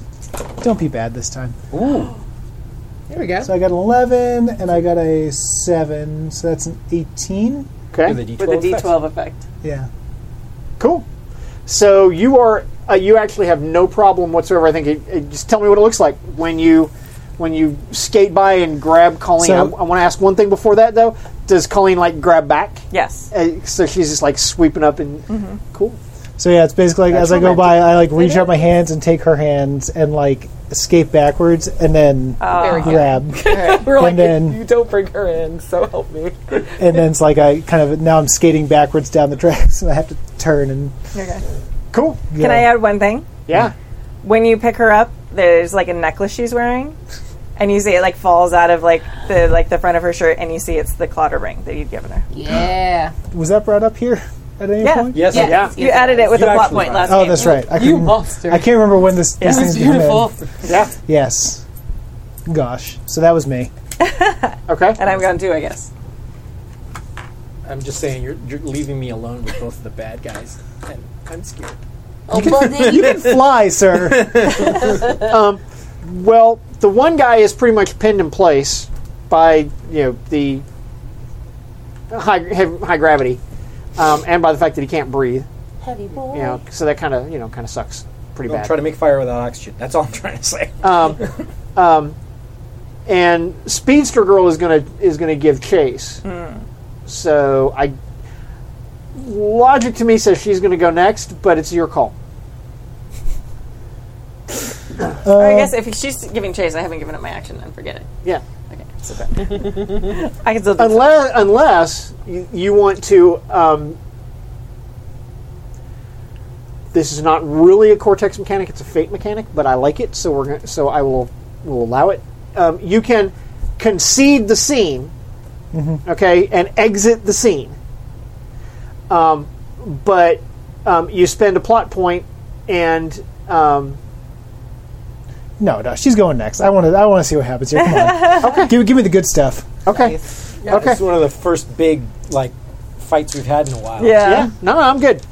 E: Don't be bad this time.
B: There we go.
E: So I got an 11 and I got a 7, so that's an 18.
B: Okay.
K: D12
D: With a D
K: effect.
D: twelve effect.
E: Yeah.
B: Cool. So you are uh, you actually have no problem whatsoever. I think it, it- just tell me what it looks like when you when you skate by and grab Colleen.
E: So-
B: I, want to ask one thing before that though. Does Colleen like grab back?
F: Yes.
B: Uh, so she's just like sweeping up and cool.
E: So yeah, it's basically like
B: That's
E: as I go
B: romantic.
E: by, I like reach out my hands and take her hands and like escape backwards and then
F: Oh, [LAUGHS]
E: grab.
D: We're like,
E: Uh, then-
D: if you don't bring her in, so help me.
E: and then it's like I kind of now I'm skating backwards down the tracks [LAUGHS] and I have to turn and.
B: Cool.
E: you
F: Can I
E: know.
F: add one thing?
B: Yeah.
F: When you pick her up, there's like a necklace she's wearing. and you see it like falls out of like the like the front of her shirt, and you see it's the clotter ring that you'd given her.
D: Yeah.
E: Was that brought up here at any
F: Yeah.
E: point?
K: Yes,
D: Yeah.
K: yeah.
F: You added it with
K: You
F: a plot
K: actually
F: point
K: brought
F: last
E: Oh,
F: game.
E: that's right. I
D: You
E: couldn't-
D: monster.
E: I can't remember when this these things came in.
B: Yeah.
E: Yes. Gosh. So that was me.
B: Okay.
F: And I'm gone too, I guess.
K: I'm just saying, you're, you're leaving me alone with both of the bad guys, and I'm scared.
U: Oh, well, then
E: [LAUGHS]
U: you
E: Fly, sir.
B: Well, the one guy is pretty much pinned in place by you know the high hev- high gravity, um, and by the fact that he can't breathe.
U: heavy boy.
B: You know, so that kind of you know kind of sucks pretty
K: Don't
B: bad.
K: try to make fire without oxygen. That's all I'm trying
G: [LAUGHS]
K: to say.
B: and Speedster Girl is gonna is gonna give chase.
U: Hmm.
B: So I logic to me says she's gonna go next, but it's your call.
F: Or I guess if she's giving chase, I haven't given up my action. Then forget it.
B: Yeah,
F: Okay, so I
B: Um,
F: can still do something.
B: unless unless you, you want to. Um, this is not really a cortex mechanic; it's a fate mechanic, but I like it, so we're gonna, so I will will allow it. Um, you can concede the scene, okay, and exit the scene. Um, but um, you spend a plot point, and um,
E: [LAUGHS] No, no, she's going next. I want to. I want to see what happens here. Come on. okay. Give, give me the good stuff.
B: okay, okay.
K: It's one of the first big like fights we've had in a while.
F: Yeah.
B: yeah. No, no, I'm good.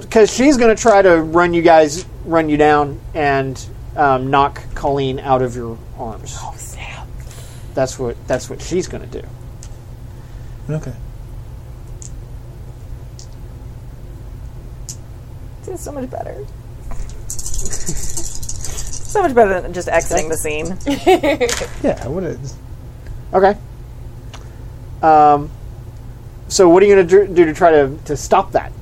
B: Because she's going to try to run you guys, run you down, and um, knock Colleen out of your arms. Oh, snap. That's what, that's what she's going to do.
E: Okay.
F: This is so much better. [LAUGHS] so much better than just exiting the scene.
E: Yeah. What is?
B: Okay. Um, so, what are you going to do to try to, to stop that?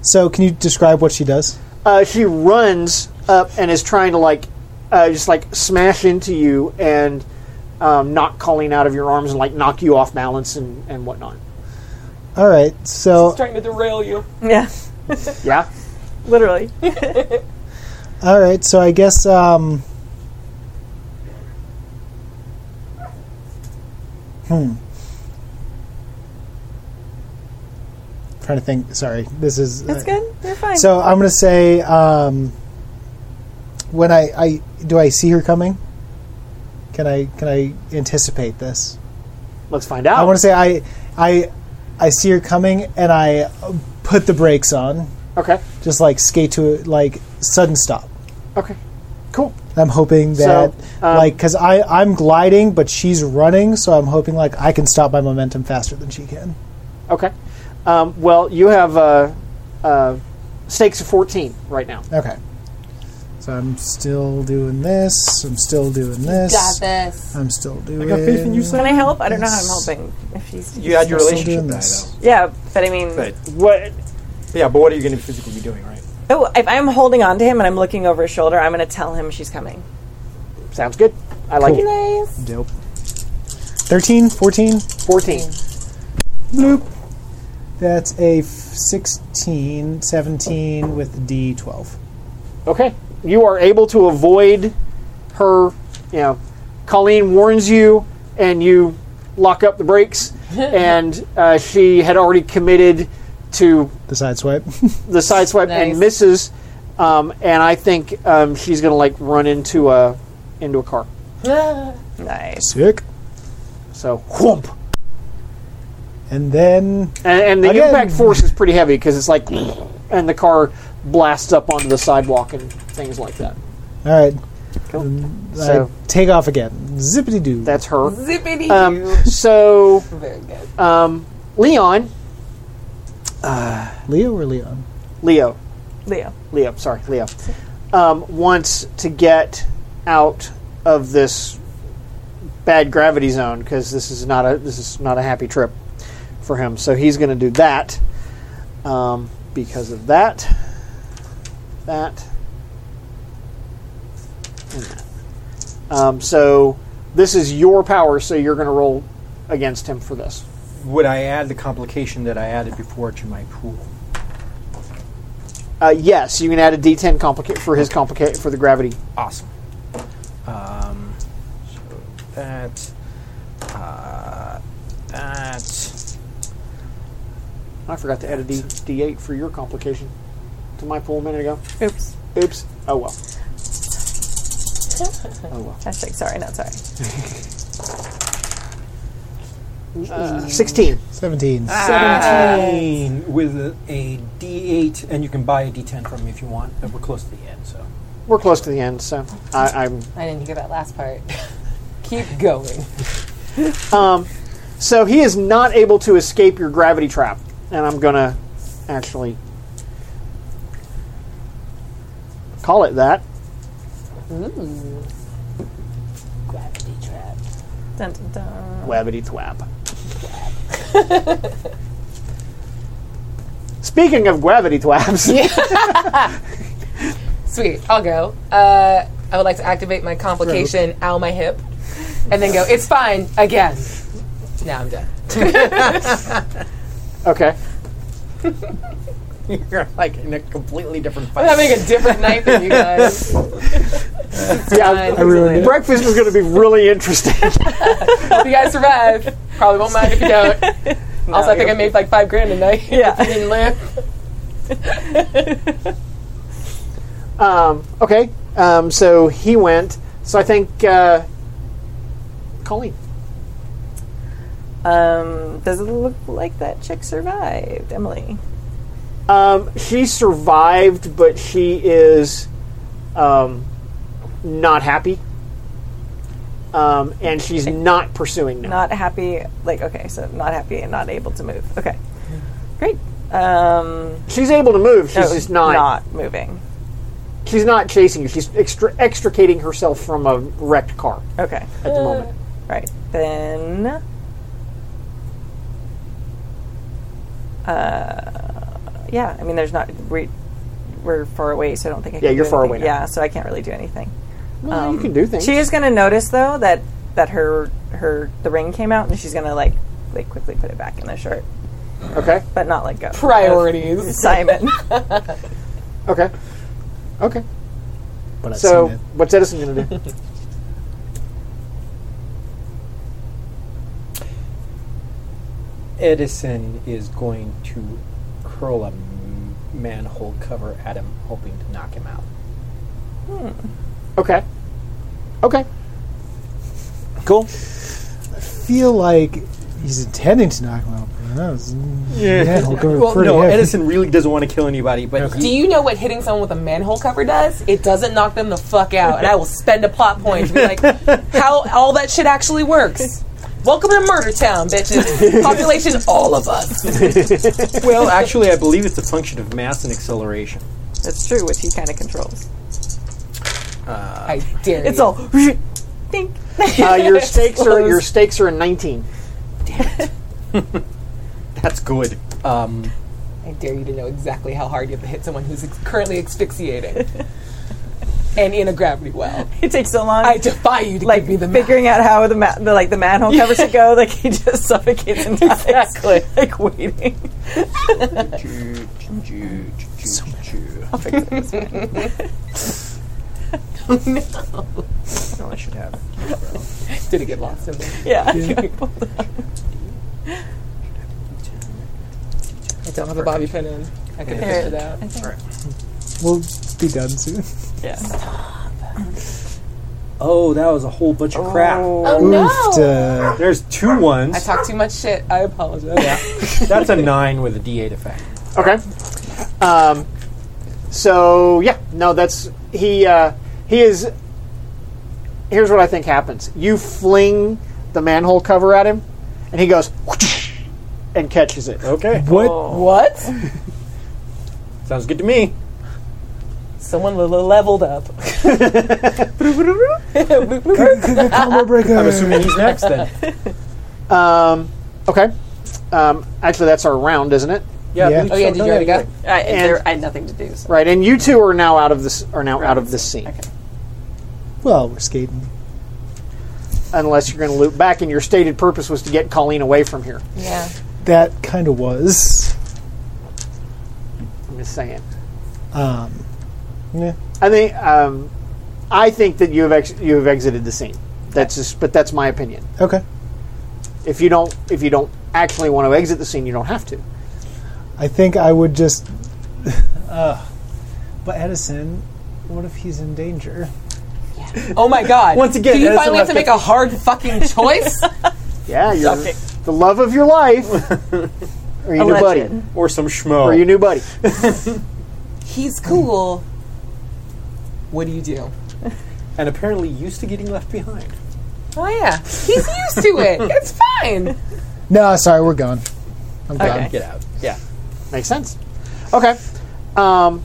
E: So, can you describe what she does?
B: Uh, she runs up and is trying to, like, uh, just like smash into you and um, knock Colleen out of your arms and, like, knock you off balance and, and whatnot.
E: All right. So,
D: Trying to derail you.
F: Yeah,
B: Yeah?
F: literally.
E: all right. So, I guess. Um, hmm. Trying to think. Sorry. This is. uh,
F: That's good. You're fine.
E: So I'm gonna say um, when I, I do I see her coming? Can I can I anticipate this?
B: Let's find out.
E: I want to say I I I see her coming and I uh, put the brakes on,
B: okay.
E: just like skate to it, like sudden stop.
B: Okay. Cool.
E: I'm hoping that
B: So, um,
E: like because I I'm gliding but she's running, so I'm hoping like I can stop my momentum faster than she can.
B: Okay. Um, well, you have uh, uh, stakes of 14 right now.
E: Okay. So I'm still doing this. I'm still doing this.
D: Got this.
E: I'm still doing.
K: got faith in you, son.
F: Can I help? I don't know how I'm
E: Yes.
F: helping. If she's
K: You had your
E: Still
K: relationship
E: doing
K: die,
E: this.
K: though.
F: yeah, but I mean,
K: But
B: What?
K: yeah, but what are you going to physically be doing, right?
F: oh, if I'm holding on to him and I'm looking over his shoulder, I'm going to tell him she's coming.
B: Sounds good. I like it.
F: Nice.
E: Dope. 13, 14.
B: 14.
E: Bloop. That's a f- 16, 17 with D12.
B: Okay. You are able to avoid her. You know, Colleen warns you, and you lock up the brakes, and uh, she had already committed to
E: The side swipe.
B: the sideswipe
D: Nice.
B: and misses. Um, and I think um, she's going to like run into a into a car.
E: [LAUGHS]
F: Nice.
E: Sick.
B: So whoomp.
E: And then,
B: And, and the
E: Again.
B: impact force is pretty heavy because it's like, and the car blasts up onto the sidewalk and things like that.
E: all right.
B: So-
E: I take off again. Zippity doo.
B: That's her.
D: Zippity.
B: Um, so,
D: Very good.
B: um, Leon,
E: Leo or Leon?
B: Leo,
F: Leo.
B: Leo, sorry, Leo, um, wants to get out of this bad gravity zone because this is not a this is not a happy trip for him. So he's going to do that um, because of that, that, and that. Um, so this is your power, so you're going to roll against him for this.
K: Would I add the complication that I added before to my pool?
B: Uh, yes, you can add a D10 complicate for his complicate for the gravity.
K: Awesome. Um,
C: that, uh,
K: [LAUGHS]
C: that.
B: I forgot to add a D, D8 for your complication to my pool a minute ago.
F: Oops.
B: Oops. Oh
F: [LAUGHS]
B: well. Oh well.
F: Hashtag sorry,
B: [LAUGHS]
F: not sorry.
B: Uh, 16.
L: 17.
G: Ah, 17 with a, a D8, and you can buy a D10 from me if you want, but we're close to the end, so.
B: We're close to the end, so I, I'm.
D: I didn't hear that last part. [LAUGHS] Keep going.
B: So he is not able to escape your gravity trap, and I'm gonna actually call it that.
D: Ooh. Gravity trap.
F: Dun, dun, dun.
B: Wabbity thwap. Speaking of gravity thwaps,
D: Sweet. I'll go. Uh, I would like to activate my complication, ow, my hip, and then go, it's fine, again. Now I'm done.
B: [LAUGHS] okay.
G: You're like in a completely different
D: I'm having a different night than you guys.
B: Yeah,
D: I
L: ruined it.
B: breakfast is going to be really interesting.
D: If you guys survive, probably won't mind if you don't. also, I think I made like five grand tonight. Yeah. if you didn't live.
B: Um, okay, um, so he went. So I think uh, Colleen.
F: Um, does it look like that chick survived, Emily?
B: Um, she survived, but she is um, not happy, um, and she's not pursuing now.
F: Not happy. Like okay, so not happy and not able to move. Okay, great. Um,
B: she's able to move. She's
F: no,
B: just not,
F: not moving.
B: She's not chasing you. She's extri- extricating herself from a wrecked car
F: Okay,
B: at the moment.
F: right then. Uh, uh, yeah. I mean, there's not we. We're far away, so I don't think I can.
B: Yeah,
F: do
B: you're far away
F: anything.
B: now.
F: Yeah, so I can't really do anything. Um,
B: Well, you can do things.
F: She is going to notice though that that her her the ring came out, and she's going to like like quickly put it back in the shirt,
B: okay.
F: but not let go.
D: Priorities.
F: Simon.
B: Okay. Okay.
L: But I've
B: So
L: seen it.
B: what's Edison going to
F: [LAUGHS]
B: do?
G: Edison is going to hurl a m- manhole cover at him, hoping to knock him out.
B: Okay. Okay.
L: Cool. I feel like he's intending to knock him out. but that was- yeah, he'll go
G: Well,
L: pretty
G: no,
L: heavy.
G: Edison really doesn't want to kill anybody, but he-
D: Do you know what hitting someone with a manhole cover does? It doesn't knock them the fuck out, and I will spend a plot point to be like, how all that shit actually works. Welcome to Murder Town, bitches. Population, all of us.
G: [LAUGHS] well, actually, I believe it's a function of mass and acceleration.
F: That's true, which he kind of controls.
D: I dare
F: It's
D: you.
F: all [LAUGHS] think.
B: Uh, your stakes are your stakes are in nineteen.
G: That's good. Um,
D: I dare you to know exactly how hard you have to hit someone who's ex- currently asphyxiating [LAUGHS] and in a gravity well.
F: It takes so long.
D: I defy you to
F: like
D: give me the math.
F: figuring out how the, ma- the like the manhole cover should go. Like he just suffocates
D: [LAUGHS]
F: and dies.
D: Exactly.
F: Like waiting. I'll fix it. It's fine.
G: no, I should have it.
D: Did it get lost in there?
F: Yeah. [LAUGHS]
D: I don't have a bobby pin in. I can
F: There.
D: fish it out.
L: we'll be done soon.
F: yeah.
G: Oh, that was a whole bunch of crap.
D: Oh
L: Oofed, uh,
G: There's two ones.
D: I talk too much shit. I apologize.
G: That's a nine with a D8 effect.
B: Okay. Um, so yeah, no, that's he. Uh, he is. Here's what I think happens: you fling the manhole cover at him, and he goes [LAUGHS] whoosh, and catches it.
G: Okay.
L: what?
D: Oh. What?
G: Sounds good to me.
D: Someone le- le- leveled up.
G: [LAUGHS]
L: Combo breaker.
G: I'm assuming he's next then.
B: Um, okay. Um, actually, that's our round, isn't it?
G: Yeah.
L: Yeah.
G: we
D: Oh yeah,
G: don't
D: did
G: know
D: you already
G: that
D: go?
F: I,
B: there-
F: I had nothing to do. So.
B: Right. And you two are now out of this. Are now out of this scene,
L: Well, we're skating.
B: unless you're going to loop back. And your stated purpose was to get Colleen away from here.
D: Yeah.
L: That kind of was.
B: I'm just saying.
L: Um, yeah.
B: I think. Um, I think that you have ex- you have exited the scene. That's just, but that's my opinion.
E: Okay.
B: If you don't, if you don't actually want to exit the scene, you don't have to.
E: I think I would just.
V: But Edison, what if he's in danger?
D: Oh my god.
G: Once again,
D: do you
G: Edison
D: finally have to
G: left
D: make a hard fucking choice?
B: Yeah, you're the love of your life, or your new buddy,
C: Or some schmo.
B: or your new buddy.
D: He's cool. What do you do?
G: and apparently used to getting left behind.
D: Oh yeah, he's used to [LAUGHS] it. It's fine.
E: No, sorry, we're gone. I'm gone.
G: Get out. Yeah.
B: Makes sense. Okay. Um,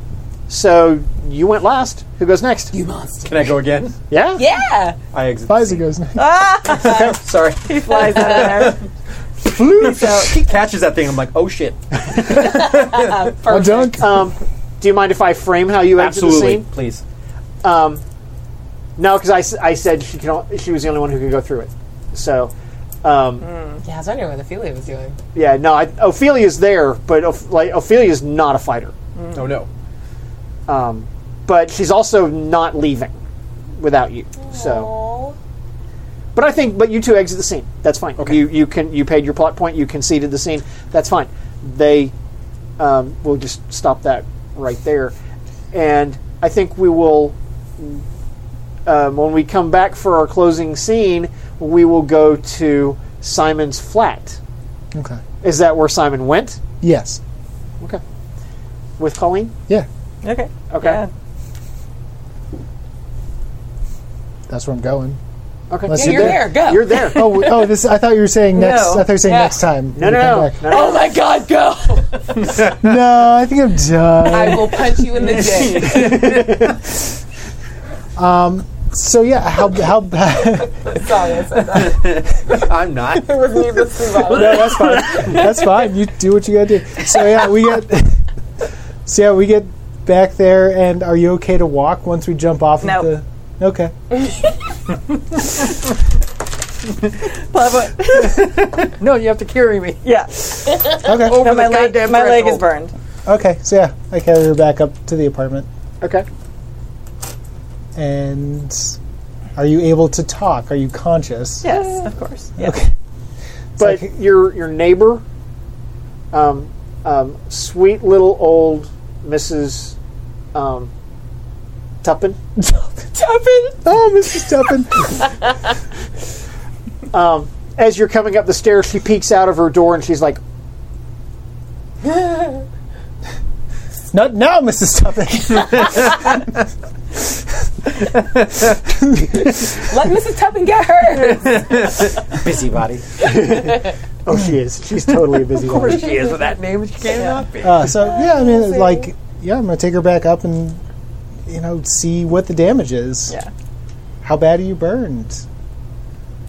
B: so you went last. Who goes next?
D: You monster.
G: Can I go again?
B: Yeah.
D: Yeah.
G: I exit.
E: Liza goes next.
G: Ah, Sorry.
F: He flies out of there.
G: he catches that thing. I'm like, oh shit.
E: Well, don't.
B: Um, do you mind if I frame how you exit the
G: Absolutely.
B: scene?
F: [LAUGHS]
G: Please.
B: No, because I, s- I said she could, o- she was the only one who could go through it. So, um,
D: Yeah, I was wondering what Ophelia was doing.
B: yeah, no, I, Ophelia's there, but Oph- like Ophelia's not a fighter. Um,
G: Oh no.
B: But she's also not leaving without you. So,
D: Oh,
B: but I think, but you two exit the scene. That's fine. You you can you paid your plot point. You conceded the scene. That's fine. They um, will just stop that right there, and I think we will. Um, when we come back for our closing scene, we will go to Simon's flat.
E: Okay.
B: Is that where Simon went
E: Yes.
B: with Colleen?
E: Yeah.
F: Okay.
B: Okay.
F: Yeah.
E: That's where I'm going.
B: Okay.
E: Unless
D: yeah, you're [LAUGHS] there. Go.
B: You're there.
E: [LAUGHS] Oh, w- oh! This I thought you were saying next.
F: [LAUGHS] No.
E: I thought you were saying
F: Yeah.
E: next time.
B: no,
E: when we come
B: no, no,
E: back.
B: no,
D: oh
B: no.
D: my god, go!
E: No, I think I'm done.
D: I will punch you in the [LAUGHS] dick.
E: so yeah, how how [LAUGHS] bad?
D: Sorry, I said that.
G: I'm not.
D: It was needlessly violent.
E: no, that's fine. That's fine. You do what you gotta do. So yeah, we get. [LAUGHS] So yeah, we get back there, and are you okay to walk once we jump off
F: Nope.
E: of the? Okay.
G: No, you have to carry me.
F: Yeah.
E: Okay.
F: No, my leg. My leg is burned.
E: Okay. So yeah, I carry her back up to the apartment.
B: Okay.
E: And are you able to talk? Are you conscious?
F: Yes, of course. Yeah.
E: Okay.
B: But
E: like-
B: your your neighbor, um, um, sweet little old Mrs. Um, Tuppin,
E: Tuppin. Oh, Mrs. Tuppin.
B: as you're coming up the stairs, she peeks out of her door and she's like,
E: Not now, Mrs. Tuppin.
D: Let Mrs. Tuppin get her.
G: Busybody.
B: "Oh, she is. She's totally a busy woman."
G: she is with that name. She can't not be.
E: Uh, so yeah, I mean, like, yeah, I'm gonna take her back up and you know see what the damage is.
F: Yeah.
E: How bad are you burned?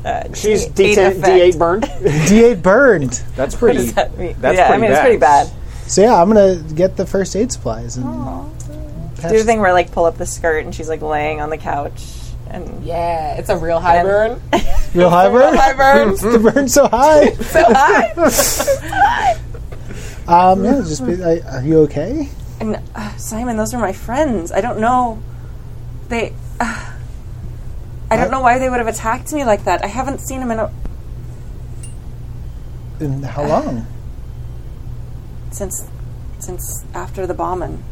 F: Uh,
B: She's
F: D-
B: D10,
F: effect.
B: D8 burned.
E: D8 burned.
G: That's pretty.
F: That me-
G: That's
F: yeah, I
G: pretty
F: mean it's
G: bad.
F: pretty bad.
E: So yeah, I'm gonna get the first aid supplies and patch-
F: Do the thing where I, like pull up the skirt and she's like laying on the couch and
D: Yeah, it's a real high burn.
E: real high burn.
D: High burn.
E: [LAUGHS] the burn so high.
D: So high.
E: [LAUGHS] Um, yeah, just be, I, are you okay?
F: and uh, Simon, those are my friends. I don't know. They. Uh, I don't know why they would have attacked me like that. I haven't seen him in a,
E: And how long?
F: since since after the bombing.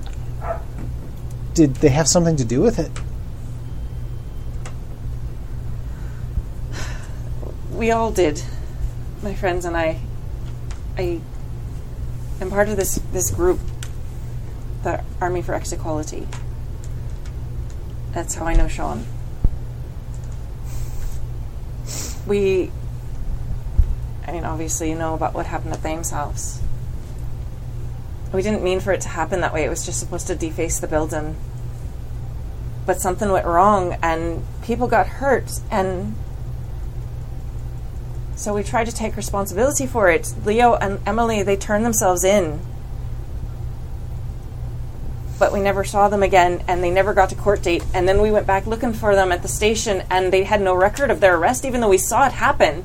E: Did they have something to do with it?
F: We all did, my friends and I. I am part of this this group, the Army for X Equality. That's how I know Sean. We, I mean, obviously you know about what happened at Thames House. We didn't mean for it to happen that way. It was just supposed to deface the building. But something went wrong, and people got hurt, and so we tried to take responsibility for it. Leo and Emily, they turned themselves in. But we never saw them again, and they never got to court date. And then we went back looking for them at the station, and they had no record of their arrest, even though we saw it happen.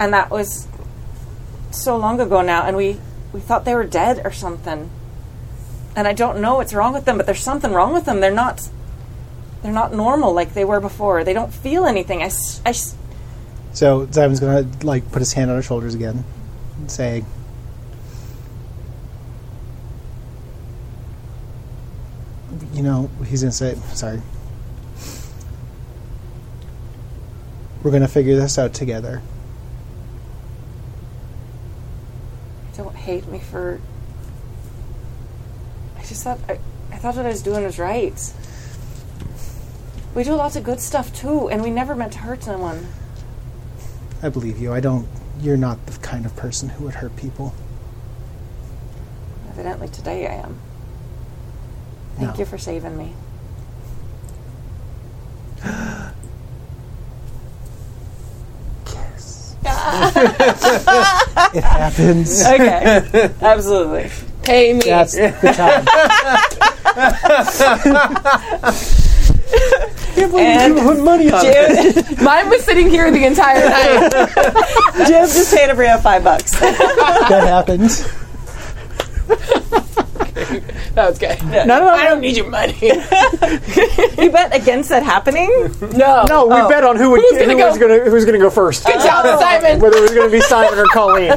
F: And that was so long ago now, and we, we thought they were dead or something. And I don't know what's wrong with them, but there's something wrong with them. They're not. they're not normal like they were before. They don't feel anything. I, s- I s-
L: So Simon's gonna like put his hand on her shoulders again and say, "You know," he's gonna say, "Sorry, we're gonna figure this out together."
F: don't hate me for. I just thought I, I thought what I was doing was right. We do lots of good stuff too, and we never meant to hurt someone.
L: I believe you. I don't. You're not the kind of person who would hurt people.
F: Evidently, today I am. Thank
L: No.
F: you for saving me.
L: It happens.
F: Okay, absolutely.
D: Pay me.
L: That's the time.
F: And
L: money on
F: Jim, mine was sitting here the entire night.
A: Jim just paid Abria five bucks.
L: That happened.
D: That was good. No,
A: no,
D: I don't need your money.
F: You bet against that happening?
D: No.
B: No, we bet on who would who's
D: gonna
B: who was
D: go?
B: gonna who's gonna go first. Uh,
D: Good job, Simon.
B: Whether it was gonna be Simon or Colleen.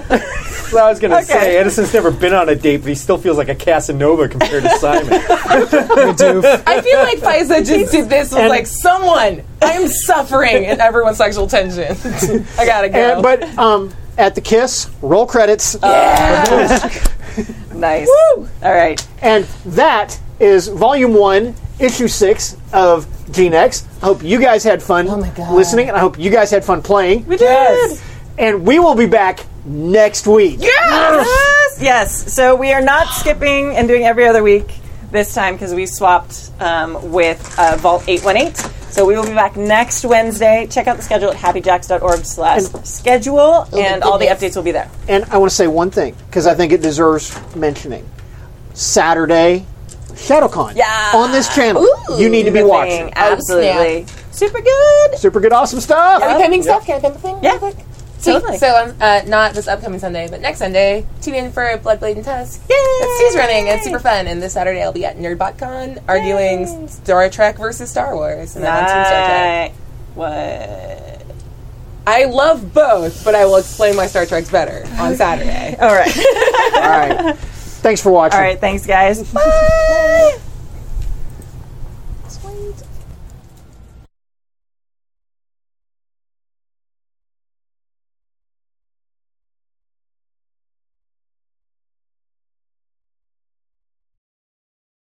C: Well, I was going to say, Edison's never been on a date, but he still feels like a Casanova compared to Simon.
D: I feel [LAUGHS] like Faisa just did this was like someone. I am suffering in everyone's sexual tension. [LAUGHS] I gotta go.
B: And, but um, at the kiss, roll credits,
F: Nice. All right.
B: and that is volume one, issue six of Gene X. I hope you guys had fun listening, and I hope you guys had fun playing. We did. And we will be back next week.
F: Yes! Yes. So we are not skipping and doing every other week this time because we swapped um, with uh, Vault 818. So we will be back next Wednesday. Check out the schedule at happyjacks.org slash schedule, and all the updates will be there.
B: And I want to say one thing because I think it deserves mentioning. Saturday, ShadowCon.
F: Yeah.
B: On this channel, you need to be
F: Good
B: watching.
F: thing. Absolutely. Super good.
B: Super good, awesome stuff.
D: Are we pimping stuff? Can I pimp a thing?
F: Yeah.
D: Real quick?
F: Totally.
D: So, um, uh, not this upcoming Sunday, but next Sunday, tune in for Blood, Blade, and Tusk.
F: Yay!
D: That's Steve's running. It's super fun. And this Saturday, I'll be at NerdBotCon arguing Star Trek versus Star Wars. And I'm on Team Star Trek.
F: Night. What?
D: I love both, but I will explain my Star Treks better on Saturday.
F: All right.
B: All right. Thanks for watching.
F: All right. Thanks, guys. Bye.